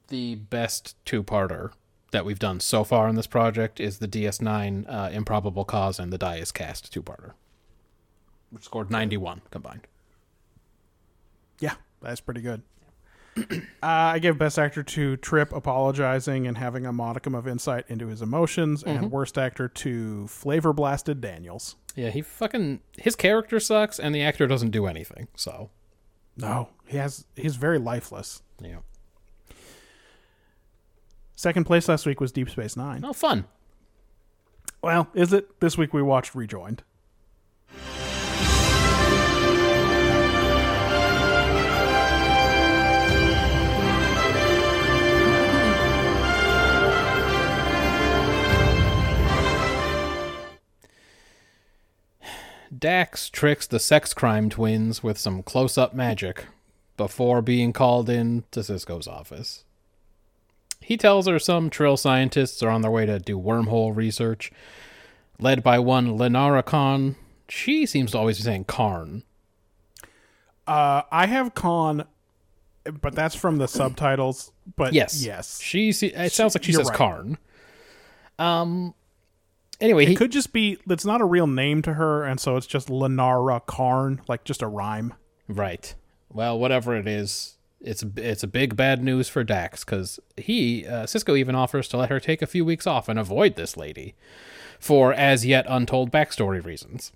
Speaker 1: the best two-parter that we've done so far in this project is the DS9 uh, Improbable Cause and the Die is Cast two-parter, which scored 91 combined.
Speaker 2: Yeah, that's pretty good. uh, I give Best Actor to Trip apologizing and having a modicum of insight into his emotions, and Worst Actor to Flavor Blasted Daniels.
Speaker 1: Yeah, he fucking his character sucks, and the actor doesn't do anything. So
Speaker 2: No, he has he's very lifeless.
Speaker 1: yeah,
Speaker 2: Second place last week was Deep Space Nine.
Speaker 1: no fun.
Speaker 2: Well, is it? This week we watched Rejoined.
Speaker 1: Dax tricks the sex crime twins with some close up magic before being called in to Cisco's office. He tells her some Trill scientists are on their way to do wormhole research, led by one Lenara Khan. She seems to always be saying Karn.
Speaker 2: Uh, I have Con, but that's from the subtitles. But
Speaker 1: Yes.
Speaker 2: yes,
Speaker 1: She se- it sounds like she
Speaker 2: you're
Speaker 1: says
Speaker 2: right.
Speaker 1: Karn. Um anyway, he,
Speaker 2: could just be it's not a real name to her, and so it's just Lenara Karn, like just a rhyme.
Speaker 1: Right. Well, whatever it is, it's it's a big bad news for Dax because he uh, Cisco even offers to let her take a few weeks off and avoid this lady for as yet untold backstory reasons.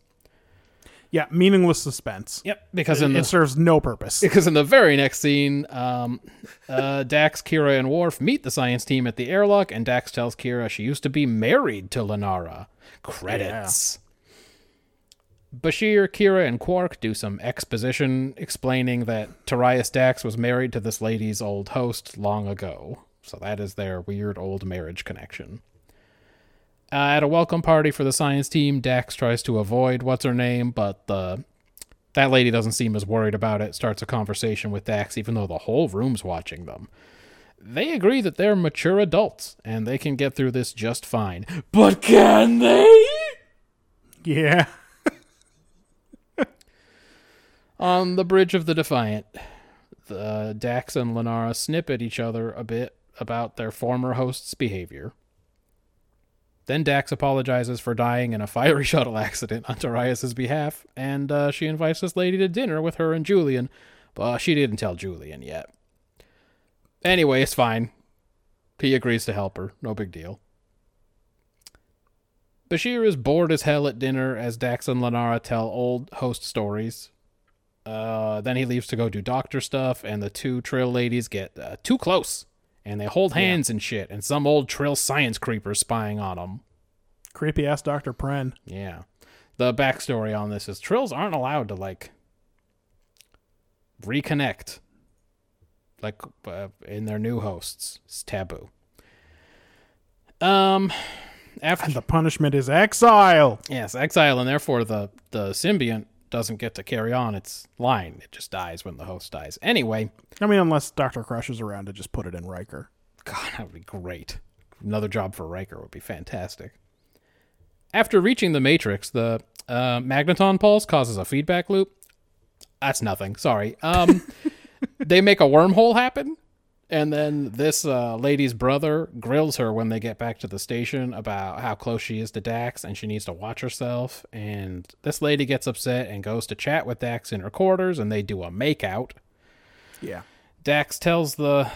Speaker 2: Yeah, meaningless suspense.
Speaker 1: Yep, because in
Speaker 2: it
Speaker 1: the
Speaker 2: serves no purpose.
Speaker 1: (laughs) because in the very next scene, um, uh, Dax, Kira, and Worf meet the science team at the airlock, and Dax tells Kira she used to be married to Lenara. Credits. Bashir, Kira, and Quark do some exposition explaining that Tarius Dax was married to this lady's old host long ago. So that is their weird old marriage connection. Uh, at a welcome party for the science team, Dax tries to avoid what's her name, but the that lady doesn't seem as worried about it, starts a conversation with Dax, even though the whole room's watching them. They agree that they're mature adults and they can get through this just fine. But can they?
Speaker 2: (laughs) Yeah.
Speaker 1: On the bridge of the Defiant, the Dax and Lenara snip at each other a bit about their former host's behavior. Then Dax apologizes for dying in a fiery (laughs) shuttle accident on Darius' behalf, and uh, she invites this lady to dinner with her and Julian, but she didn't tell Julian yet. Anyway, it's fine. He agrees to help her. No big deal. Bashir is bored as hell at dinner as Dax and Lanara tell old host stories. Uh, then he leaves to go do doctor stuff, and the two Trill ladies get uh, too close, and they hold hands and shit, and some old Trill science creeper spying on them.
Speaker 2: Creepy ass Dr. Pren.
Speaker 1: Yeah. The backstory on this is trills aren't allowed to like reconnect like uh, in their new hosts. It's taboo. Um after
Speaker 2: (laughs) And the punishment is exile.
Speaker 1: yes, exile and therefore the the symbiont doesn't get to carry on its line. It just dies when the host dies. Anyway,
Speaker 2: I mean, unless Dr. Crush is around to just put it in Riker.
Speaker 1: God, that would be great. Another job for Riker would be fantastic. After reaching the Matrix, the uh, magneton pulse causes a feedback loop. That's nothing. Sorry. Um, they make a wormhole happen, and then this uh, lady's brother grills her when they get back to the station about how close she is to Dax and she needs to watch herself. And this lady gets upset and goes to chat with Dax in her quarters, and they do a makeout.
Speaker 2: Yeah.
Speaker 1: Dax tells the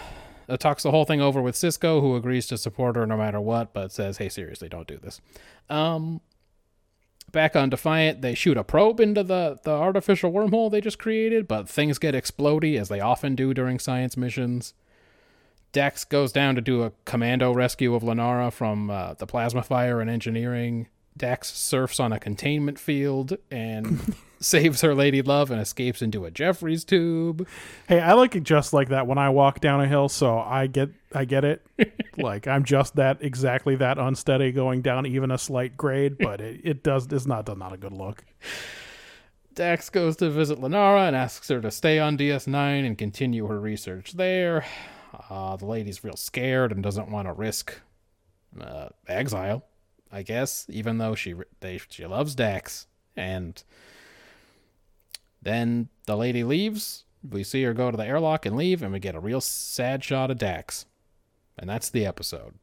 Speaker 1: uh, talks the whole thing over with Cisco, who agrees to support her no matter what, but says, "Hey, seriously, don't do this." Um, back on Defiant, they shoot a probe into the the artificial wormhole they just created, but things get explodey as they often do during science missions. Dax goes down to do a commando rescue of Lanara from uh, the plasma fire and engineering. Dax surfs on a containment field and (laughs) saves her lady love and escapes into a Jeffries tube.
Speaker 2: Hey, I like it just like that when I walk down a hill, so I get I get (laughs) it. like I'm just that exactly that unsteady going down even a slight grade, but it, it does it's not not a good look.
Speaker 1: Dax goes to visit Lenara and asks her to stay on DS9 and continue her research there. (sighs) Uh, the lady's real scared and doesn't want to risk uh, exile, I guess, even though she re- they, she loves Dax. And then the lady leaves. We see her go to the airlock and leave, and we get a real sad shot of Dax. And that's the episode.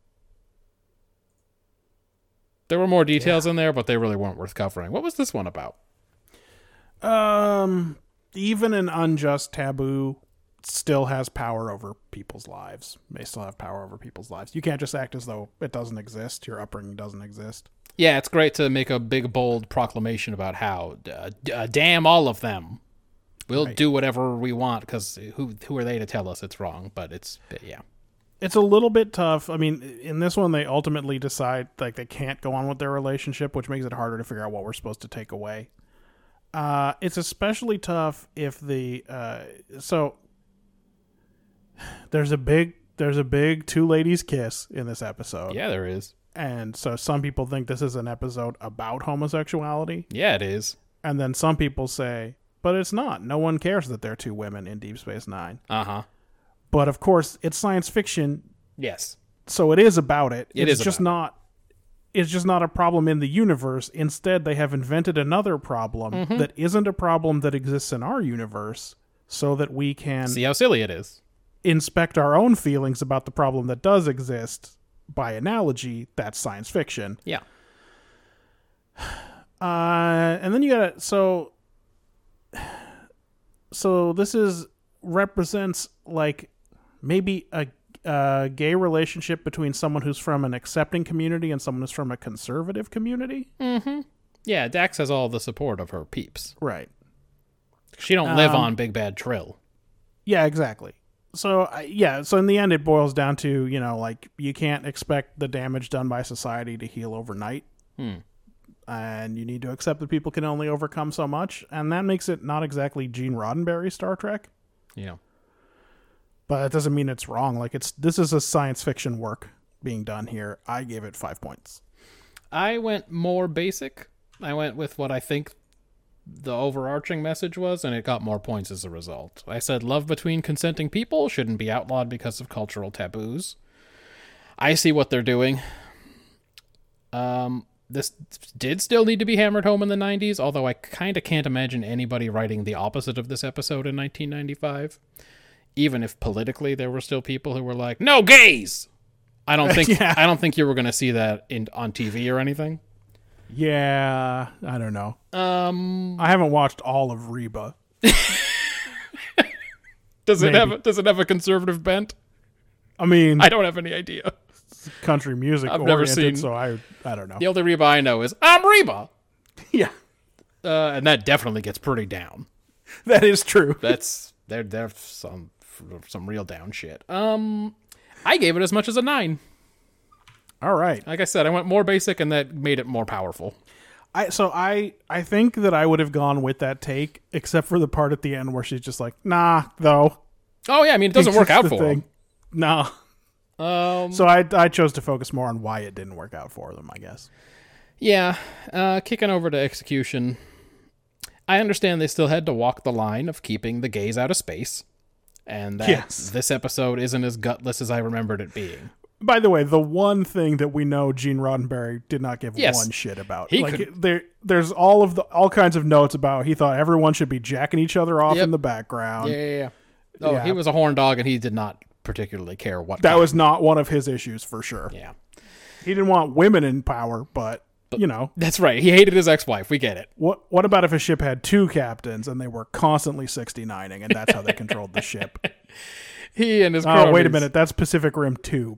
Speaker 1: There were more details in there, but they really weren't worth covering. What was this one about?
Speaker 2: Um even an unjust taboo still has power over people's lives. May still have power over people's lives. You can't just act as though it doesn't exist. Your upbringing doesn't exist.
Speaker 1: Yeah, it's great to make a big bold proclamation about how uh, d- uh, damn all of them. We'll do whatever we want because who who are they to tell us it's wrong? But it's but yeah,
Speaker 2: it's a little bit tough. I mean, in this one, they ultimately decide like they can't go on with their relationship, which makes it harder to figure out what we're supposed to take away. Uh, it's especially tough if the uh, so (sighs) there's a big there's a big two ladies kiss in this episode,
Speaker 1: yeah, there is.
Speaker 2: and so some people think this is an episode about homosexuality,
Speaker 1: Yeah, it is.
Speaker 2: and then some people say, but it's not. No one cares that there are two women in Deep Space Nine.
Speaker 1: Uh huh.
Speaker 2: But of course, it's science fiction.
Speaker 1: Yes.
Speaker 2: so it is about it.
Speaker 1: It
Speaker 2: it's
Speaker 1: is
Speaker 2: just
Speaker 1: about
Speaker 2: not. It's just not a problem in the universe. Instead, they have invented another problem
Speaker 1: Mm-hmm.
Speaker 2: that isn't a problem that exists in our universe, so that we can
Speaker 1: See how silly it is.
Speaker 2: inspect our own feelings about the problem that does exist by analogy. That's science fiction.
Speaker 1: Yeah.
Speaker 2: Uh, and then you gotta so so this is represents like maybe a, a gay relationship between someone who's from an accepting community and someone who's from a conservative community
Speaker 1: Yeah, Dax has all the support of her peeps.
Speaker 2: right
Speaker 1: She don't live on Big Bad Trill.
Speaker 2: yeah exactly so I- yeah so in the end it boils down to you know like you can't expect the damage done by society to heal overnight and you need to accept that people can only overcome so much and that makes it not exactly gene roddenberry star trek
Speaker 1: Yeah.
Speaker 2: but that doesn't mean it's wrong. Like it's this is a science fiction work being done here. I gave it five points.
Speaker 1: I went more basic. I went with what I think the overarching message was, and it got more points as a result. I said love between consenting people shouldn't be outlawed because of cultural taboos. I see what they're doing. Um, this did still need to be hammered home in the 90s, although I kind of can't imagine anybody writing the opposite of this episode in 1995. Even if politically there were still people who were like, no gays! I (laughs) don't think
Speaker 2: Yeah.
Speaker 1: I don't think you were going to see that in on TV or anything.
Speaker 2: Yeah, I don't know.
Speaker 1: Um,
Speaker 2: I haven't watched all of Reba.
Speaker 1: does it
Speaker 2: Maybe.
Speaker 1: have does it have a conservative bent?
Speaker 2: I mean,
Speaker 1: I don't have any idea.
Speaker 2: country music
Speaker 1: I've never
Speaker 2: oriented,
Speaker 1: seen-
Speaker 2: so I I don't know.
Speaker 1: The only Reba I know is I'm Reba,
Speaker 2: (laughs) Yeah,
Speaker 1: uh, and that definitely gets pretty down.
Speaker 2: that is true.
Speaker 1: That's there there's some some real down shit. Um, I gave it as much as a nine.
Speaker 2: All right.
Speaker 1: Like I said, I went more basic, and that made it more powerful.
Speaker 2: I so I I think that I would have gone with that take except for the part at the end where she's just like, "Nah, though."
Speaker 1: Oh yeah, I mean it doesn't
Speaker 2: It's
Speaker 1: work
Speaker 2: just
Speaker 1: out
Speaker 2: the
Speaker 1: for
Speaker 2: thing.
Speaker 1: him.
Speaker 2: No.
Speaker 1: Um,
Speaker 2: So I I chose to focus more on why it didn't work out for them, I guess.
Speaker 1: Yeah, uh, kicking over to execution. I understand they still had to walk the line of keeping the gays out of space, and that
Speaker 2: Yes.
Speaker 1: this episode isn't as gutless as I remembered it being.
Speaker 2: By the way, the one thing that we know Gene Roddenberry did not give
Speaker 1: Yes.
Speaker 2: one shit about.
Speaker 1: He
Speaker 2: like
Speaker 1: could-
Speaker 2: there there's all of the all kinds of notes about he thought everyone should be jacking each other off
Speaker 1: Yep.
Speaker 2: in the background.
Speaker 1: yeah. Oh,
Speaker 2: Yeah.
Speaker 1: he was a horn dog, and he did not particularly care what.
Speaker 2: That
Speaker 1: kind.
Speaker 2: was not one of his issues for sure.
Speaker 1: Yeah,
Speaker 2: He didn't want women in power, but, you know,
Speaker 1: that's right. He hated his ex-wife. We get it.
Speaker 2: what what about if a ship had two captains and they were constantly 69ing and that's how they controlled
Speaker 1: (laughs)
Speaker 2: the ship?
Speaker 1: He and his cronies,
Speaker 2: Oh, wait a minute. That's Pacific Rim 2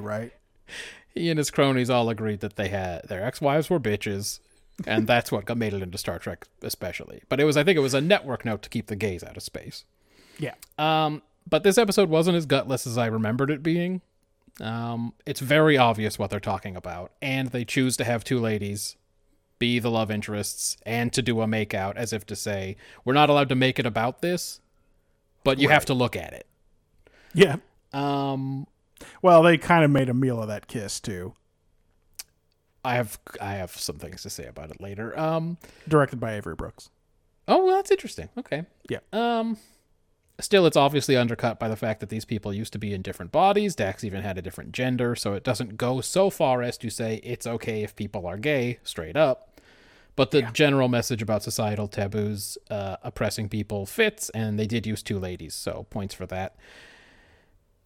Speaker 1: (laughs)
Speaker 2: right?
Speaker 1: He and his cronies all agreed that they had their ex-wives were bitches, and that's what got made it into Star Trek, especially. But it was, I think, it was a network note to keep the gays out of space.
Speaker 2: Yeah.
Speaker 1: Um, but this episode wasn't as gutless as I remembered it being. Um, it's very obvious what they're talking about, and they choose to have two ladies be the love interests and to do a makeout as if to say, we're not allowed to make it about this, but you have to look at it.
Speaker 2: Yeah.
Speaker 1: Um,
Speaker 2: Well, they kind of made a meal of that kiss too,
Speaker 1: I have I have some things to say about it later. Um,
Speaker 2: directed by Avery Brooks.
Speaker 1: oh, well, that's interesting. Okay.
Speaker 2: Yeah.
Speaker 1: Um, still, it's obviously undercut by the fact that these people used to be in different bodies. Dax even had a different gender, so it doesn't go so far as to say it's okay if people are gay straight up. But the general message about societal taboos uh, oppressing people fits, and they did use two ladies, so points for that.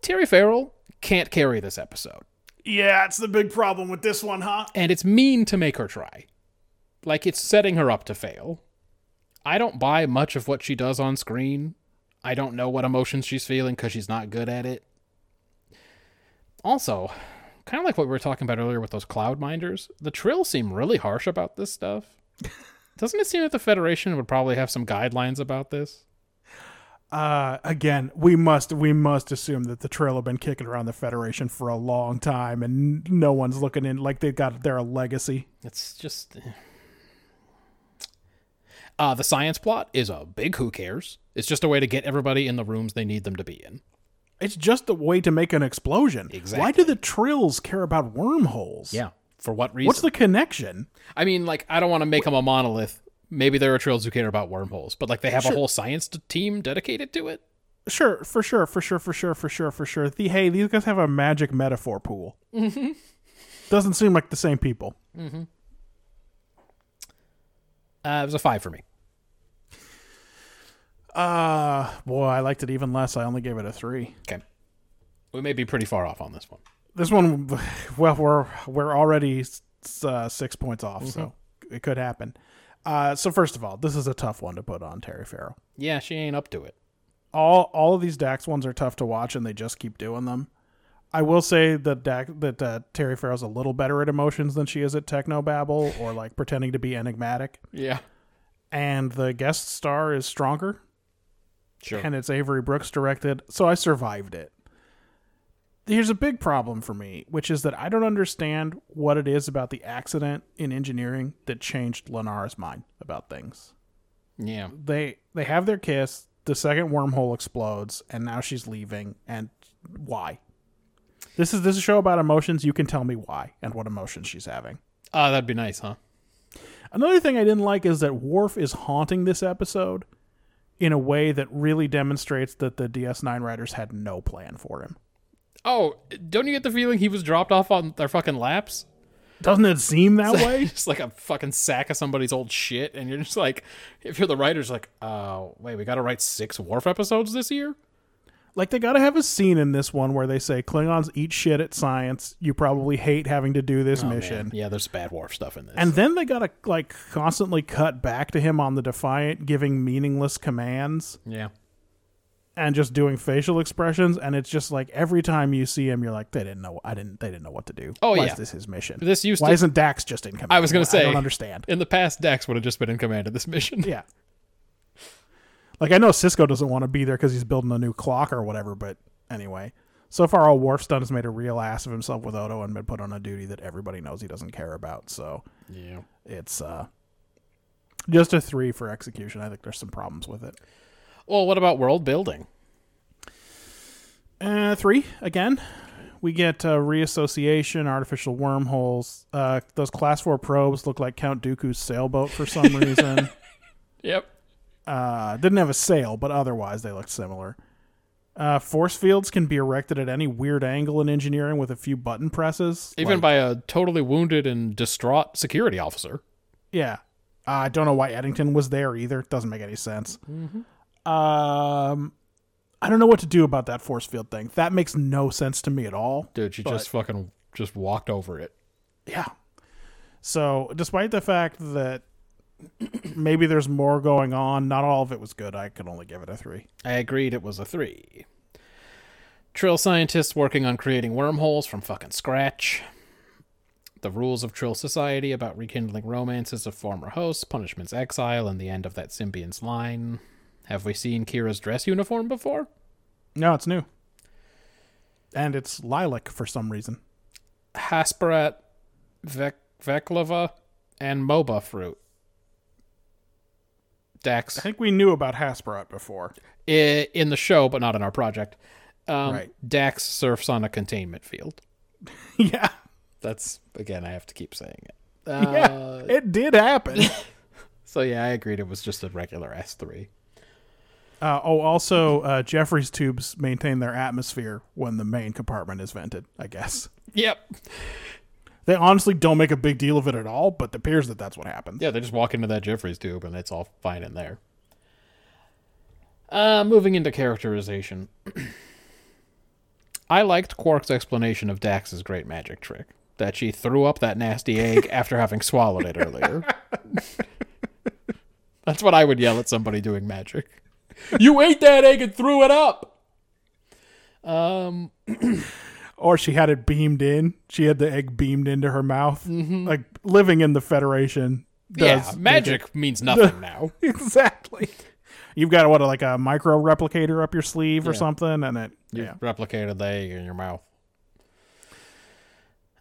Speaker 1: Terry Farrell can't carry this episode,
Speaker 2: Yeah, it's the big problem with this one, huh?
Speaker 1: and it's mean to make her try. Like, it's setting her up to fail. I don't buy much of what she does on screen. I don't know what emotions she's feeling because she's not good at it. Also, kind of like what we were talking about earlier with those cloud minders, the Trill seem really harsh about this stuff. (laughs) Doesn't it seem that the Federation would probably have some guidelines about this?
Speaker 2: Uh, again, we must we must assume that the trail have been kicking around the Federation for a long time, and no one's looking in like they've got their legacy.
Speaker 1: It's just. eh. Uh, the science plot is a big who cares. It's just a way to get everybody in the rooms they need them to be in.
Speaker 2: It's just a way to make an explosion. Why
Speaker 1: Exactly.
Speaker 2: do the Trills care about wormholes?
Speaker 1: Yeah. For what reason?
Speaker 2: What's the connection?
Speaker 1: I mean, like, I don't want to make them a monolith. Maybe there are trills who care about wormholes, but like they have a whole science t- team dedicated to it.
Speaker 2: Sure, for sure, for sure, for sure, for sure, for sure. The, hey, these guys have a magic metaphor pool. Mm-hmm. Doesn't seem like the same people.
Speaker 1: Uh, it was a five for me.
Speaker 2: Uh boy, I liked it even less. I only gave it a three.
Speaker 1: Okay, we may be pretty far off on this one.
Speaker 2: This one, (sighs) well, we're we're already s- uh, six points off, so it could happen. Uh, so first of all, this is a tough one to put on Terry Farrell.
Speaker 1: Yeah, she ain't up to it.
Speaker 2: All all of these Dax ones are tough to watch, and they just keep doing them. I will say that Dax, that uh, Terry Farrell's a little better at emotions than she is at technobabble or like pretending to be enigmatic.
Speaker 1: Yeah,
Speaker 2: and the guest star is stronger
Speaker 1: sure.
Speaker 2: and it's Avery Brooks directed, so I survived it. Here's a big problem for me, which is that I don't understand what it is about the accident in engineering that changed Lennar's mind about things.
Speaker 1: yeah,
Speaker 2: They they have their kiss, the second wormhole explodes, and now she's leaving and why? This is this is a show about emotions, you can tell me why and what emotions she's having.
Speaker 1: ah, that'd be nice, huh?
Speaker 2: Another thing I didn't like is that Worf is haunting this episode in a way that really demonstrates that the DS9 writers had no plan for him.
Speaker 1: Oh, don't you get the feeling he was dropped off on their fucking laps? (laughs)
Speaker 2: Doesn't it seem that way?
Speaker 1: just like a fucking sack of somebody's old shit, and you're just like, if you're the writers, like, oh wait, we got to write six Wharf episodes this year.
Speaker 2: Like they gotta have a scene in this one where they say Klingons eat shit at science. You probably hate having to do this
Speaker 1: Oh,
Speaker 2: mission.
Speaker 1: man. Yeah, there's bad wharf stuff in this.
Speaker 2: And then they gotta like constantly cut back to him on the Defiant giving meaningless commands
Speaker 1: yeah.
Speaker 2: and just doing facial expressions and it's just like every time you see him you're like, They didn't know I didn't they didn't know what to do.
Speaker 1: Oh,
Speaker 2: Why
Speaker 1: yeah.
Speaker 2: is this his mission?
Speaker 1: This used
Speaker 2: Why
Speaker 1: to-
Speaker 2: isn't Dax just in command?
Speaker 1: I was gonna
Speaker 2: Why-
Speaker 1: say
Speaker 2: I don't understand.
Speaker 1: In the past, Dax would have just been in command of this mission.
Speaker 2: Yeah. Like I know Cisco doesn't want to be there because he's building a new clock or whatever, but anyway. So far, all Worf's done is made a real ass of himself with Odo and been put on a duty that everybody knows he doesn't care about. So
Speaker 1: Yeah.
Speaker 2: it's uh, just a three for execution. I think there's some problems with it.
Speaker 1: Well, what about world building?
Speaker 2: Uh, three again. We get uh, reassociation, artificial wormholes. Uh, those class four probes look like Count Dooku's sailboat for some reason.
Speaker 1: Yep.
Speaker 2: Uh, didn't have a sail, but otherwise they looked similar. Uh, force fields can be erected at any weird angle in engineering with a few button presses.
Speaker 1: Even
Speaker 2: Like-
Speaker 1: by a totally wounded and distraught security officer.
Speaker 2: yeah, uh, I don't know why Eddington was there either. It doesn't make any sense. Um, I don't know what to do about that force field thing. That makes no sense to me at all.
Speaker 1: Dude, you just fucking just walked over it.
Speaker 2: Yeah. So, despite the fact that maybe there's more going on, not all of it was good. I could only give it a three.
Speaker 1: I agreed it was a three. Trill scientists working on creating wormholes from fucking scratch. The rules of Trill society about rekindling romances of former hosts, punishment's exile, and the end of that symbiont's line. Have we seen Kira's dress uniform before?
Speaker 2: No, it's new. And it's lilac for some reason.
Speaker 1: Hasperat, Vek- Veklava, and Moba fruit. Dax
Speaker 2: I think we knew about Hasperat before. (laughs)
Speaker 1: i- in the show, but not in our project. Um,
Speaker 2: Right.
Speaker 1: Dax surfs on a containment field.
Speaker 2: yeah.
Speaker 1: That's again, I have to keep saying (laughs) it. Uh,
Speaker 2: Yeah. it did (laughs) happen.
Speaker 1: So yeah, I agreed it was just a regular S three.
Speaker 2: uh, oh, also, uh, Jeffrey's tubes maintain their atmosphere when the main compartment is vented, I guess.
Speaker 1: Yep.
Speaker 2: They honestly don't make a big deal of it at all, but it appears that that's what happened.
Speaker 1: Yeah, they just walk into that Jeffries tube and it's all fine in there. Uh, moving into characterization. (clears throat) I liked Quark's explanation of Dax's great magic trick. That she threw up that nasty (laughs) egg after having swallowed it earlier. That's what I would yell at somebody doing magic. You ate that egg and threw it up.
Speaker 2: Or she had it beamed in. She had the egg beamed into her mouth. Like, living in the Federation does.
Speaker 1: Mm-hmm. (laughs) yeah, magic means (laughs) nothing now.
Speaker 2: exactly. You've got, what, like a micro replicator up your sleeve or
Speaker 1: Yeah.
Speaker 2: something, and it.
Speaker 1: You
Speaker 2: yeah.
Speaker 1: have replicated the egg in your mouth.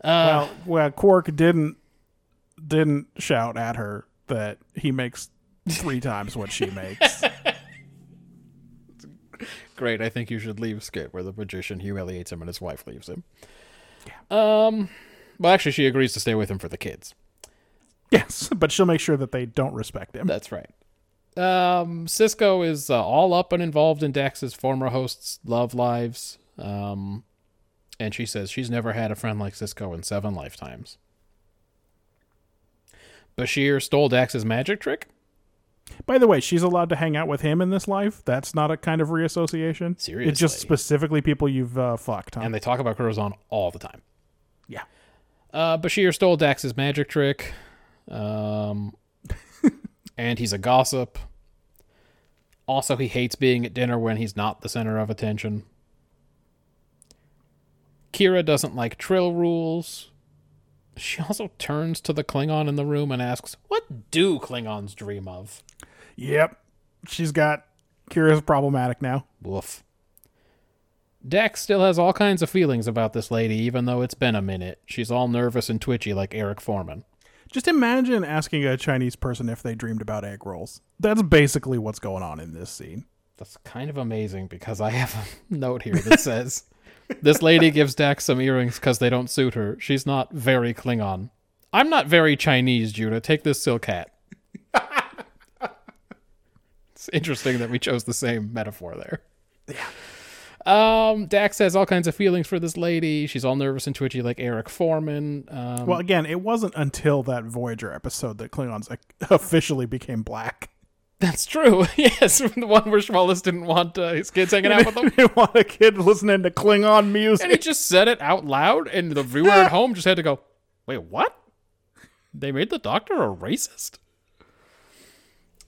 Speaker 2: well, well, Quark didn't didn't shout at her that he makes three times what she
Speaker 1: (laughs)
Speaker 2: makes.
Speaker 1: Great. I think you should leave skit where the magician humiliates him and his wife leaves him. Um. Well, actually, she agrees to stay with him for the kids.
Speaker 2: yes, but she'll make sure that they don't respect him.
Speaker 1: That's right. Um. Cisco is uh, all up and involved in Dax's former host's love lives. Um. And she says she's never had a friend like Cisco in seven lifetimes. Bashir stole Dax's magic trick.
Speaker 2: By the way, she's allowed to hang out with him in this life. That's not a kind of reassociation. it's
Speaker 1: Seriously.
Speaker 2: just specifically people you've uh, fucked. Huh?
Speaker 1: And they talk about Curzon all the time.
Speaker 2: yeah,
Speaker 1: Uh, Bashir stole Dax's magic trick. Um, and he's a gossip. Also, he hates being at dinner when he's not the center of attention. Kira doesn't like trill rules. She also turns to the Klingon in the room and asks, What do Klingons dream of?
Speaker 2: yep. She's got Kira's problematic now.
Speaker 1: Woof. Dax still has all kinds of feelings about this lady, even though it's been a minute. She's all nervous and twitchy like Eric Foreman.
Speaker 2: Just imagine asking a Chinese person if they dreamed about egg rolls. That's basically what's going on in this scene.
Speaker 1: That's kind of amazing because I have a (laughs) note here that says this lady gives Dax some earrings because they don't suit her. She's not very Klingon. I'm not very Chinese, Judah. Take this silk hat. (laughs) it's interesting that we chose the same metaphor there. Yeah. Um, Dax has all kinds of feelings for this lady. She's all nervous and twitchy like Eric Foreman. Um, (laughs)
Speaker 2: Well, (laughs) again, it wasn't until that Voyager episode that Klingons like, officially became black.
Speaker 1: That's true. (laughs) yes, the one where Schmollis didn't want uh, his kids hanging out with
Speaker 2: (laughs)
Speaker 1: him.
Speaker 2: didn't want a kid listening to Klingon
Speaker 1: And he
Speaker 2: music.
Speaker 1: just said it out loud, and the viewer at home just had to go, wait, what? They made the doctor a racist?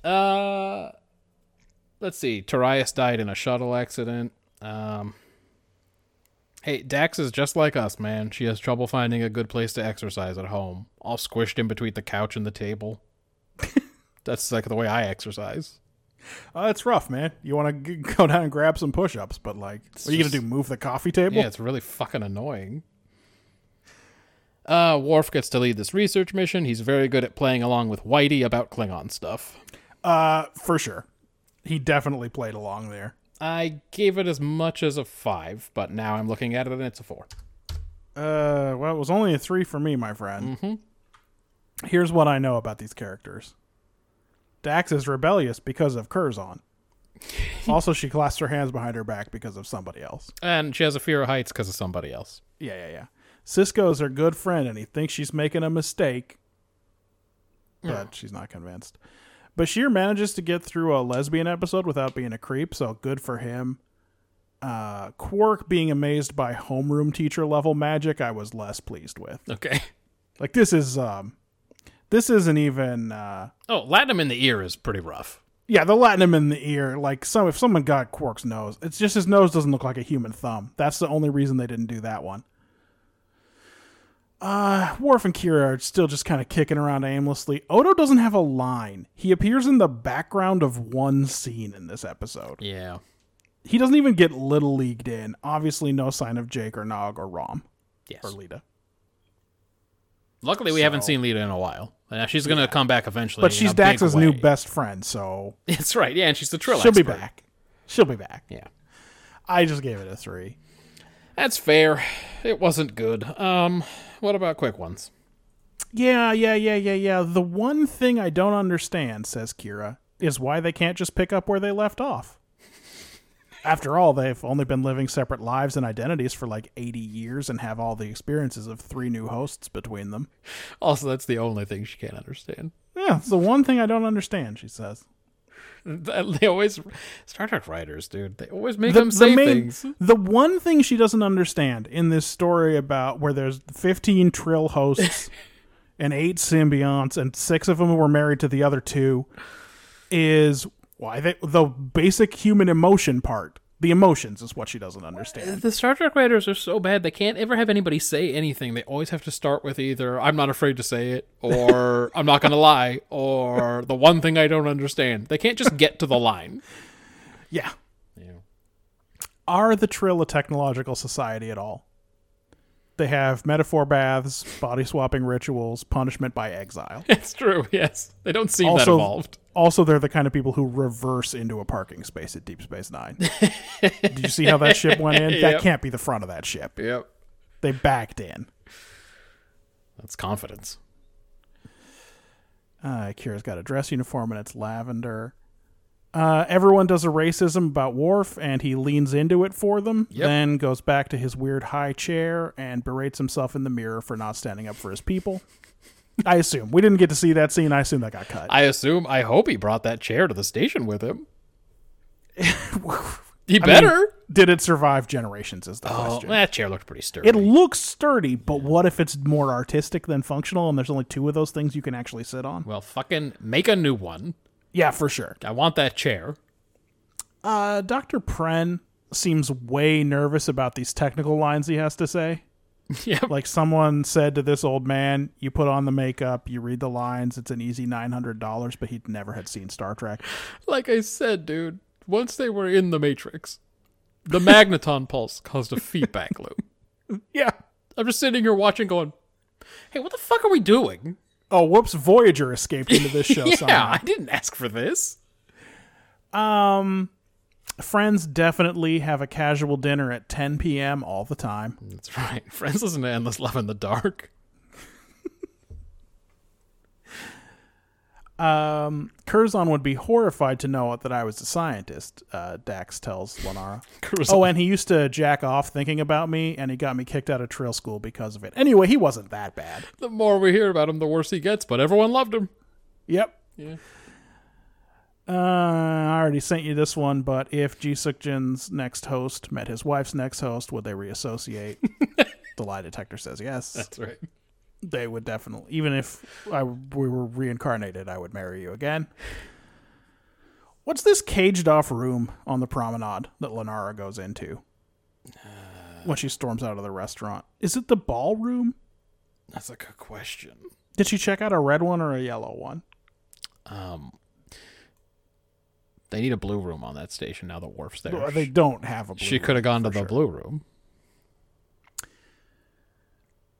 Speaker 1: Uh, let's see. Tarius died in a shuttle accident. Um, hey, Dax is just like us, man. She has trouble finding a good place to exercise at home, all squished in between the couch and the table. That's like the way I exercise.
Speaker 2: Uh, it's rough, man. You want to go down and grab some push-ups, but like, what are you
Speaker 1: just-
Speaker 2: gonna do? Move the coffee table?
Speaker 1: Yeah, it's really fucking annoying. Uh, Worf gets to lead this research mission. He's very good at playing along with Whitey about Klingon stuff.
Speaker 2: Uh, for sure. He definitely played along there.
Speaker 1: I gave it as much as a five, but now I'm looking at it and it's a four.
Speaker 2: Uh, well, it was only a three for me, my friend. Here's what I know about these characters. Dax is rebellious because of (laughs) Curzon. also, she clasps her hands behind her back because of somebody else.
Speaker 1: And she has a fear of heights because of somebody else.
Speaker 2: Yeah, yeah, yeah. Cisco's her good friend, and he thinks she's making a mistake, but she's not convinced. Bashir manages to get through a lesbian episode without being a creep, so good for him. Uh, Quark being amazed by homeroom teacher level magic, I was less pleased with. (laughs)
Speaker 1: Okay.
Speaker 2: Like this is um, this isn't even uh,
Speaker 1: Oh, Latinum in the ear is pretty rough.
Speaker 2: yeah, the latinum in the ear. Like some, if someone got Quark's nose, it's just his nose doesn't look like a human thumb. That's the only reason they didn't do that one. Uh, Worf and Kira are still just kind of kicking around aimlessly. Odo doesn't have a line. He appears in the background of one scene in this episode.
Speaker 1: Yeah.
Speaker 2: He doesn't even get little leagued in. Obviously, no sign of Jake or Nog or Rom
Speaker 1: Yes.
Speaker 2: or Lita.
Speaker 1: Luckily, we haven't seen Lita in a while. Now she's gonna come back eventually.
Speaker 2: But
Speaker 1: in
Speaker 2: she's
Speaker 1: a big
Speaker 2: Dax's new
Speaker 1: way.
Speaker 2: best friend, so
Speaker 1: That's right. Yeah, and she's the Trill.
Speaker 2: she'll be
Speaker 1: expert.
Speaker 2: back. She'll be back.
Speaker 1: Yeah.
Speaker 2: I just gave it a three.
Speaker 1: That's fair. It wasn't good. Um, what about quick ones?
Speaker 2: Yeah, yeah, yeah, yeah, yeah. The one thing I don't understand, says Kira, is why they can't just pick up where they left off. After all, they've only been living separate lives and identities for like 80 years and have all the experiences of three new hosts between them.
Speaker 1: Also, that's the only thing she can't understand.
Speaker 2: Yeah, it's the one thing I don't understand, she says.
Speaker 1: They always Star Trek writers, dude. They always make
Speaker 2: The,
Speaker 1: them say
Speaker 2: the main,
Speaker 1: things.
Speaker 2: the one thing she doesn't understand in this story about where there's 15 Trill
Speaker 1: (laughs)
Speaker 2: hosts and eight symbionts, and six of them were married to the other two, is why they, the basic human emotion part, the emotions, is what she doesn't understand.
Speaker 1: The Star Trek writers are so bad they can't ever have anybody say anything. They always have to start with either "I'm not afraid to say it" (laughs) or "I'm not going to lie" or "the one thing I don't understand." They can't just get to the line.
Speaker 2: Yeah. Are the Trill a technological society at all? They have metaphor baths, body swapping rituals, punishment by exile.
Speaker 1: (laughs) It's true. Yes, they don't seem that
Speaker 2: also,
Speaker 1: evolved.
Speaker 2: Also, they're the kind of people who reverse into a parking space at Deep Space Nine. Did you see how that ship went
Speaker 1: (laughs)
Speaker 2: in?
Speaker 1: Yep.
Speaker 2: That can't be the front of that ship.
Speaker 1: Yep,
Speaker 2: They backed in.
Speaker 1: that's confidence.
Speaker 2: Uh, Kira's got a dress uniform and it's lavender. Uh, everyone does a racism about Worf and he leans into it for them,
Speaker 1: Yep.
Speaker 2: then goes back to his weird high chair and berates himself in the mirror for not standing up for his people. I assume. We didn't get to see that scene. I assume that got cut.
Speaker 1: I assume. I hope he brought that chair to the station with (laughs) him. he
Speaker 2: I mean,
Speaker 1: better.
Speaker 2: Did it survive generations is the
Speaker 1: Oh,
Speaker 2: question.
Speaker 1: that chair looked pretty sturdy.
Speaker 2: It looks sturdy, but what if it's more artistic than functional and there's only two of those things you can actually sit on?
Speaker 1: well, fucking make a new one.
Speaker 2: Yeah, for sure.
Speaker 1: I want that chair. (laughs)
Speaker 2: Uh, Dr. Pren seems way nervous about these technical lines he has to say.
Speaker 1: yeah,
Speaker 2: Like someone said to this old man, you put on the makeup, you read the lines, it's an easy $900, but he'd never had seen Star Trek.
Speaker 1: like I said, dude. Once they were in the Matrix, the magneton (laughs) pulse caused a feedback loop.
Speaker 2: Yeah.
Speaker 1: I'm just sitting here watching, going, "Hey, what the fuck are we doing?"
Speaker 2: Oh, whoops, Voyager escaped into this show
Speaker 1: yeah,
Speaker 2: somehow.
Speaker 1: I didn't ask for this.
Speaker 2: Friends definitely have a casual dinner at 10 p.m. all the time.
Speaker 1: That's right. (laughs) Friends listen to "Endless Love in the Dark." (laughs)
Speaker 2: Um, Curzon would be horrified to know that I was a scientist, uh, Dax tells Lanara.
Speaker 1: Curzon.
Speaker 2: oh, and he used to jack off thinking about me, and he got me kicked out of trail school because of it. Anyway, he wasn't that bad.
Speaker 1: The more we hear about him, the worse he gets. But everyone loved him.
Speaker 2: Yep.
Speaker 1: Yeah.
Speaker 2: Uh, I already sent you this one, but if Ji Suk Jin's next host met his wife's next host, would they reassociate? the lie detector says yes.
Speaker 1: That's right.
Speaker 2: They would definitely. Even if I, we were reincarnated, I would marry you again. What's this caged off room on the promenade that Lenara goes into
Speaker 1: Uh,
Speaker 2: when she storms out of the restaurant? Is it the ballroom?
Speaker 1: That's a good question.
Speaker 2: Did she check out a red one or a yellow one?
Speaker 1: Um, they need a blue room on that station now. The wharf's there.
Speaker 2: Or They don't have a blue
Speaker 1: she
Speaker 2: room.
Speaker 1: could have gone to the blue room.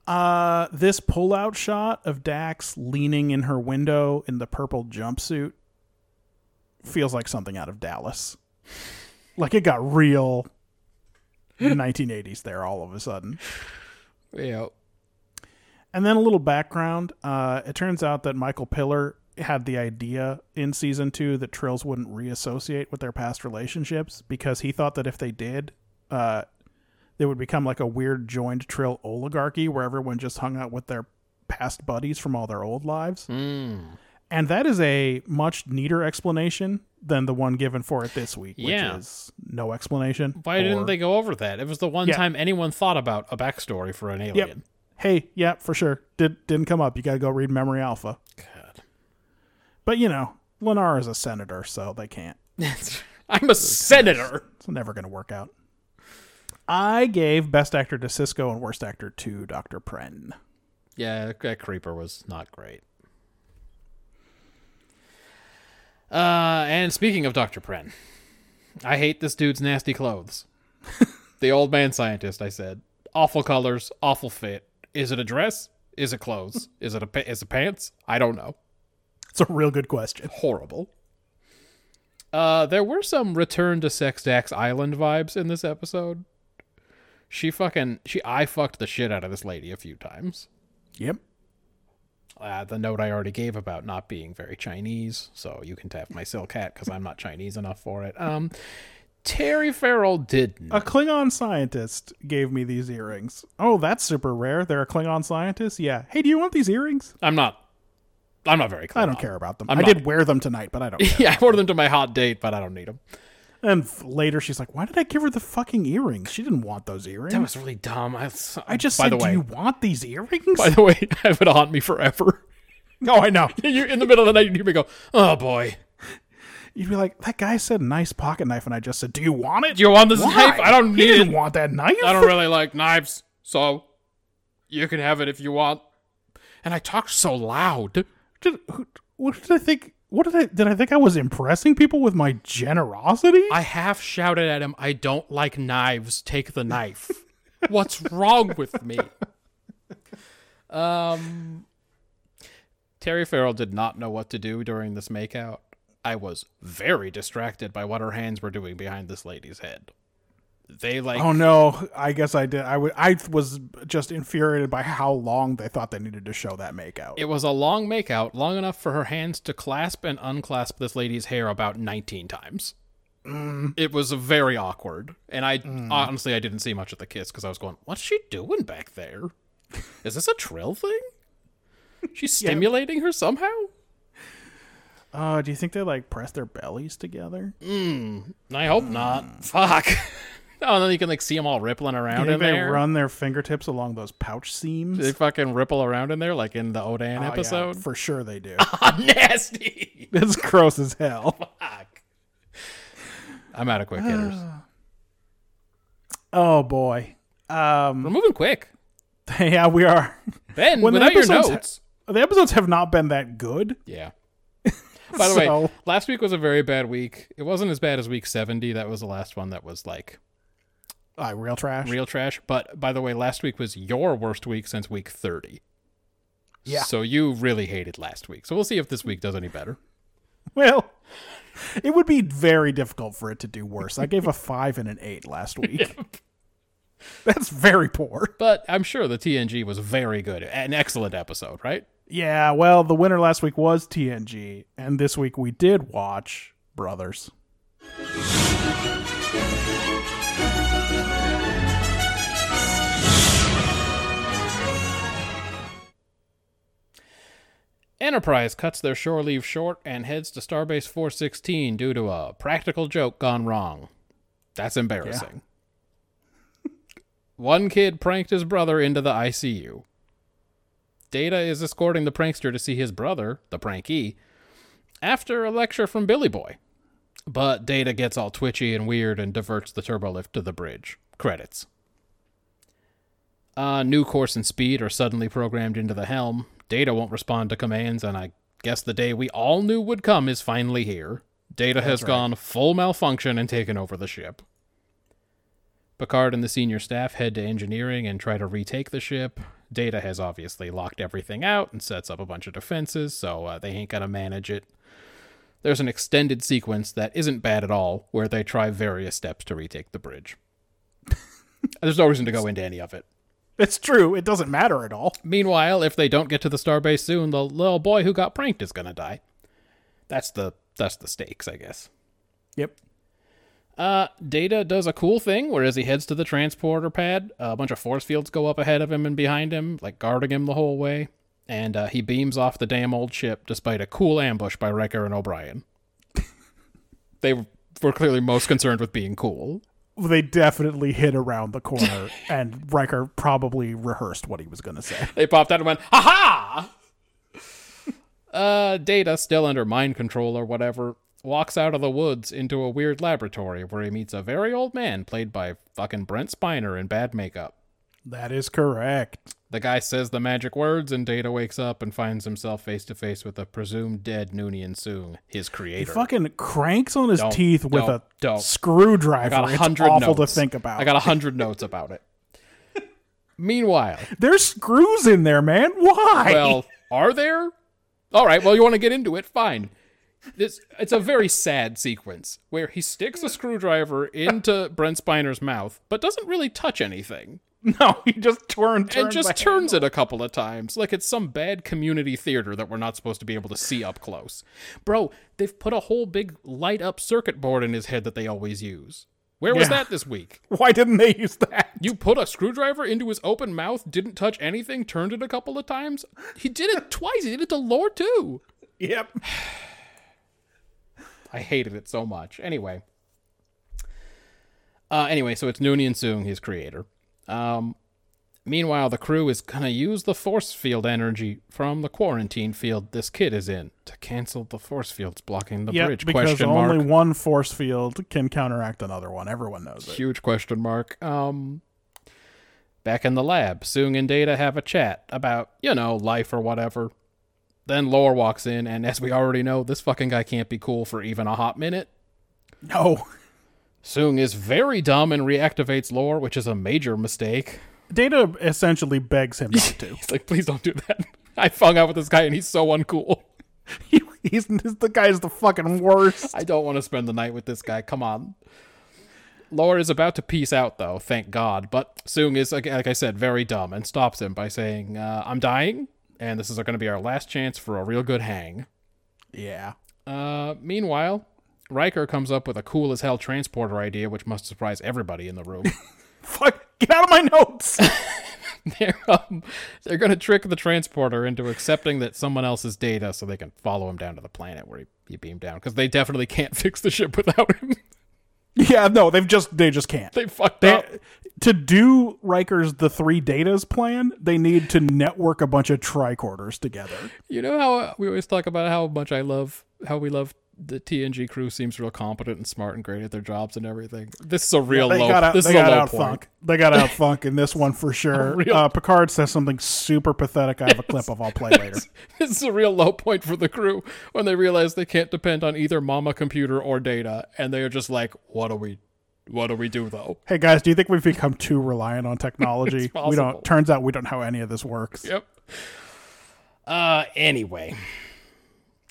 Speaker 2: Uh, this pullout shot of Dax leaning in her window in the purple jumpsuit feels like something out of Dallas. Like it got real 1980s there all of a sudden.
Speaker 1: Yeah.
Speaker 2: And then a little background. Uh, it turns out that Michael Pillar had the idea in season two that Trills wouldn't reassociate with their past relationships because he thought that if they did, uh, they would become like a weird joined Trill oligarchy where everyone just hung out with their past buddies from all their old lives. And that is a much neater explanation than the one given for it this week, which
Speaker 1: Yeah.
Speaker 2: is no explanation.
Speaker 1: Why
Speaker 2: or-
Speaker 1: didn't they go over that? It was the one
Speaker 2: Yeah.
Speaker 1: time anyone thought about a backstory for an alien. (laughs)
Speaker 2: Yep. Hey, yeah, for sure. Did didn't come up. You gotta go read Memory Alpha.
Speaker 1: God.
Speaker 2: But you know, Lennar is a senator, so they can't.
Speaker 1: I'm a senator.
Speaker 2: It's never going to work out. I gave Best Actor to Cisco and Worst Actor to Dr. Pren.
Speaker 1: Yeah, that creeper was not great. Uh, and speaking of Dr. Pren, I hate this dude's nasty (laughs) clothes. the old man scientist, I said. Awful colors, awful fit. Is it a dress? Is it clothes? is it a pa- is it pants? I don't know.
Speaker 2: It's a real good question.
Speaker 1: Horrible. Uh, there were some return to Sex Dax Island vibes in this episode. She fucking she I fucked the shit out of this lady a few times.
Speaker 2: Yep.
Speaker 1: uh, the note I already gave about not being very Chinese, so you can tap my silk hat because I'm not Chinese enough for it. Um, Terry Farrell didn't.
Speaker 2: A Klingon scientist gave me these earrings. Oh, that's super rare. They're a Klingon scientist? Yeah. Hey, do you want these earrings?
Speaker 1: I'm not. I'm not very. Clean
Speaker 2: I don't care about them.
Speaker 1: I'm
Speaker 2: I
Speaker 1: not-
Speaker 2: did wear them tonight, but I don't care.
Speaker 1: (laughs) Yeah, I ordered them to my hot date, but I don't need them.
Speaker 2: and f- later she's like, why did I give her the fucking earrings? She didn't want those earrings.
Speaker 1: That was really dumb. I,
Speaker 2: I just
Speaker 1: by
Speaker 2: said,
Speaker 1: the way,
Speaker 2: do you want these earrings?
Speaker 1: by the way, (laughs) that would haunt me forever.
Speaker 2: (laughs) no, I know.
Speaker 1: (laughs) you in the middle of the night, you hear me go, "Oh boy,
Speaker 2: (laughs) You'd be like, that guy said nice pocket knife, and I just said, do you want it?
Speaker 1: do you want this
Speaker 2: Why?
Speaker 1: knife? I don't
Speaker 2: He
Speaker 1: need
Speaker 2: didn't
Speaker 1: it.
Speaker 2: want that knife.
Speaker 1: I don't really like knives, so you can have it if you want." And I talked so loud.
Speaker 2: did, who- what did I think? What did I did I think I was impressing people with my generosity?
Speaker 1: I half shouted at him, I don't like knives. Take the
Speaker 2: (laughs)
Speaker 1: knife. What's wrong with me? Um, Terry Farrell did not know what to do during this makeout. I was very distracted by what her hands were doing behind this lady's head. They like
Speaker 2: oh no! I guess I did. I wa- I was just infuriated by how long they thought they needed to show that makeout.
Speaker 1: it was a long makeout, long enough for her hands to clasp and unclasp this lady's hair about 19 times.
Speaker 2: Mm.
Speaker 1: It was very awkward, and I honestly I didn't see much of the kiss because I was going, "What's she doing back there? Is this a trill thing? She's stimulating her somehow?"
Speaker 2: Uh, do you think they like pressed their bellies together? Do
Speaker 1: I
Speaker 2: Mm.
Speaker 1: hope not. Fuck. (laughs) oh, and then you can like see them all rippling around
Speaker 2: you
Speaker 1: in
Speaker 2: think they
Speaker 1: there.
Speaker 2: run their fingertips along those pouch seams?
Speaker 1: They fucking ripple around in there, like in the Odan
Speaker 2: Oh, yeah, (laughs)
Speaker 1: episode.
Speaker 2: for sure
Speaker 1: (laughs)
Speaker 2: they do.
Speaker 1: Nasty.
Speaker 2: it's gross as hell.
Speaker 1: Fuck. I'm out of quick
Speaker 2: (sighs)
Speaker 1: hitters.
Speaker 2: Oh boy.
Speaker 1: We're
Speaker 2: Um. (laughs)
Speaker 1: moving quick.
Speaker 2: Yeah, we are.
Speaker 1: Ben,
Speaker 2: When the
Speaker 1: without your
Speaker 2: episode's-
Speaker 1: notes.
Speaker 2: The episodes have not been that good. (laughs)
Speaker 1: yeah. By the way,
Speaker 2: So-
Speaker 1: last week was a very bad week. It wasn't as bad as week 70. That was the last one that was like
Speaker 2: Uh, real trash.
Speaker 1: real trash. But by the way, last week was your worst week since week 30.
Speaker 2: Yeah.
Speaker 1: So you really hated last week. So we'll see if this week does any better.
Speaker 2: (laughs) Well, it would be very difficult for it to do worse. I gave a (laughs) five and an eight last week. (laughs) That's very poor.
Speaker 1: But I'm sure the TNG was very good. An excellent episode, right?
Speaker 2: Yeah, well, the winner last week was TNG, and this week we did watch Brothers.
Speaker 1: Enterprise cuts their shore leave short and heads to Starbase 416 due to a practical joke gone wrong. That's embarrassing. One kid pranked his brother into the ICU. Data is escorting the prankster to see his brother, the prankee, after a lecture from Billy Boy. But Data gets all twitchy and weird and diverts the turbolift to the bridge. Credits. Uh, new course and speed are suddenly programmed into the helm. Data won't respond to commands, and I guess the day we all knew would come is finally here. Data has gone full malfunction and taken over the ship. Picard and the senior staff head to engineering and try to retake the ship. Data has obviously locked everything out and sets up a bunch of defenses, so uh, they ain't gonna manage it. There's an extended sequence that isn't bad at all, where they try various steps to retake the bridge. There's no reason to go into any of it.
Speaker 2: It's true. It doesn't matter at all.
Speaker 1: Meanwhile, if they don't get to the starbase soon, the little boy who got pranked is gonna die. That's the that's the stakes, I guess.
Speaker 2: Yep.
Speaker 1: Uh, Data does a cool thing, whereas he heads to the transporter pad, a bunch of force fields go up ahead of him and behind him, like guarding him the whole way, and uh, he beams off the damn old ship despite a cool ambush by Riker and O'Brien. (laughs) they were clearly most concerned with being cool.
Speaker 2: They definitely hit around the corner, and Riker probably rehearsed what he was going to say. (laughs)
Speaker 1: They popped out and went, ha ha! (laughs) uh, Data, still under mind control or whatever, walks out of the woods into a weird laboratory where he meets a very old man played by fucking Brent Spiner in bad makeup.
Speaker 2: That is correct.
Speaker 1: The guy says the magic words, and Data wakes up and finds himself face to face with a presumed dead Noonien Soong, his
Speaker 2: He
Speaker 1: creator.
Speaker 2: fucking cranks on his
Speaker 1: Don't,
Speaker 2: teeth with
Speaker 1: don't,
Speaker 2: a
Speaker 1: don't. I
Speaker 2: screwdriver.
Speaker 1: got a
Speaker 2: it's
Speaker 1: hundred
Speaker 2: awful
Speaker 1: notes.
Speaker 2: to think about.
Speaker 1: I got a hundred notes about
Speaker 2: (laughs)
Speaker 1: it. Meanwhile,
Speaker 2: There's screws in there, man. Why?
Speaker 1: well, are there? All right. Well, you want to get into it? Fine. This it's a very sad sequence where he sticks a screwdriver into Brent Spiner's mouth, but doesn't really touch anything,
Speaker 2: (laughs) no, he just turned,
Speaker 1: and just turns it a couple of times, like it's some bad community theater that we're not supposed to be able to see up close. Bro, they've put a whole big light up circuit board in his head that they always use. Where was
Speaker 2: Yeah.
Speaker 1: that this week?
Speaker 2: Why didn't they use that? (laughs)
Speaker 1: You put a screwdriver into his open mouth, didn't touch anything, turned it a couple of times. He did it twice. He did it to Lore too.
Speaker 2: Yep.
Speaker 1: I hated it so much. Anyway. Uh, anyway, so it's Noonien Soong, his creator. Um, meanwhile, the crew is going to use the force field energy from the quarantine field this kid is in to cancel the force fields blocking the
Speaker 2: Yep.
Speaker 1: bridge.
Speaker 2: Because
Speaker 1: question
Speaker 2: only
Speaker 1: mark.
Speaker 2: one force field can counteract another one. Everyone knows it.
Speaker 1: Huge question mark. Um, back in the lab, Soong and Data have a chat about, you know, life or whatever. Then Lore walks in, and as we already know, this fucking guy can't be cool for even a hot minute.
Speaker 2: No. (laughs)
Speaker 1: Soong is very dumb and reactivates Lore, which is a major mistake. (laughs)
Speaker 2: Data essentially begs him not to.
Speaker 1: He's like, please don't do that. (laughs) I hung out with this guy and he's so uncool. (laughs)
Speaker 2: He- he's, the guy's the fucking worst.
Speaker 1: I don't want to spend the night with this guy. Come on. Lore is about to peace out, though, thank God. But Soong is, like, like I said, very dumb and stops him by saying, uh, I'm dying, and this is going to be our last chance for a real good hang.
Speaker 2: Yeah.
Speaker 1: Uh, meanwhile, Riker comes up with a cool as hell transporter idea, which must surprise everybody in the room.
Speaker 2: Fuck. Get out of my notes. (laughs)
Speaker 1: (laughs) they're um, they're going to trick the transporter into accepting that someone else's data so they can follow him down to the planet where he, he beamed down because they definitely can't (laughs) fix the ship without him. (laughs)
Speaker 2: yeah. No. They've just. They just can't.
Speaker 1: they fucked
Speaker 2: They-
Speaker 1: up.
Speaker 2: to do Riker's the three datas plan, they need to network a bunch of tricorders together.
Speaker 1: You know how uh, we always talk about how much I love how we love the TNG crew seems real competent and smart and great at their jobs and everything. This is a real
Speaker 2: they
Speaker 1: low.
Speaker 2: got out,
Speaker 1: this
Speaker 2: they
Speaker 1: is
Speaker 2: got
Speaker 1: a low
Speaker 2: out
Speaker 1: point. (laughs)
Speaker 2: funk. They got out funk in this one for sure.
Speaker 1: Real-
Speaker 2: Uh, Picard says something super pathetic. I have a clip of. I'll play
Speaker 1: (laughs)
Speaker 2: later.
Speaker 1: This is a real low point for the crew when they realize they can't depend on either Mama computer or data, and they are just like, "What do we, what do we do though?"
Speaker 2: Hey guys, do you think we've become too reliant on technology? we
Speaker 1: possible.
Speaker 2: don't. Turns out we don't know how any of this works.
Speaker 1: Yep. Uh, anyway,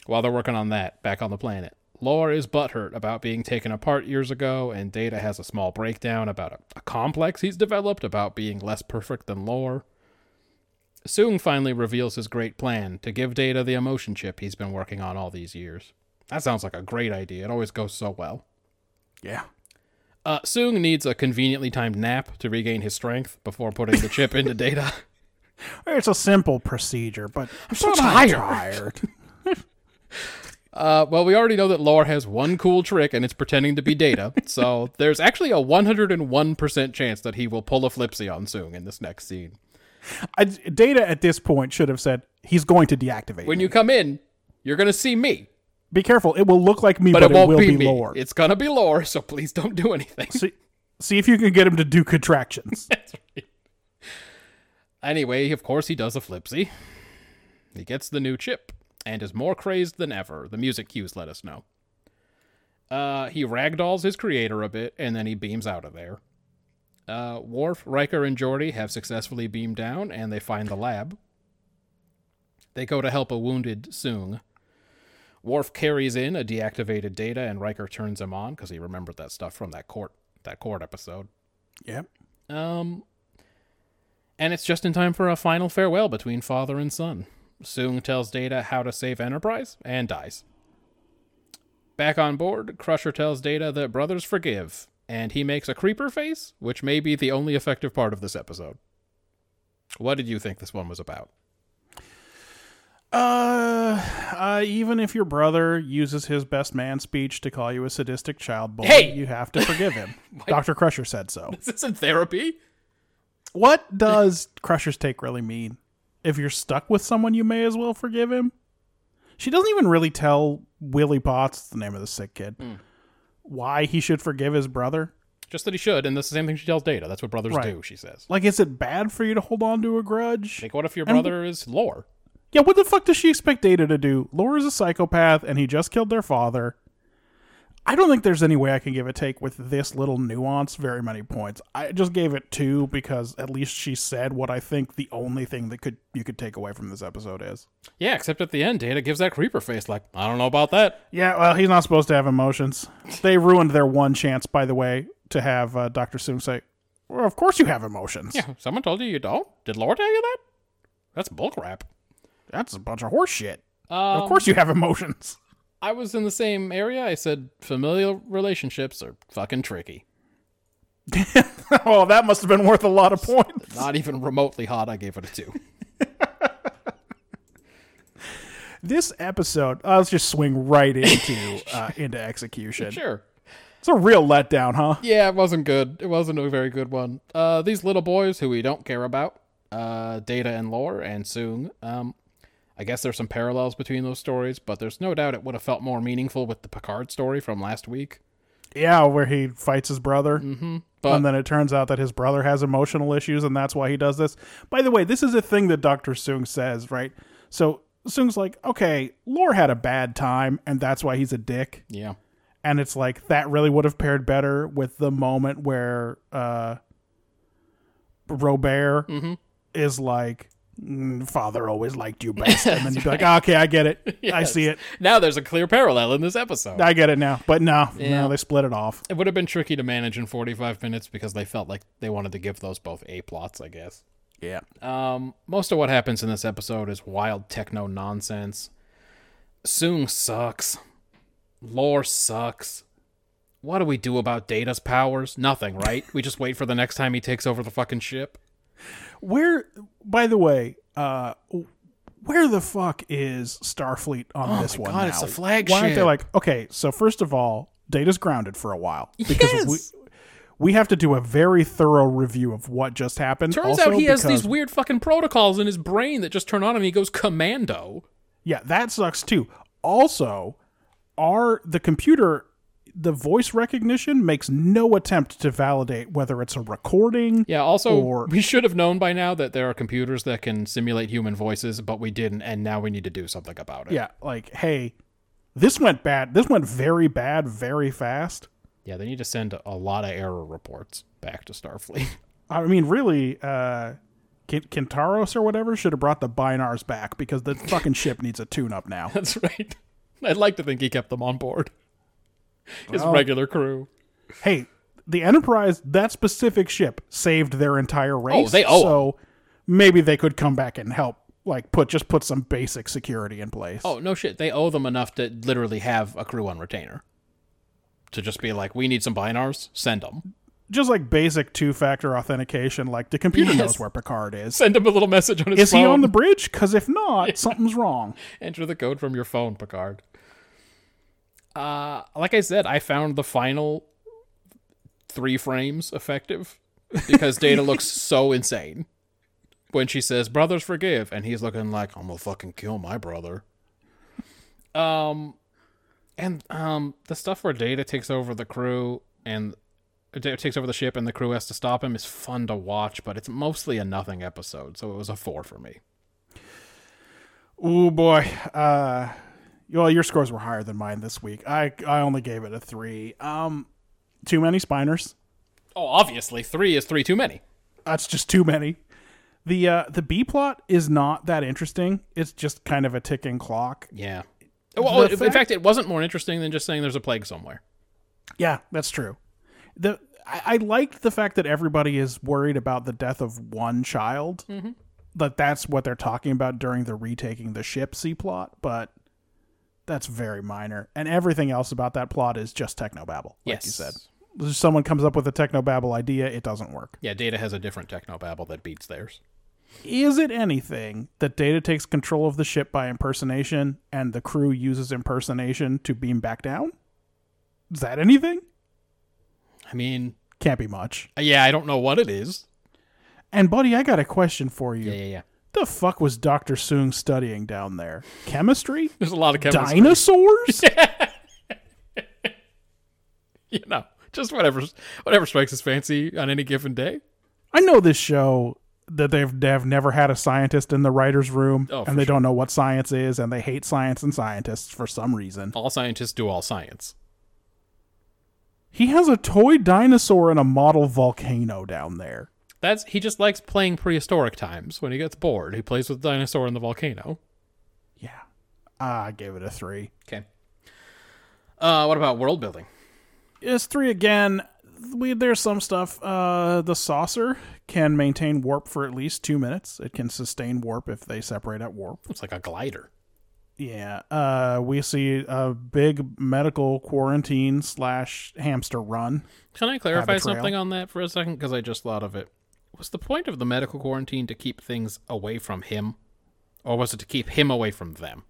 Speaker 1: while they're working on that, back on the planet, Lore is butthurt about being taken apart years ago, and Data has a small breakdown about a, a complex he's developed about being less perfect than Lore. Soong finally reveals his great plan to give Data the emotion chip he's been working on all these years. That sounds like a great idea. It always goes so well.
Speaker 2: Yeah.
Speaker 1: Uh, Soong needs a conveniently timed nap to regain his strength before putting the chip into Data. (laughs)
Speaker 2: It's a simple procedure, but I'm
Speaker 1: so
Speaker 2: but I'm
Speaker 1: tired.
Speaker 2: tired.
Speaker 1: Uh, well, we already know that Lore has one cool trick, and it's pretending to be Data. so there's actually a 101% chance that he will pull a Flipsy soon in this next scene.
Speaker 2: I, Data at this point should have said he's going to deactivate.
Speaker 1: When
Speaker 2: me."
Speaker 1: you come in, you're gonna see me,
Speaker 2: be careful, it will look like me,
Speaker 1: but,
Speaker 2: but,
Speaker 1: it won't
Speaker 2: will
Speaker 1: be,
Speaker 2: be,
Speaker 1: me.
Speaker 2: Lore.
Speaker 1: It's gonna be Lore, so please don't do anything.
Speaker 2: see, see if you can get him to do contractions.
Speaker 1: Anyway, of course, he does a flipsy. He gets the new chip and is more crazed than ever. The music cues let us know. Uh, he ragdolls his creator a bit and then he beams out of there. Uh, Worf, Riker, and Geordi have successfully beamed down and they find the lab. They go to help a wounded Soong. Worf carries in a deactivated data and Riker turns him on because he remembered that stuff from that court that court episode.
Speaker 2: yep.
Speaker 1: Um, and it's just in time for a final farewell between father and son. Soong tells Data how to save Enterprise and dies. Back on board, Crusher tells Data that brothers forgive, and he makes a creeper face, which may be the only effective part of this episode. What did you think this one was about? (laughs)
Speaker 2: Uh, uh, even if your brother uses his best man speech to call you a sadistic child boy,
Speaker 1: Hey!
Speaker 2: you have to forgive him. Dr. Crusher said so.
Speaker 1: Is this in therapy?
Speaker 2: What does Crusher's take really mean? If you're stuck with someone, you may as well forgive him. She doesn't even really tell Willie Potts, the name of the sick kid, why he should forgive his brother.
Speaker 1: Just that he should, and that's the same thing she tells Data. That's what brothers
Speaker 2: Right.
Speaker 1: do, she says.
Speaker 2: Like, is it bad for you to hold on to a grudge?
Speaker 1: Like, what if your
Speaker 2: And-
Speaker 1: brother is lore?
Speaker 2: Yeah, what the fuck does she expect Data to do? Laura's a psychopath and he just killed their father. I don't think there's any way I can give a take with this little nuance very many points. I just gave it two because at least she said what I think the only thing that could you could take away from this episode is.
Speaker 1: Yeah, except at the end, Data gives that creeper face, like, I don't know about that.
Speaker 2: Yeah, well, he's not supposed to have emotions. They ruined their one chance, by the way, to have uh, Dr. Soong say, Well, of course you have emotions.
Speaker 1: Yeah, someone told you you don't. Did Lore tell you that? That's bullcrap.
Speaker 2: That's a bunch of horse shit.
Speaker 1: Um,
Speaker 2: of course you have emotions. (laughs)
Speaker 1: I was in the same area. I said familial relationships are fucking tricky.
Speaker 2: oh, that must have been worth a lot of points.
Speaker 1: Not even remotely hot. I gave it a two.
Speaker 2: this episode uh, let's just swing
Speaker 1: (laughs)
Speaker 2: right into uh, into
Speaker 1: (laughs)
Speaker 2: execution
Speaker 1: sure.
Speaker 2: it's a real letdown huh
Speaker 1: Yeah, it wasn't good. It wasn't a very good one. Uh, these little boys who we don't care about, uh, Data and Lore and Soong. Um, I guess there's some parallels between those stories, but there's no doubt it would have felt more meaningful with the Picard story from last week.
Speaker 2: yeah where he fights his brother
Speaker 1: Mm-hmm. But
Speaker 2: and then it turns out that his brother has emotional issues and that's why he does this by the way this is a thing that dr soong says right so soong's like okay lore had a bad time and that's why he's a dick
Speaker 1: yeah,
Speaker 2: and it's like that really would have paired better with the moment where uh robert is like "Mm, father always liked you best and then you'd be like okay i get it i see it
Speaker 1: now there's a clear parallel in this episode.
Speaker 2: i get it now but no
Speaker 1: Yeah.
Speaker 2: no they split it off
Speaker 1: it would have been tricky to manage in 45 minutes because they felt like they wanted to give those both A plots, I guess.
Speaker 2: yeah
Speaker 1: Um, most of what happens in this episode is wild techno nonsense. Soong sucks. Lore sucks. What do we do about Data's powers? Nothing, right? we just wait for the next time he takes over the fucking ship.
Speaker 2: where by the way uh where the fuck is starfleet on this one
Speaker 1: Oh God,
Speaker 2: now?
Speaker 1: it's the
Speaker 2: why aren't they
Speaker 1: flagship.
Speaker 2: like okay so first of all data's grounded for
Speaker 1: (laughs)
Speaker 2: a while because we
Speaker 1: Yes.
Speaker 2: we have to do a very thorough review of what just happened.
Speaker 1: Turns
Speaker 2: Also
Speaker 1: out he has
Speaker 2: because-
Speaker 1: these weird fucking protocols in his brain that just turn on and he goes commando.
Speaker 2: Yeah, that sucks too. Also, are the computer the voice recognition makes no attempt to validate whether it's a recording.
Speaker 1: Yeah, also,
Speaker 2: Or-
Speaker 1: we should have known by now that there are computers that can simulate human voices, but we didn't, and now we need to do something about it.
Speaker 2: Yeah, like hey, this went bad. This went very bad very fast.
Speaker 1: Yeah, they need to send a lot of error reports back to Starfleet. (laughs)
Speaker 2: I mean, really, uh Kin- Kintaros or whatever should have brought the Binars back because the fucking ship needs a tune
Speaker 1: (laughs)
Speaker 2: up now.
Speaker 1: That's right. I'd like to think he kept them on board. His regular crew.
Speaker 2: hey, the Enterprise, that specific ship, saved their entire race.
Speaker 1: Oh, they owe
Speaker 2: So maybe they could come back and help, like put just put some basic security in place.
Speaker 1: Oh, no shit. They owe them enough to literally have a crew on retainer. To just be like, we need some binars, send them.
Speaker 2: just like basic two-factor authentication. Like the computer
Speaker 1: Yes.
Speaker 2: knows where Picard is.
Speaker 1: Send him a little message on his
Speaker 2: Is
Speaker 1: phone.
Speaker 2: he on the bridge? Because
Speaker 1: (laughs)
Speaker 2: if not, something's wrong.
Speaker 1: Enter the code from your phone, Picard. Uh, like I said, I found the final three frames effective because Data looks so insane when she says, Brothers forgive. And he's looking like, I'm going to fucking kill my brother. Um, and um, the stuff where Data takes over the crew and uh, Data takes over the ship and the crew has to stop him is fun to watch, but it's mostly a nothing episode. So it was a four for me.
Speaker 2: Oh boy. Uh, well, your scores were higher than mine this week. I I only gave it a three. Um, too many spiners.
Speaker 1: Oh, obviously, three is three too many.
Speaker 2: That's just too many. The uh, the B plot is not that interesting. It's just kind of a ticking clock.
Speaker 1: Yeah. Well, in
Speaker 2: fact-
Speaker 1: fact, it wasn't more interesting than just saying there's a plague somewhere.
Speaker 2: Yeah, that's true. The I, I liked the fact that everybody is worried about the death of one child. That that's what they're talking about during the retaking the ship C plot, but that's very minor. And everything else about that plot is just technobabble, like you
Speaker 1: Yes.
Speaker 2: said. If someone comes up with a technobabble idea, it doesn't work.
Speaker 1: Yeah, Data has a different technobabble that beats theirs.
Speaker 2: Is it anything that Data takes control of the ship by impersonation and the crew uses impersonation to beam back down? Is that anything?
Speaker 1: I mean,
Speaker 2: Can't be much.
Speaker 1: Uh, yeah, I don't know what it is.
Speaker 2: And buddy, I got a question for you.
Speaker 1: Yeah, yeah, yeah.
Speaker 2: The fuck was Dr. Soong studying down there? Chemistry?
Speaker 1: There's a lot of chemistry.
Speaker 2: Dinosaurs?
Speaker 1: (laughs) You know, just whatever, whatever strikes his fancy on any given day.
Speaker 2: I know this show that they've, they've never had a scientist in the writer's room
Speaker 1: Oh, for
Speaker 2: and they don't know what science is and they hate science and scientists for some reason.
Speaker 1: All scientists do all science.
Speaker 2: He has a toy dinosaur and a model volcano down there.
Speaker 1: That's he just likes playing prehistoric times. When he gets bored, he plays with the dinosaur and the volcano.
Speaker 2: Yeah. I gave it a three.
Speaker 1: Okay. Uh, what about world building?
Speaker 2: It's three again. We, there's some stuff. Uh, the saucer can maintain warp for at least two minutes. It can sustain warp if they separate at warp.
Speaker 1: It's like a glider.
Speaker 2: Yeah, uh, we see a big medical quarantine slash hamster run.
Speaker 1: Can I clarify
Speaker 2: a trail.
Speaker 1: something on that for a second? Because I just thought of it. Was the point of the medical quarantine to keep things away from him, or was it to keep him away from them?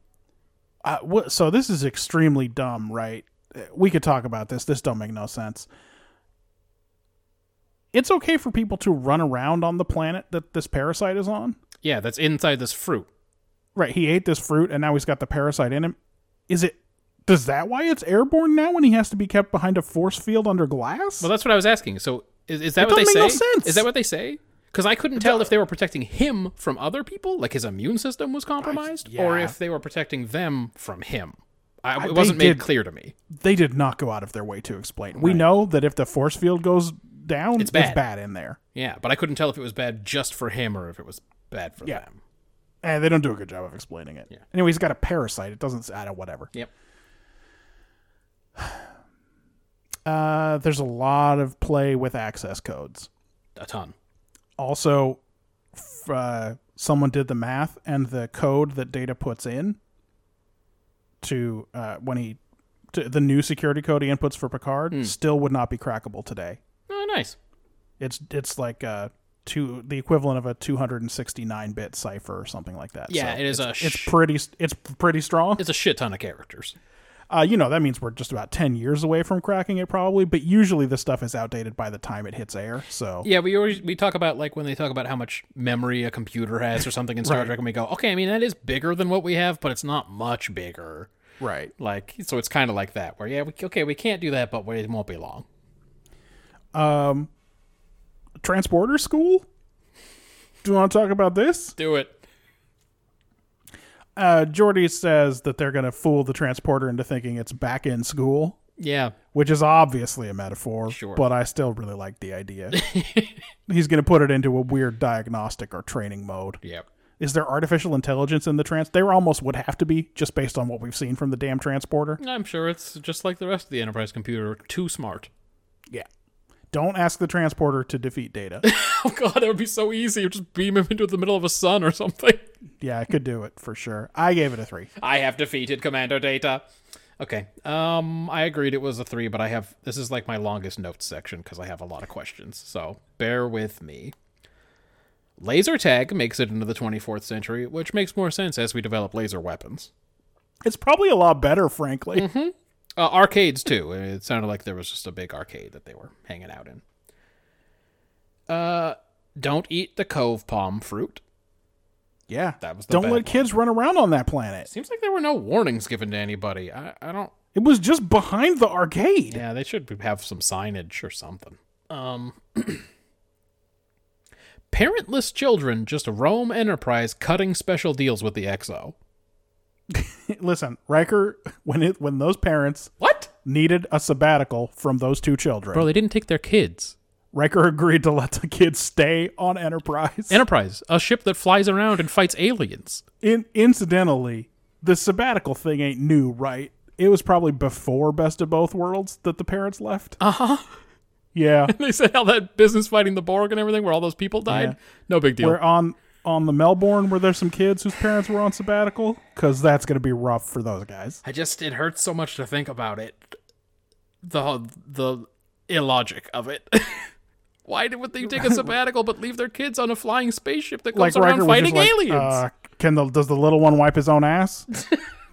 Speaker 2: Uh, wh- so this is extremely dumb, right? Uh, We could talk about this. This don't make no sense. It's okay for people to run around on the planet that this parasite is on.
Speaker 1: Yeah, that's inside this fruit.
Speaker 2: Right, he ate this fruit and now he's got the parasite in him. Is it? Does that why it's airborne now? When he has to be kept behind a force field under glass?
Speaker 1: Well, that's what I was asking. So, is, is that
Speaker 2: It
Speaker 1: what they
Speaker 2: don't
Speaker 1: say?
Speaker 2: make no sense.
Speaker 1: Is that what they say? Because I couldn't tell if they were protecting him from other people, like his immune system was compromised, or
Speaker 2: yeah.
Speaker 1: if they were protecting them from him. I, it
Speaker 2: they
Speaker 1: wasn't made
Speaker 2: did-
Speaker 1: clear to me.
Speaker 2: they did not go out of their way to explain. We know that if the force field goes down, it's
Speaker 1: bad.
Speaker 2: in there,
Speaker 1: Yeah, but I couldn't tell if it was bad just for him or if it was bad for
Speaker 2: Yeah.
Speaker 1: them.
Speaker 2: and they don't do a good job of explaining it. Anyway, he's got a parasite. It doesn't. I don't. Whatever.
Speaker 1: Yep.
Speaker 2: Uh, there's a lot of play with access codes.
Speaker 1: A ton.
Speaker 2: Also, f- uh, someone did the math and the code that data puts in to uh, when he to the new security code he inputs for Picard
Speaker 1: Hmm.
Speaker 2: still would not be crackable today.
Speaker 1: Oh, nice.
Speaker 2: It's it's like uh two the equivalent of a 269 bit cipher or something like that.
Speaker 1: Yeah,
Speaker 2: So
Speaker 1: it is
Speaker 2: it's,
Speaker 1: a sh-
Speaker 2: it's pretty it's pretty strong.
Speaker 1: It's a shit ton of characters.
Speaker 2: Uh you know, that means we're just about 10 years away from cracking it probably, but usually this stuff is outdated by the time it hits air. So
Speaker 1: Yeah, we always we talk about like when they talk about how much memory a computer has or something in Star
Speaker 2: Right.
Speaker 1: Trek, and we go, okay, I mean that is bigger than what we have, but it's not much bigger.
Speaker 2: right.
Speaker 1: Like, so it's kind of like that, where yeah, we, okay, we can't do that, but we- it won't be long.
Speaker 2: Transporter school? Do you want to talk about this?
Speaker 1: Do it.
Speaker 2: Uh Jordy says that they're going to fool the transporter into thinking it's back in school,
Speaker 1: Yeah,
Speaker 2: which is obviously a metaphor,
Speaker 1: Sure.
Speaker 2: but I still really like the idea. (laughs) He's going to put it into a weird diagnostic or training mode.
Speaker 1: yeah.
Speaker 2: Is there artificial intelligence in the trans? There almost would have to be, just based on what we've seen from the damn transporter.
Speaker 1: I'm sure it's just like the rest of the Enterprise computer, too smart.
Speaker 2: Yeah. Don't ask the transporter to defeat Data. (laughs)
Speaker 1: Oh God, that would be so easy. You just beam him into the middle of a sun or something.
Speaker 2: yeah, I could do it for sure. I gave it a three.
Speaker 1: I have defeated Commander Data. Okay. Um, I agreed it was a three, but I have this is like my longest notes section because I have a lot of questions. So bear with me. Laser tag makes it into the 24th century, which makes more sense as we develop laser weapons.
Speaker 2: It's probably a lot better, frankly.
Speaker 1: Uh, arcades too. It sounded like there was just a big arcade that they were hanging out in. Uh, don't eat the cove palm fruit.
Speaker 2: Yeah,
Speaker 1: That was the
Speaker 2: don't
Speaker 1: bad
Speaker 2: let
Speaker 1: one.
Speaker 2: kids run around on that planet.
Speaker 1: Seems like there were no warnings given to anybody. I, I don't.
Speaker 2: It was just behind
Speaker 1: (laughs)
Speaker 2: the arcade.
Speaker 1: Yeah, they should have some signage or something. Um, (clears throat) parentless children just roam Enterprise cutting special deals with the XO.
Speaker 2: Listen, Riker, when it when those parents
Speaker 1: What?
Speaker 2: needed a sabbatical from those two children,
Speaker 1: Bro, they didn't take their kids.
Speaker 2: Riker agreed to let the kids stay on Enterprise.
Speaker 1: Enterprise, a ship that flies around and fights aliens.
Speaker 2: (laughs)
Speaker 1: (laughs)
Speaker 2: In- incidentally, the sabbatical thing ain't new, right? It was probably before Best of Both Worlds that the parents left. Uh huh.
Speaker 1: Uh-huh. (laughs)
Speaker 2: Yeah,
Speaker 1: They said how that business fighting the Borg and everything, where all those people died.
Speaker 2: Yeah.
Speaker 1: No big deal.
Speaker 2: we're on on the Melbourne where there's some kids whose parents were on sabbatical because that's gonna be rough for those guys.
Speaker 1: I just it hurts so much to think about it. The the illogic of it. (laughs) Why did- would they
Speaker 2: (laughs)
Speaker 1: take a sabbatical but leave their kids on a flying spaceship that goes
Speaker 2: Like
Speaker 1: around
Speaker 2: Riker was
Speaker 1: fighting
Speaker 2: just like,
Speaker 1: aliens?
Speaker 2: Uh, can the does the little one wipe his
Speaker 1: (laughs)
Speaker 2: own ass?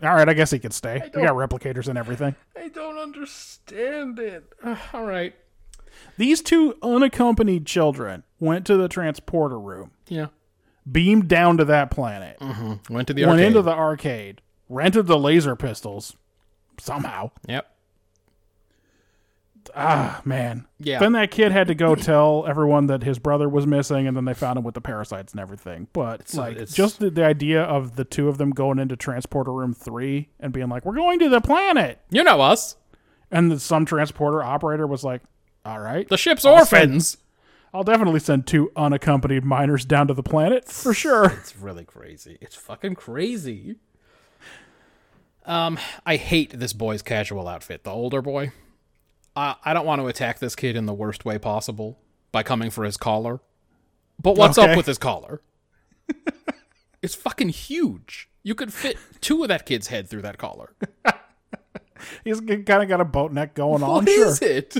Speaker 2: All right, I guess he can stay. We got replicators and everything.
Speaker 1: I don't understand it. Ugh, (sighs) all right.
Speaker 2: These two unaccompanied children went to the transporter room,
Speaker 1: Yeah.
Speaker 2: beamed down to that planet,
Speaker 1: Mm-hmm. Went to the
Speaker 2: went
Speaker 1: arcade.
Speaker 2: into the arcade, rented the laser pistols somehow.
Speaker 1: yep.
Speaker 2: Ah, man.
Speaker 1: Yeah.
Speaker 2: Then that kid had to go tell everyone that his brother was missing, and then they found him with the parasites and everything. But like,
Speaker 1: it's-
Speaker 2: just the, the idea of the two of them going into transporter room three and being like, "We're going to the planet,"
Speaker 1: You know us.
Speaker 2: and then some transporter operator was like, "All right,
Speaker 1: The ship's orphans.
Speaker 2: I'll definitely send two unaccompanied minors down to the planet for sure."
Speaker 1: It's really crazy. It's fucking crazy. Um, I hate this boy's casual outfit. The older boy. I I don't want to attack this kid in the worst way possible by coming for his collar. But what's
Speaker 2: Okay.
Speaker 1: up with his (laughs) collar? it's fucking huge. You could fit two of that kid's head through that collar.
Speaker 2: He's kind of got a boat neck going on.
Speaker 1: (laughs) What
Speaker 2: Oh, sure.
Speaker 1: is it?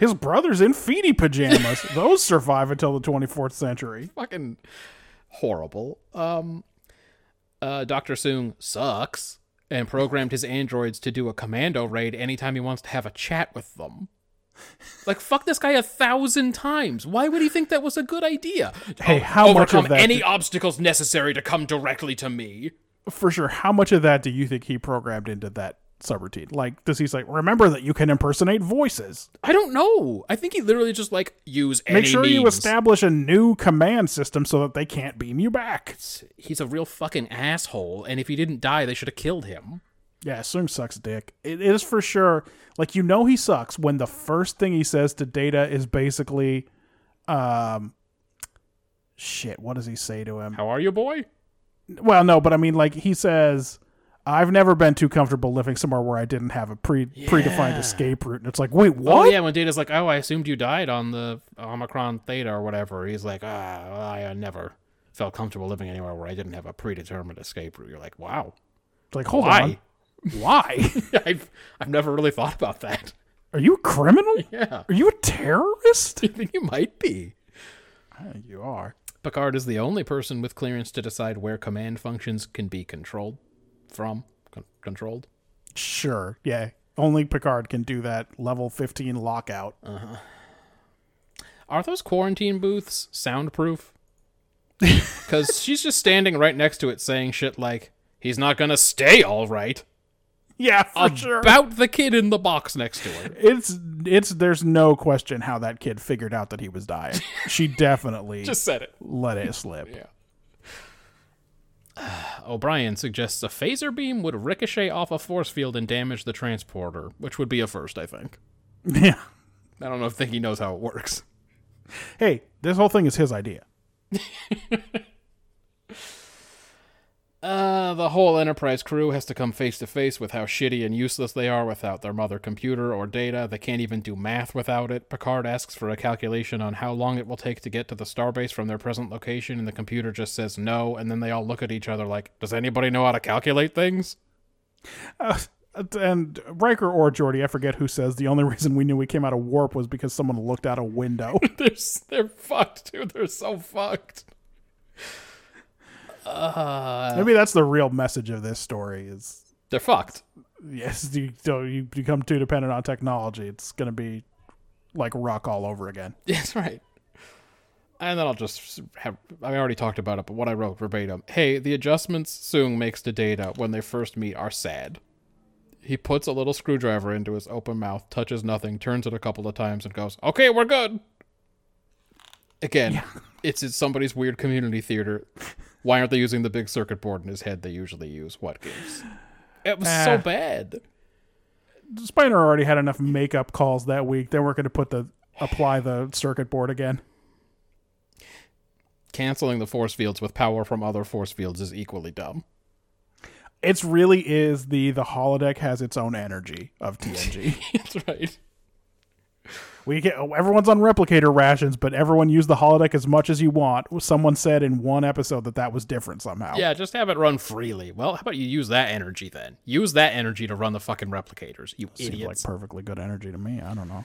Speaker 2: His brother's in feety
Speaker 1: (laughs)
Speaker 2: pajamas. Those survive until the 24th century.
Speaker 1: Fucking horrible. Um, uh, Doctor Soong sucks and programmed his androids to do a commando raid anytime he wants to have a chat with them. Like fuck this guy a thousand times. Why would he think that was a good idea?
Speaker 2: Hey, how much
Speaker 1: Overcome
Speaker 2: of that
Speaker 1: any
Speaker 2: do-
Speaker 1: obstacles necessary to come directly to me.
Speaker 2: For sure. How much of that do you think he programmed into that subroutine? Like, does he say, remember that you can impersonate voices?
Speaker 1: I don't know. I think he literally just like use any
Speaker 2: Make sure you
Speaker 1: means.
Speaker 2: establish a new command system so that they can't beam you back.
Speaker 1: He's a real fucking asshole, and if he didn't die, they should have killed him.
Speaker 2: Yeah, Soong sucks dick. It is for sure. Like, you know, he sucks when the first thing he says to Data is basically, um, shit, what does he say to him?
Speaker 1: How are you, boy?
Speaker 2: Well, no, but I mean, like he says, I've never been too comfortable living somewhere where I didn't have a pre predefined escape route, and it's like, wait, what?
Speaker 1: Oh yeah, when Data's like, "Oh, I assumed you died on the Omicron Theta or whatever," he's like, "Ah, well, I uh, never felt comfortable living anywhere where I didn't have a predetermined escape route." You're like, "Wow, (laughs)
Speaker 2: It's like, hold
Speaker 1: why?
Speaker 2: on, why? (laughs)
Speaker 1: I've I've never really thought about that." (laughs)
Speaker 2: Are you a criminal?
Speaker 1: Yeah, (laughs)
Speaker 2: Are you a terrorist?
Speaker 1: I think you might be.
Speaker 2: you are.
Speaker 1: Picard is the only person with clearance to decide where command functions can be controlled from con- controlled.
Speaker 2: Sure, yeah. Only Picard can do that level fifteen lockout.
Speaker 1: Uh, Are those quarantine booths soundproof? Because she's just standing right next to it, saying shit like, "He's not gonna stay, all right."
Speaker 2: yeah, for sure.
Speaker 1: about the kid in the box next to her.
Speaker 2: It's it's. There's no question how that kid figured out that he was dying. she definitely
Speaker 1: (laughs) Just said it.
Speaker 2: let it slip.
Speaker 1: O'Brien suggests a phaser beam would ricochet off a force field and damage the transporter, which would be a first, I think.
Speaker 2: (laughs) yeah.
Speaker 1: I don't know if think he knows how it works.
Speaker 2: Hey, this whole thing is his idea.
Speaker 1: Uh, the whole Enterprise crew has to come face to face with how shitty and useless they are without their mother computer or data. They can't even do math without it. Picard asks for a calculation on how long it will take to get to the starbase from their present location, and the computer just says no, and then they all look at each other like, Does anybody know how to calculate things?
Speaker 2: Uh, and Riker or Geordi, I forget who says the only (laughs) reason we knew we came out of warp was because someone looked out a window.
Speaker 1: (laughs) They're s- they're fucked, dude. They're so fucked.
Speaker 2: Maybe that's the real message of this story is
Speaker 1: They're fucked.
Speaker 2: yes, you so you become too dependent on technology, it's going to be like rock all over again.
Speaker 1: (laughs) That's right. And then I'll just have. I already talked about it, but what I wrote verbatim. Hey, the adjustments Sung makes to Data when they first meet are sad. He puts a little screwdriver into his open mouth, touches nothing, turns it a couple of times, and goes, "Okay, we're good." Again, (laughs) it's in somebody's weird community theater. Why aren't they using the big circuit board in his head they usually use? What gives? It was so
Speaker 2: Ah.
Speaker 1: bad.
Speaker 2: Spiner already had enough makeup calls that week. They weren't going to put the apply the circuit board again.
Speaker 1: Canceling the force fields with power from other force fields is equally (laughs) dumb.
Speaker 2: It's really is the the holodeck has its own energy of TNG.
Speaker 1: That's right.
Speaker 2: (laughs) We get oh, everyone's on replicator rations, but everyone use the holodeck as much as you want. Someone said in one episode that that was different somehow.
Speaker 1: Yeah, just have it run freely. Well, how about you use that energy then? Use that energy to run the fucking replicators, you
Speaker 2: Seems
Speaker 1: idiots.
Speaker 2: like perfectly good energy to me. I don't know.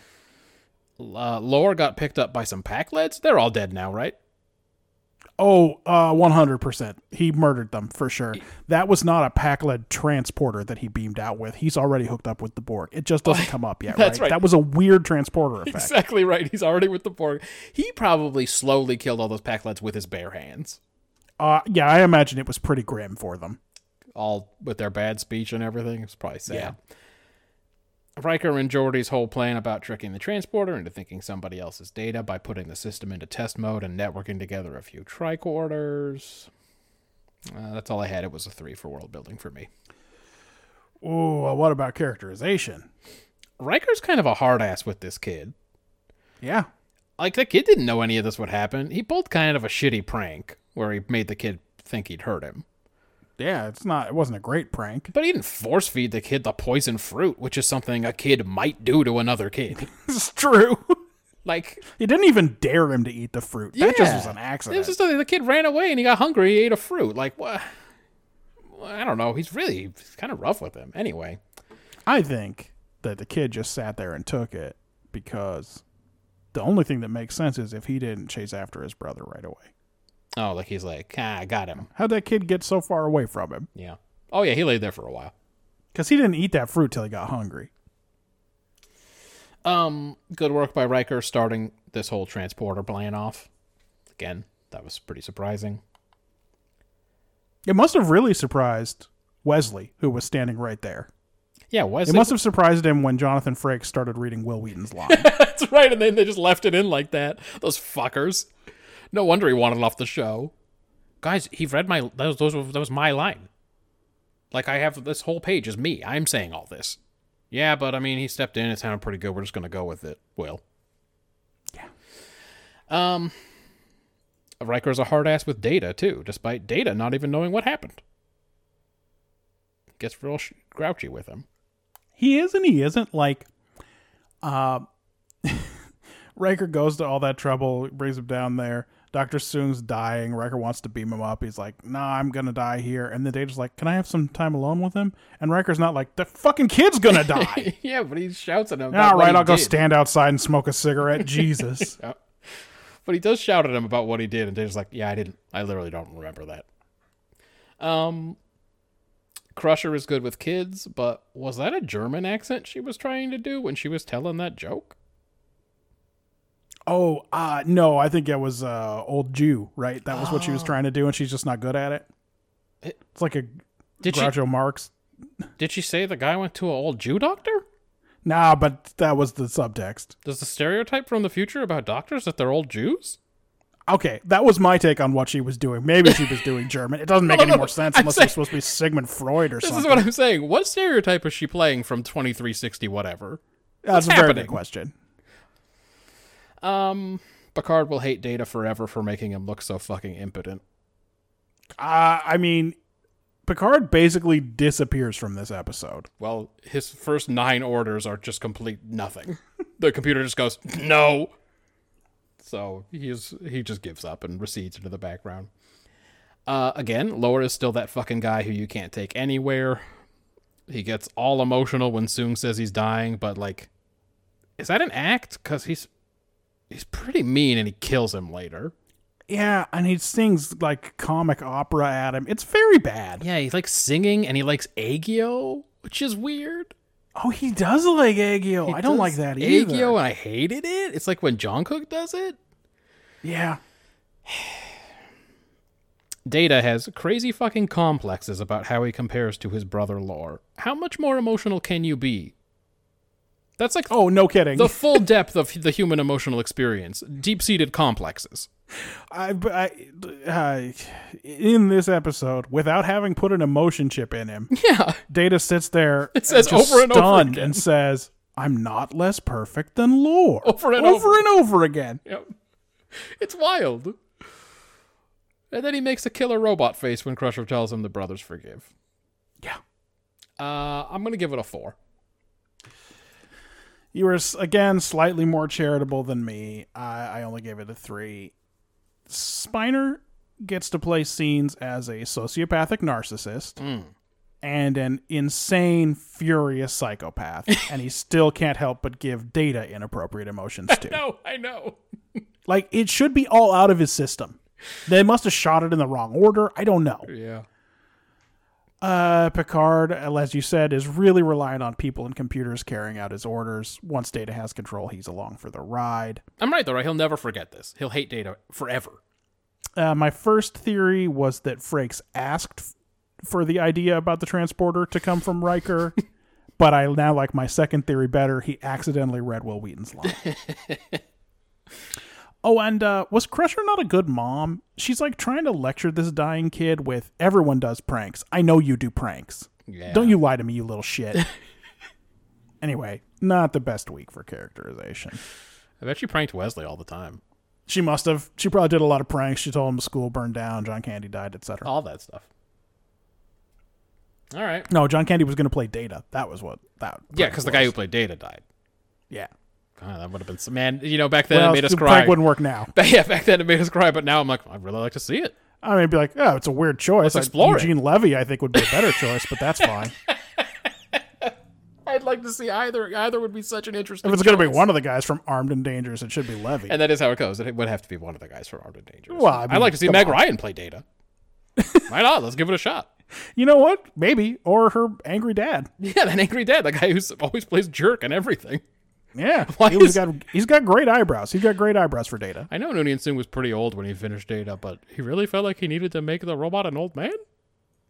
Speaker 1: uh, Lore got picked up by some pack leads. They're all dead now, right?
Speaker 2: Oh, uh, 100%. He murdered them for sure. That was not a pack led transporter that he beamed out with. He's already hooked up with the Borg. It
Speaker 1: (laughs)
Speaker 2: just doesn't come up yet,
Speaker 1: That's right.
Speaker 2: That was a weird transporter effect.
Speaker 1: Exactly right. He's already with the Borg. He probably slowly killed all those pack leads with his bare hands,
Speaker 2: Uh, yeah, I imagine it was pretty grim for them.
Speaker 1: all with their bad speech and everything. It's probably sad. Riker and Geordi's whole plan about tricking the transporter into thinking somebody else's data by putting the system into test mode and networking together a few tricorders. Uh, that's all I had. It was a three for world building for me.
Speaker 2: Ooh, well, what about characterization?
Speaker 1: Riker's kind of a hard ass with this kid.
Speaker 2: Yeah.
Speaker 1: Like the kid didn't know any of this would happen. He pulled kind of a shitty prank where he made the kid think he'd hurt him.
Speaker 2: Yeah, it's not, it wasn't a great prank. (laughs)
Speaker 1: But he didn't force feed the kid the poison fruit, which is something a kid might do to another kid. (laughs)
Speaker 2: it's true. (laughs)
Speaker 1: Like
Speaker 2: He didn't even dare him to eat the fruit. That just
Speaker 1: yeah.
Speaker 2: was an
Speaker 1: It
Speaker 2: accident.
Speaker 1: was just something the kid ran away and he got hungry. He ate a fruit. Like what? I don't know. He's really kind of rough with him. Anyway,
Speaker 2: I think that the kid just sat there and took it because the only thing that makes sense is if he didn't chase after his brother right away.
Speaker 1: oh, like he's like, ah, I got him.
Speaker 2: How'd that kid get so far away from him?
Speaker 1: Yeah. Oh yeah, he laid there for a while.
Speaker 2: Because he didn't eat that fruit till he got hungry.
Speaker 1: Um, good work by Riker starting this whole transporter plan off. Again, that was pretty surprising.
Speaker 2: It must have really surprised Wesley, who was standing right there.
Speaker 1: Yeah, Wesley.
Speaker 2: It must have surprised him when Jonathan Frakes started reading Will Wheaton's line.
Speaker 1: That's right, and then they just left it in like that. Those fuckers. No wonder he wanted off the show. Guys, he read my those those were- that was my line. Like I have this whole page is me. I'm saying all this. Yeah, but I mean he stepped in, it sounded pretty good. We're just gonna go with it, Will. Yeah. Um Riker's a hard ass with data too, despite data not even knowing what happened. Gets real sh- grouchy with him.
Speaker 2: he is and he isn't. Like, uh, (laughs) Riker goes to all that trouble, brings him down there. Dr. Soong's dying. Riker wants to beam him up. He's like, nah, I'm going to die here. And the data's like, can I have some time alone with him? And Riker's not like, the fucking kid's
Speaker 1: (laughs)
Speaker 2: going to die.
Speaker 1: (laughs) yeah, but he shouts at him. about
Speaker 2: All
Speaker 1: what
Speaker 2: right,
Speaker 1: he
Speaker 2: I'll go
Speaker 1: did.
Speaker 2: stand outside and smoke
Speaker 1: (laughs)
Speaker 2: a cigarette. Jesus.
Speaker 1: But he does shout at him about what he did, and Data's like, "Yeah, I didn't. I literally don't remember that." Um, Crusher is good with kids, but was that a German accent she was trying to do when she was telling that joke?
Speaker 2: Oh, uh, no, I think it was uh, old Jew, right? That was what she was trying to do, and she's just not good at it.
Speaker 1: Oh. It-
Speaker 2: It's like a
Speaker 1: Did she?
Speaker 2: Groucho Marx.
Speaker 1: Did she say the guy went to an old Jew doctor?
Speaker 2: Nah, but that was the subtext.
Speaker 1: Does the stereotype from the future about doctors that they're old Jews?
Speaker 2: Okay, that was my take on what she was doing. Maybe she was doing German. It doesn't make
Speaker 1: No,
Speaker 2: any
Speaker 1: no, (laughs)
Speaker 2: more sense
Speaker 1: I'm
Speaker 2: unless
Speaker 1: saying-
Speaker 2: it's supposed to be Sigmund Freud or
Speaker 1: This is
Speaker 2: something.
Speaker 1: what I'm saying. What stereotype is she playing from 2360 whatever?
Speaker 2: That's a very
Speaker 1: happening?
Speaker 2: good question.
Speaker 1: Um, Picard will hate Data forever for making him look so fucking impotent.
Speaker 2: Uh, I mean, Picard basically disappears from this episode.
Speaker 1: Well, his first nine orders are just complete nothing. (laughs) the computer just goes, no. So he's he just gives up and recedes into the background. Uh, again, Lower is still that fucking guy who you can't take anywhere. He gets all emotional when Soong says he's dying, but like, is that an act? Because he's he's pretty mean, and he kills him later.
Speaker 2: Yeah, and he sings like comic opera at him. It's very bad.
Speaker 1: Yeah, he likes singing, and he likes Agio, which is weird.
Speaker 2: Oh, he does like Agio. Oh, I don't like that either.
Speaker 1: Agio, and I hated it. It's like when John Cook does it.
Speaker 2: Yeah.
Speaker 1: Data has crazy fucking complexes about how he compares to his brother Lore. How much more emotional can you be? That's
Speaker 2: (laughs)
Speaker 1: like
Speaker 2: Oh, no kidding.
Speaker 1: the full depth of the human emotional experience, deep seated complexes. (laughs)
Speaker 2: I, I, I, in this episode, without having put an emotion chip in him,
Speaker 1: Yeah.
Speaker 2: Data sits
Speaker 1: (laughs)
Speaker 2: there. It
Speaker 1: says over and over
Speaker 2: stunned
Speaker 1: again.
Speaker 2: and says, "I'm not less perfect than Lore."
Speaker 1: Over and
Speaker 2: over
Speaker 1: over.
Speaker 2: and over again.
Speaker 1: Yep. It's wild. And then he makes a killer robot face when Crusher tells him the brothers forgive.
Speaker 2: Yeah.
Speaker 1: Uh, I'm going to give it a four.
Speaker 2: You were s- again slightly more charitable than me. I, I only gave it a three. Spiner gets to play scenes as a sociopathic narcissist
Speaker 1: Hmm.
Speaker 2: and an insane,
Speaker 1: (laughs)
Speaker 2: furious psychopath, and he still can't help but give Data inappropriate emotions too.
Speaker 1: No, I know.
Speaker 2: Like it should be all out of his system. They must have shot it in the wrong order. I don't know.
Speaker 1: Yeah.
Speaker 2: Uh, Picard, as you said, is really reliant on people and computers carrying out his orders. Once Data has control, he's along for the ride.
Speaker 1: I'm right, though, right? He'll never forget this. He'll hate Data forever.
Speaker 2: Uh, my first theory was that Frakes asked f- for the idea about the transporter to come from Riker, but I now like my second theory better. He accidentally read Will Wheaton's line. oh, and uh, was Crusher not a good mom? She's like trying to lecture this dying kid with everyone does pranks. I know you do pranks.
Speaker 1: Yeah.
Speaker 2: Don't you lie to me, you
Speaker 1: (laughs)
Speaker 2: little shit. anyway, not the best week for characterization.
Speaker 1: I bet she pranked Wesley all the time.
Speaker 2: She must have. She probably did a lot of pranks. She told him the school burned down, John Candy died, etc.
Speaker 1: All that stuff. All right.
Speaker 2: No, John Candy was going to play Data. That was what that.
Speaker 1: Yeah, because the guy who played Data died.
Speaker 2: yeah.
Speaker 1: God, that would have been some man. You know, back then
Speaker 2: well,
Speaker 1: it made us
Speaker 2: the
Speaker 1: cry.
Speaker 2: prank wouldn't work now.
Speaker 1: (laughs) yeah, back then it made us cry, but now I'm like, I'd really like to see it.
Speaker 2: I mean, be like, oh, it's a weird choice.
Speaker 1: Let's explore it.
Speaker 2: Eugene Levy, I think, would be a better choice, but that's
Speaker 1: (laughs)
Speaker 2: fine.
Speaker 1: I'd like to see either. Either would be such an interesting.
Speaker 2: If it's going to be one of the guys from Armed and Dangerous, it should be Levy.
Speaker 1: and that is how it goes. It would have to be one of the guys from Armed and Dangerous.
Speaker 2: Well, I mean,
Speaker 1: would like to see
Speaker 2: come
Speaker 1: Meg
Speaker 2: on.
Speaker 1: Ryan play
Speaker 2: (laughs)
Speaker 1: Data. Why not? Let's give it a shot. (laughs)
Speaker 2: you know what? Maybe or her angry dad.
Speaker 1: Yeah, that angry dad, the guy who always plays jerk and everything.
Speaker 2: Yeah,
Speaker 1: Why
Speaker 2: he's
Speaker 1: is-
Speaker 2: got he's got great eyebrows. He's got great eyebrows for Data.
Speaker 1: I know Noonien Singh was pretty old when he finished Data, but he really felt like he needed to make the robot an old man.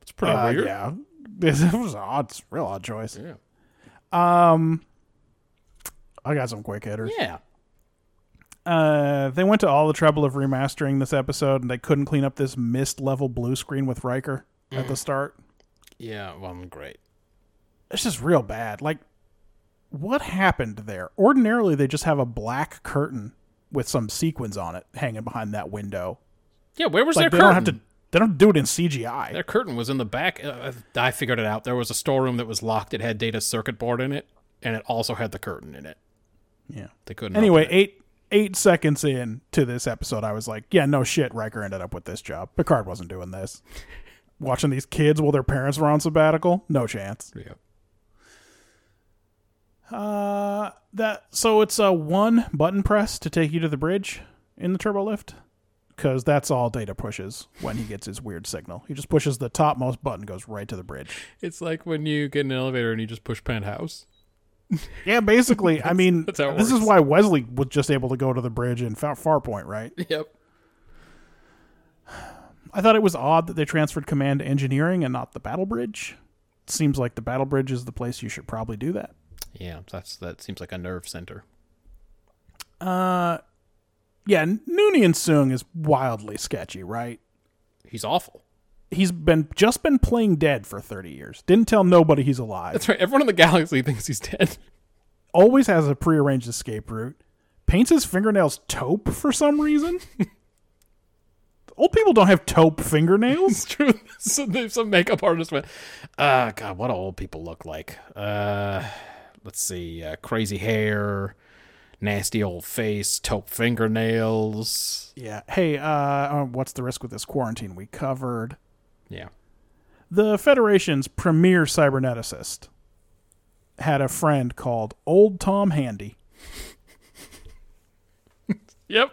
Speaker 1: It's pretty
Speaker 2: Uh,
Speaker 1: weird.
Speaker 2: yeah, (laughs) this was an odd, it's a real odd choice. Um,
Speaker 1: Yeah.
Speaker 2: I got some quick hitters.
Speaker 1: Yeah.
Speaker 2: Uh, they went to all the trouble of remastering this episode, and they couldn't clean up this mist level blue screen with Riker at
Speaker 1: Mm.
Speaker 2: the start.
Speaker 1: Yeah. Well, great.
Speaker 2: It's just real bad. Like, what happened there? Ordinarily, they just have a black curtain with some sequins on it hanging behind that window.
Speaker 1: Yeah. Where was their
Speaker 2: Like, they
Speaker 1: curtain?
Speaker 2: don't have to. They don't do it in CGI.
Speaker 1: Their curtain was in the back. Uh, I figured it out. There was a storeroom that was locked. It had data circuit board in it, and it also had the curtain in it.
Speaker 2: yeah.
Speaker 1: They couldn't.
Speaker 2: Anyway,
Speaker 1: open it.
Speaker 2: eight eight seconds in to this episode, I was like, yeah, no shit, Riker ended up with this job. Picard wasn't doing this. Watching these kids while their parents were on sabbatical, no chance.
Speaker 1: Yeah.
Speaker 2: Uh, that so it's a one button press to take you to the bridge in the turbo lift because that's all data pushes when he gets his weird signal he just pushes the topmost button goes right to the bridge
Speaker 1: It's like when you get in an elevator and you just push penthouse.
Speaker 2: yeah basically i mean
Speaker 1: that's how it
Speaker 2: this is
Speaker 1: works.
Speaker 2: why wesley was just able to go to the bridge in Fa- farpoint right
Speaker 1: Yep.
Speaker 2: i thought it was odd that they transferred command to engineering and not the battle bridge seems like the battle bridge is the place you should probably do that
Speaker 1: Yeah. That's that seems like a nerve center.
Speaker 2: yeah Noonien Sung is wildly sketchy right
Speaker 1: He's awful.
Speaker 2: he's been just been playing dead for 30 years didn't tell nobody he's alive
Speaker 1: That's right. Everyone in the galaxy (laughs) thinks he's dead.
Speaker 2: always has a prearranged escape route paints his fingernails taupe for some reason (laughs) old people don't have taupe
Speaker 1: (laughs)
Speaker 2: fingernails
Speaker 1: It's true. so there's some makeup artist went, uh, God, what do old people look like? Uh, let's see, uh, crazy hair, nasty old face, taupe fingernails.
Speaker 2: yeah hey uh, uh, what's the risk with this quarantine we covered
Speaker 1: Yeah.
Speaker 2: The Federation's premier cyberneticist had a friend called Old Tom Handy.
Speaker 1: Yep.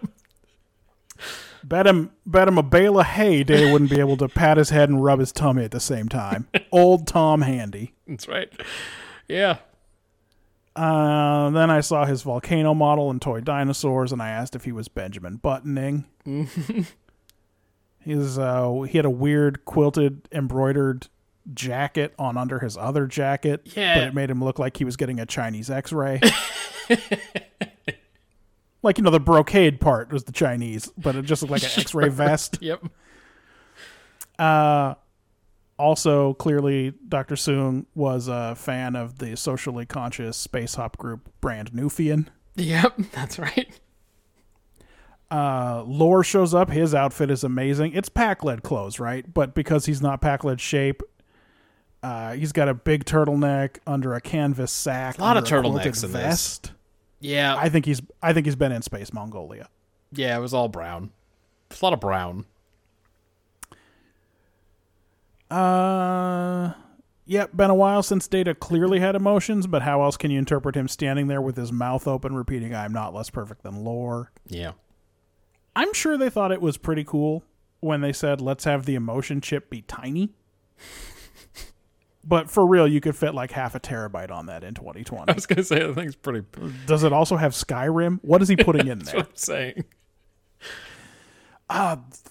Speaker 2: Bet him, bet him a bale of hay Day wouldn't be able to pat his head and rub his tummy at the same time. Old Tom Handy.
Speaker 1: That's right. Yeah.
Speaker 2: Uh, then I saw his volcano model and toy dinosaurs, and I asked if he was Benjamin Buttoning. his uh, he had a weird quilted embroidered jacket on under his other jacket,
Speaker 1: Yeah.
Speaker 2: but it made him look like he was getting a Chinese X-ray. like you know, the brocade part was the Chinese, but it just looked like an X-ray vest.
Speaker 1: Yep.
Speaker 2: Uh, also clearly dr soong was a fan of the socially conscious space hop group brand nufian
Speaker 1: Yep. That's right.
Speaker 2: uh, lore shows up his outfit is amazing it's pack led clothes right but because he's not pack led shape uh, he's got a big turtleneck under a canvas sack
Speaker 1: Lot of
Speaker 2: under a quilted
Speaker 1: turtlenecks in this.
Speaker 2: vest
Speaker 1: Yeah.
Speaker 2: i think he's i think he's been in space mongolia
Speaker 1: yeah. It was all brown. It's a lot of brown.
Speaker 2: Uh, yep. Been a while since Data clearly had emotions, but how else can you interpret him standing there with his mouth open, repeating, "I'm not less perfect than lore."
Speaker 1: Yeah.
Speaker 2: I'm sure they thought it was pretty cool when they said, "Let's have the emotion chip be tiny." but for real, you could fit like half a terabyte on that in
Speaker 1: (laughs)
Speaker 2: 2020.
Speaker 1: I was gonna say the thing's pretty. (laughs)
Speaker 2: Does it also have Skyrim? What is he putting in there?
Speaker 1: I'm saying.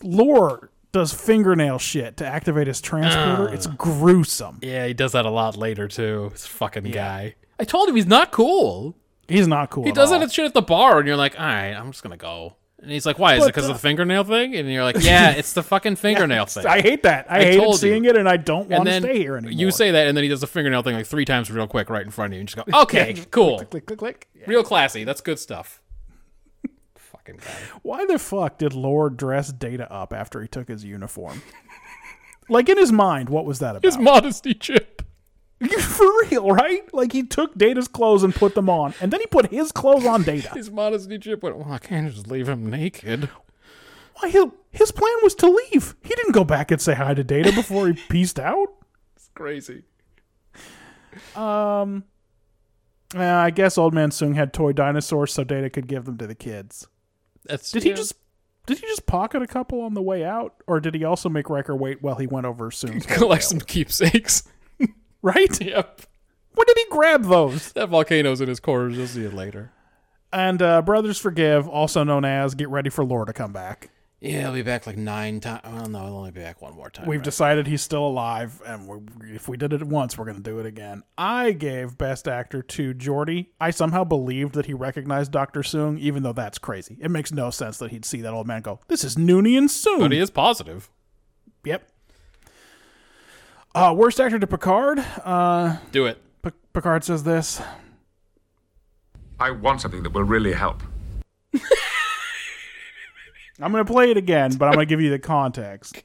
Speaker 2: Lore does fingernail shit to activate his transporter. it's gruesome.
Speaker 1: Yeah, he does that a lot later too. This fucking guy. I told him he's not cool.
Speaker 2: He's not cool.
Speaker 1: He
Speaker 2: at
Speaker 1: does
Speaker 2: all.
Speaker 1: that shit at the bar, and you're like, all right, I'm just gonna go. And he's like, why? Is it
Speaker 2: But,
Speaker 1: because
Speaker 2: uh,
Speaker 1: of the fingernail thing? And (laughs) you're like, yeah, it's the fucking (laughs) fingernail thing.
Speaker 2: I hate that. I,
Speaker 1: I
Speaker 2: hated
Speaker 1: told you.
Speaker 2: seeing it, and I don't
Speaker 1: and
Speaker 2: want to
Speaker 1: then
Speaker 2: stay here anymore.
Speaker 1: you say that, and then he does the fingernail thing like three times real quick right in front of you, and you (laughs) just go, okay, cool,
Speaker 2: click, click, click.
Speaker 1: real classy. That's good stuff. (laughs) fucking guy.
Speaker 2: Why the fuck did Lord dress Data up after he took
Speaker 1: (laughs)
Speaker 2: his uniform? like in his mind, what was that
Speaker 1: (laughs) His
Speaker 2: about?
Speaker 1: modesty chip.
Speaker 2: (laughs) For real, right? Like he took Data's clothes and put them on, and then he put his clothes on
Speaker 1: (laughs)
Speaker 2: Data.
Speaker 1: His modesty chip went. Well, I can't just leave him naked.
Speaker 2: Why he, his plan was to leave. He didn't go back and say hi to Data before he peaced out.
Speaker 1: (laughs) It's crazy.
Speaker 2: Uh, I guess old man Sung had toy dinosaurs so Data could give them to the kids.
Speaker 1: That's,
Speaker 2: Did
Speaker 1: yeah.
Speaker 2: he just did he
Speaker 1: (laughs)
Speaker 2: just pocket a couple on the way out, or did he also make Wrecker wait while he went over Sung's
Speaker 1: collect some (laughs) keepsakes?
Speaker 2: (laughs) Right?
Speaker 1: yep.
Speaker 2: When did he grab those?
Speaker 1: That volcano's in his quarters. You'll see it later.
Speaker 2: And uh, Brothers Forgive, also known as Get Ready for Lore to Come Back.
Speaker 1: Yeah, he'll be back like nine times. Well, no, he'll only be back one more time.
Speaker 2: We've
Speaker 1: right?
Speaker 2: decided he's still alive, and we if we did it once, we're going to do it again. I gave Best Actor to Geordie. I somehow believed that he recognized Dr. Soong, even though that's crazy. It makes no sense that he'd see that old man and go, This is Noonie and Soong.
Speaker 1: But he is positive.
Speaker 2: Yep. Uh, worst actor to Picard. Uh,
Speaker 1: Do it.
Speaker 2: P- Picard says this.
Speaker 4: I want something that will really help.
Speaker 2: I'm going to play it again, but I'm going to give you
Speaker 1: (laughs)
Speaker 2: the context.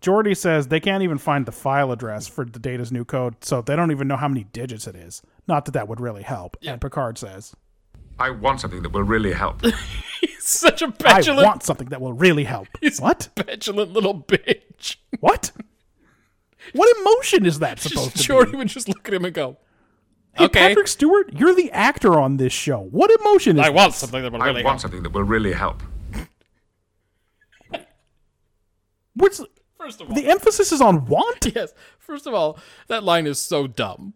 Speaker 2: Jordy says they can't even find the file address for the data's new code, so they don't even know how many digits it is. Not that that would really help. And Picard says,
Speaker 4: I want something that will really help.
Speaker 1: Such a
Speaker 2: I
Speaker 1: petulant,
Speaker 2: want something that will
Speaker 1: (laughs)
Speaker 2: really help. What?
Speaker 1: petulant little bitch.
Speaker 2: What? What emotion
Speaker 1: (laughs)
Speaker 2: is that supposed to
Speaker 1: Jordy
Speaker 2: be?
Speaker 1: would just look at him and go,
Speaker 2: Hey,
Speaker 1: okay.
Speaker 2: Patrick Stewart, you're the actor on this show. What emotion is
Speaker 1: I want something that will
Speaker 4: I
Speaker 1: really
Speaker 4: want
Speaker 1: help.
Speaker 4: something that will really help.
Speaker 2: What's,
Speaker 1: First of all,
Speaker 2: the emphasis is on want?
Speaker 1: (laughs) yes. First of all, that line is so dumb.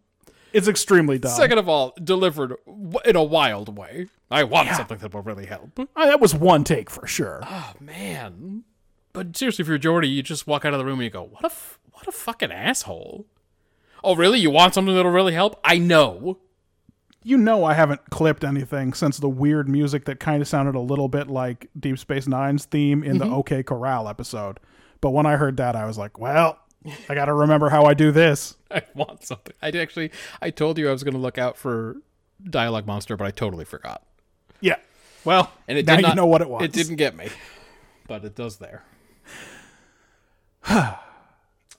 Speaker 2: It's extremely dumb.
Speaker 1: Second of all, delivered w- in a wild way. I want something that will really help.
Speaker 2: Ah, that was one take for sure.
Speaker 1: Oh, man. But seriously, if you're Jordy, you just walk out of the room and you go, what a, f- what a fucking asshole. Oh, really? You want something that'll really help? I know.
Speaker 2: you know I haven't clipped anything since the weird music that kind of sounded a little bit like Deep Space Nine's theme in
Speaker 1: Mm-hmm.
Speaker 2: the OK Corral episode. But when I heard that, I was like, well, I got to remember how I do this.
Speaker 1: (laughs) I want something. I did actually. I told you I was going to look out for Dialogue Monster, but I totally forgot.
Speaker 2: Yeah. Well,
Speaker 1: And it
Speaker 2: now
Speaker 1: did
Speaker 2: you
Speaker 1: not,
Speaker 2: know what it was.
Speaker 1: It didn't get me, but it does there. (sighs) uh,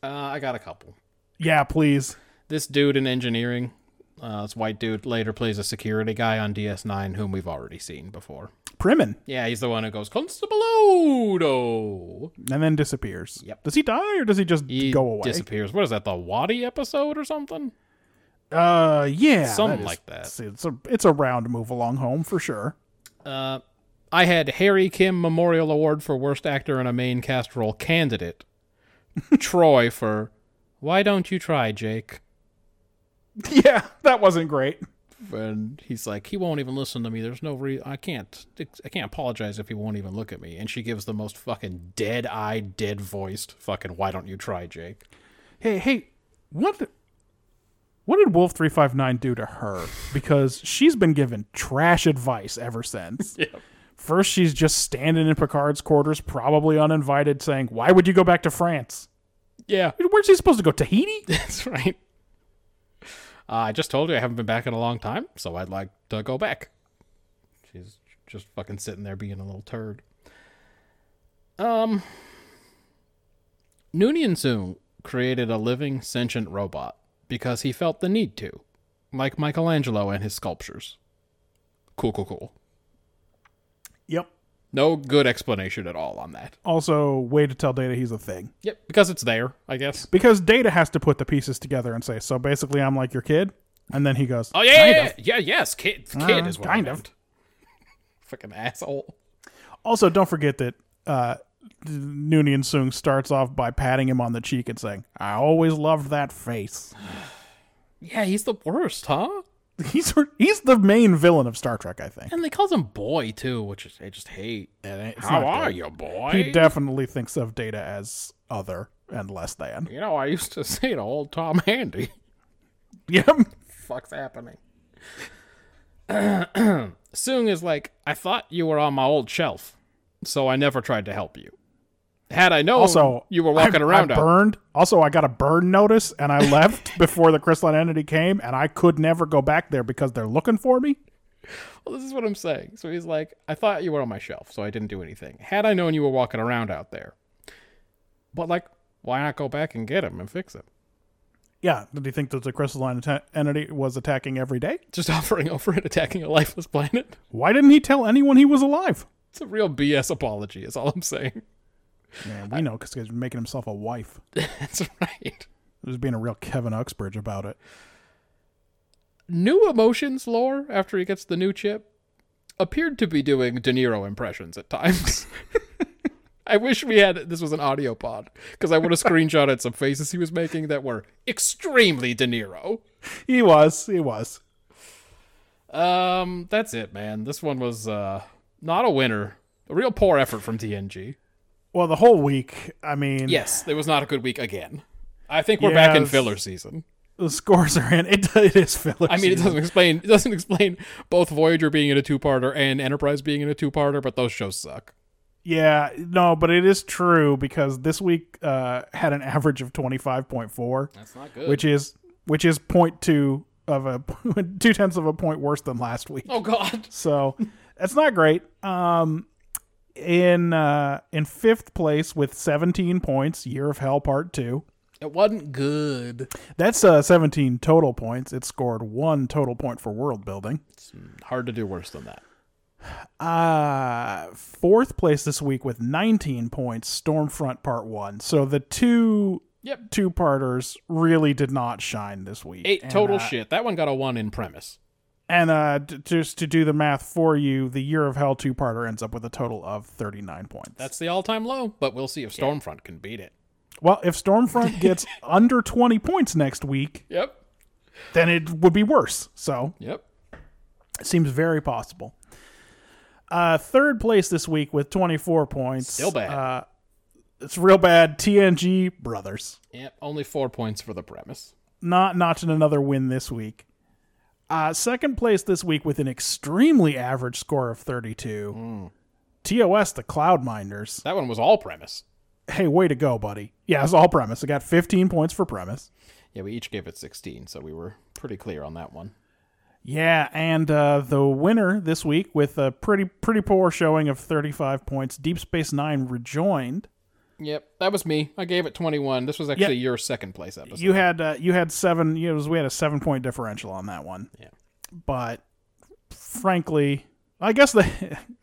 Speaker 1: I got a couple.
Speaker 2: Yeah, please.
Speaker 1: This dude in engineering. Uh, this white dude later plays a security guy on DS9, whom we've already seen before.
Speaker 2: Primin,
Speaker 1: Yeah, he's the one who goes Constable Odo.
Speaker 2: and then disappears.
Speaker 1: Yep.
Speaker 2: Does he die or does he just
Speaker 1: He
Speaker 2: go away?
Speaker 1: disappears. What is that? The Wadi episode or something?
Speaker 2: uh, yeah,
Speaker 1: Something like that.
Speaker 2: It's, it's a it's a round move along home
Speaker 1: (laughs)
Speaker 2: for sure.
Speaker 1: I had Harry Kim Memorial Award for Worst Actor in a Main Cast Role candidate. (laughs) Troy for Why Don't You Try, Jake?
Speaker 2: yeah, that wasn't great.
Speaker 1: and he's like, he won't even listen to me. There's no re I can't. I can't apologize if he won't even look at me. And she gives the most fucking dead-eyed, dead-voiced fucking. Why don't you try, Jake?
Speaker 2: Hey, hey, what? the- what did Wolf three five nine do to her? Because she's been given trash advice
Speaker 1: (laughs)
Speaker 2: ever since. First, she's just standing in Picard's quarters, probably uninvited, saying, "Why would you go back to France?
Speaker 1: Yeah,
Speaker 2: Where's he supposed to go? Tahiti?"
Speaker 1: (laughs) that's right. Uh, I just told you I haven't been back in a long time, so I'd like to go back. She's just fucking sitting there being a little turd. Um, Noonien Soon created a living sentient robot because he felt the need to, like Michelangelo and his sculptures. Cool, cool, cool.
Speaker 2: Yep.
Speaker 1: No good explanation at all on that.
Speaker 2: Also, way to tell Data he's a thing.
Speaker 1: Yep, because it's there, I guess.
Speaker 2: Because Data has to put the pieces together and say, so basically, I'm like your kid. And then he goes,
Speaker 1: Oh yeah,
Speaker 2: "Kind
Speaker 1: yeah,
Speaker 2: of."
Speaker 1: yeah, yeah, yes, kid, kid
Speaker 2: Uh,
Speaker 1: is what I
Speaker 2: kind of.
Speaker 1: meant. Fucking asshole.
Speaker 2: Also, don't forget that uh, Noonien Sung starts off by patting him on the cheek and saying, I always loved that face. (laughs)
Speaker 1: Yeah, he's the worst, huh?
Speaker 2: He's, he's the main villain of Star Trek, I think.
Speaker 1: And they calls him boy too, which is, I just hate.
Speaker 2: it's
Speaker 1: How
Speaker 2: not
Speaker 1: are
Speaker 2: good.
Speaker 1: you, boy?
Speaker 2: He definitely thinks of Data as other and less than. (laughs)
Speaker 1: you know, I used to say to old Tom Handy,
Speaker 2: Yep.
Speaker 1: "Fuck's happening." (clears throat) Soong is like, I thought you were on my old shelf, so I never tried to help you. Had I known
Speaker 2: Also,
Speaker 1: you were walking
Speaker 2: I,
Speaker 1: around
Speaker 2: I
Speaker 1: out-
Speaker 2: burned. Also, I got a burn notice and I left (laughs) before the crystalline entity came, and I could never go back there because they're looking for me.
Speaker 1: Well, this is what I'm saying. So he's like, I thought you were on my shelf, so I didn't do anything. Had I known you were walking around out there, but like, why not go back and get him and fix him?
Speaker 2: Yeah. Did you think that the crystalline atta- entity was attacking every day?
Speaker 1: Just (laughs) offering over and attacking a lifeless planet.
Speaker 2: Why didn't he tell anyone he was alive?
Speaker 1: It's a real BS apology, is all I'm saying. (laughs)
Speaker 2: Man, we know because he's making himself a wife.
Speaker 1: That's right.
Speaker 2: He was being a real Kevin Uxbridge about it.
Speaker 1: New emotions lore after he gets the new chip appeared to be doing De Niro impressions at times. (laughs) I wish we had this was an audio pod because I would have screenshotted some faces he was making that were extremely De Niro.
Speaker 2: He was. He was.
Speaker 1: Um, that's it, man. This one was uh not a winner. A real poor effort from TNG.
Speaker 2: Well, the whole week, I mean,
Speaker 1: Yes, it was not a good week again. I think we're back in
Speaker 2: Yes.
Speaker 1: filler season.
Speaker 2: the scores are in. (laughs) It, it is filler.
Speaker 1: I mean, it doesn't explain it doesn't explain both Voyager being in a two-parter and Enterprise being in a two-parter, but those shows suck.
Speaker 2: Yeah, no, but it is true because this week uh, had an average of twenty five point four. That's not good. Which is which is point two of a (laughs) two tenths of a point worse than last week.
Speaker 1: Oh God,
Speaker 2: (laughs) So that's not great. Um, in uh, in fifth place with seventeen points, Year of Hell Part Two.
Speaker 1: it wasn't good.
Speaker 2: That's uh, seventeen total points. It scored one total point for world building.
Speaker 1: Hard to do worse than that.
Speaker 2: Uh, fourth place this week with 19 points, Stormfront Part 1. So the two
Speaker 1: Yep.
Speaker 2: two-parters really did not shine this week.
Speaker 1: Eight
Speaker 2: And,
Speaker 1: total
Speaker 2: uh,
Speaker 1: shit. That one got a one in premise.
Speaker 2: And uh, d- just to do the math for you, the Year of Hell two-parter ends up with a total of 39 points.
Speaker 1: That's the all-time low, but we'll see if Stormfront can beat it.
Speaker 2: well, if
Speaker 1: (laughs)
Speaker 2: Stormfront gets under 20 points next week,
Speaker 1: Yep.
Speaker 2: then it would be worse. So
Speaker 1: Yep.
Speaker 2: it seems very possible. Uh, third place this week with 24 points.
Speaker 1: Still bad.
Speaker 2: Uh, it's real bad. TNG Brothers.
Speaker 1: Yep. Only four points for the premise.
Speaker 2: not notching another win this week. Uh, second place this week with an extremely average score of 32.
Speaker 1: Hmm.
Speaker 2: TOS, the Cloudminders.
Speaker 1: That one was all premise.
Speaker 2: Hey, way to go, buddy. Yeah, it's all premise. I got 15 points for premise.
Speaker 1: Yeah, we each gave it 16, so we were pretty clear on that one.
Speaker 2: Yeah, and uh, the winner this week with a pretty pretty poor showing of 35 points, Deep Space Nine rejoined.
Speaker 1: Yep, that was me. I gave it 21. This was actually
Speaker 2: Yeah.
Speaker 1: your second place episode.
Speaker 2: You had uh, you had seven. It was, we had a seven point differential on that one.
Speaker 1: Yeah.
Speaker 2: But frankly, I guess the (laughs)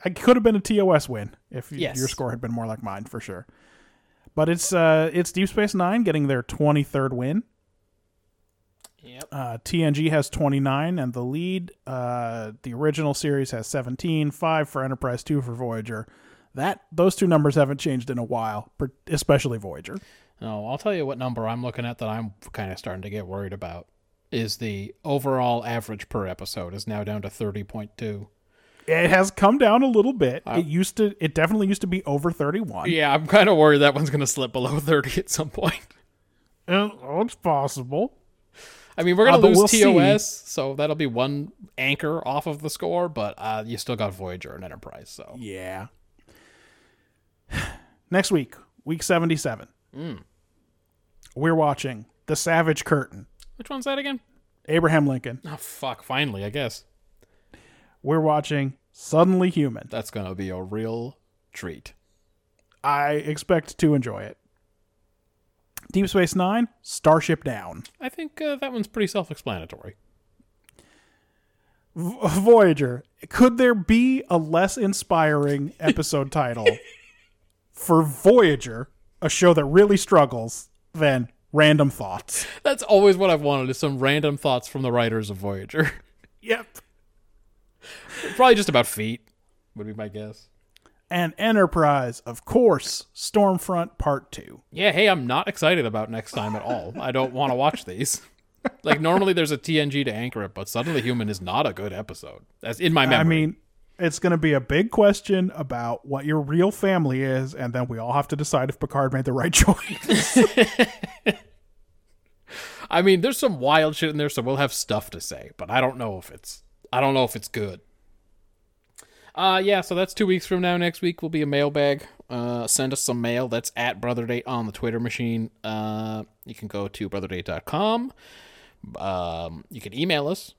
Speaker 2: I could have been a TOS win if y-
Speaker 1: Yes.
Speaker 2: your score had been more like mine for sure. But it's uh it's Deep Space Nine getting their twenty third win.
Speaker 1: Yep.
Speaker 2: Uh, TNG has 29 and the lead. Uh, the original series has 17, 5 for Enterprise, 2 for Voyager. That those two numbers haven't changed in a while, per- especially Voyager.
Speaker 1: No, I'll tell you what number I'm looking at that I'm kind of starting to get worried about is the overall average per episode is now down to 30.2.
Speaker 2: It has come down a little bit. it used to it definitely used to be over 31.
Speaker 1: Yeah, I'm kind of worried that one's going to slip below (laughs) 30 at some point.
Speaker 2: Uh, oh, it's possible.
Speaker 1: I mean, we're
Speaker 2: Uh,
Speaker 1: going to
Speaker 2: but
Speaker 1: lose
Speaker 2: we'll see.
Speaker 1: TOS, so that'll be one anchor off of the score, but uh, you still got Voyager and Enterprise, so.
Speaker 2: Yeah. (sighs) Next week, week 77. We're watching The Savage Curtain.
Speaker 1: Which one's that again?
Speaker 2: Abraham Lincoln.
Speaker 1: Oh, fuck, finally, I guess.
Speaker 2: We're watching Suddenly Human.
Speaker 1: That's going to be a real treat.
Speaker 2: I expect to enjoy it. Deep Space Nine, Starship Down.
Speaker 1: I think uh, that one's pretty self explanatory.
Speaker 2: V- Voyager. Could there be a less
Speaker 1: (laughs)
Speaker 2: inspiring episode title for Voyager, a show that really struggles, than Random Thoughts?
Speaker 1: That's always what I've wanted is some random thoughts from the writers of Voyager. (laughs)
Speaker 2: Yep.
Speaker 1: Probably just about feet, would be my guess.
Speaker 2: And Enterprise, of course, Stormfront Part 2.
Speaker 1: Yeah, hey, I'm not excited about next time at all. I don't want to watch these. Like normally there's a TNG to anchor it, but suddenly human is not a good episode. That's in my memory.
Speaker 2: I mean, it's going to be a big question about what your real family is, and then we all have to decide if Picard made the right (laughs) choice.
Speaker 1: I mean, there's some wild shit in there, so we'll have stuff to say, but I don't know if it's I don't know if it's good. Uh yeah, so that's two weeks from now. Next week will be a mailbag. Uh send us some mail. That's at Brother Date on the Twitter machine. Uh you can go to brotherdate.com. Um you can email us.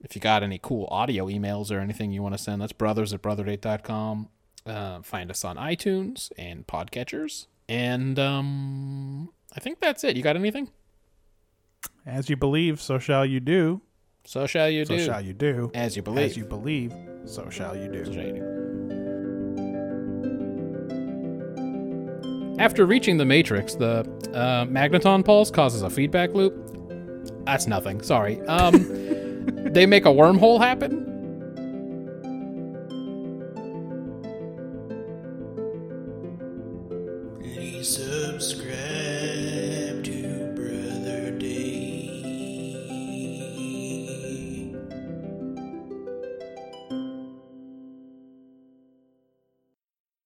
Speaker 1: If you got any cool audio emails or anything you want to send, that's brothers at brotherdate.com. Uh, find us on iTunes and podcatchers. And um, I think that's it. You got anything?
Speaker 2: As you believe, so shall you do.
Speaker 1: So shall you
Speaker 2: So
Speaker 1: do.
Speaker 2: shall you do.
Speaker 1: As you believe.
Speaker 2: As you believe, so shall you do.
Speaker 1: After reaching the matrix, the uh, magneton pulse causes
Speaker 2: (laughs)
Speaker 1: a feedback loop. That's nothing. Sorry. Um, they make a wormhole happen,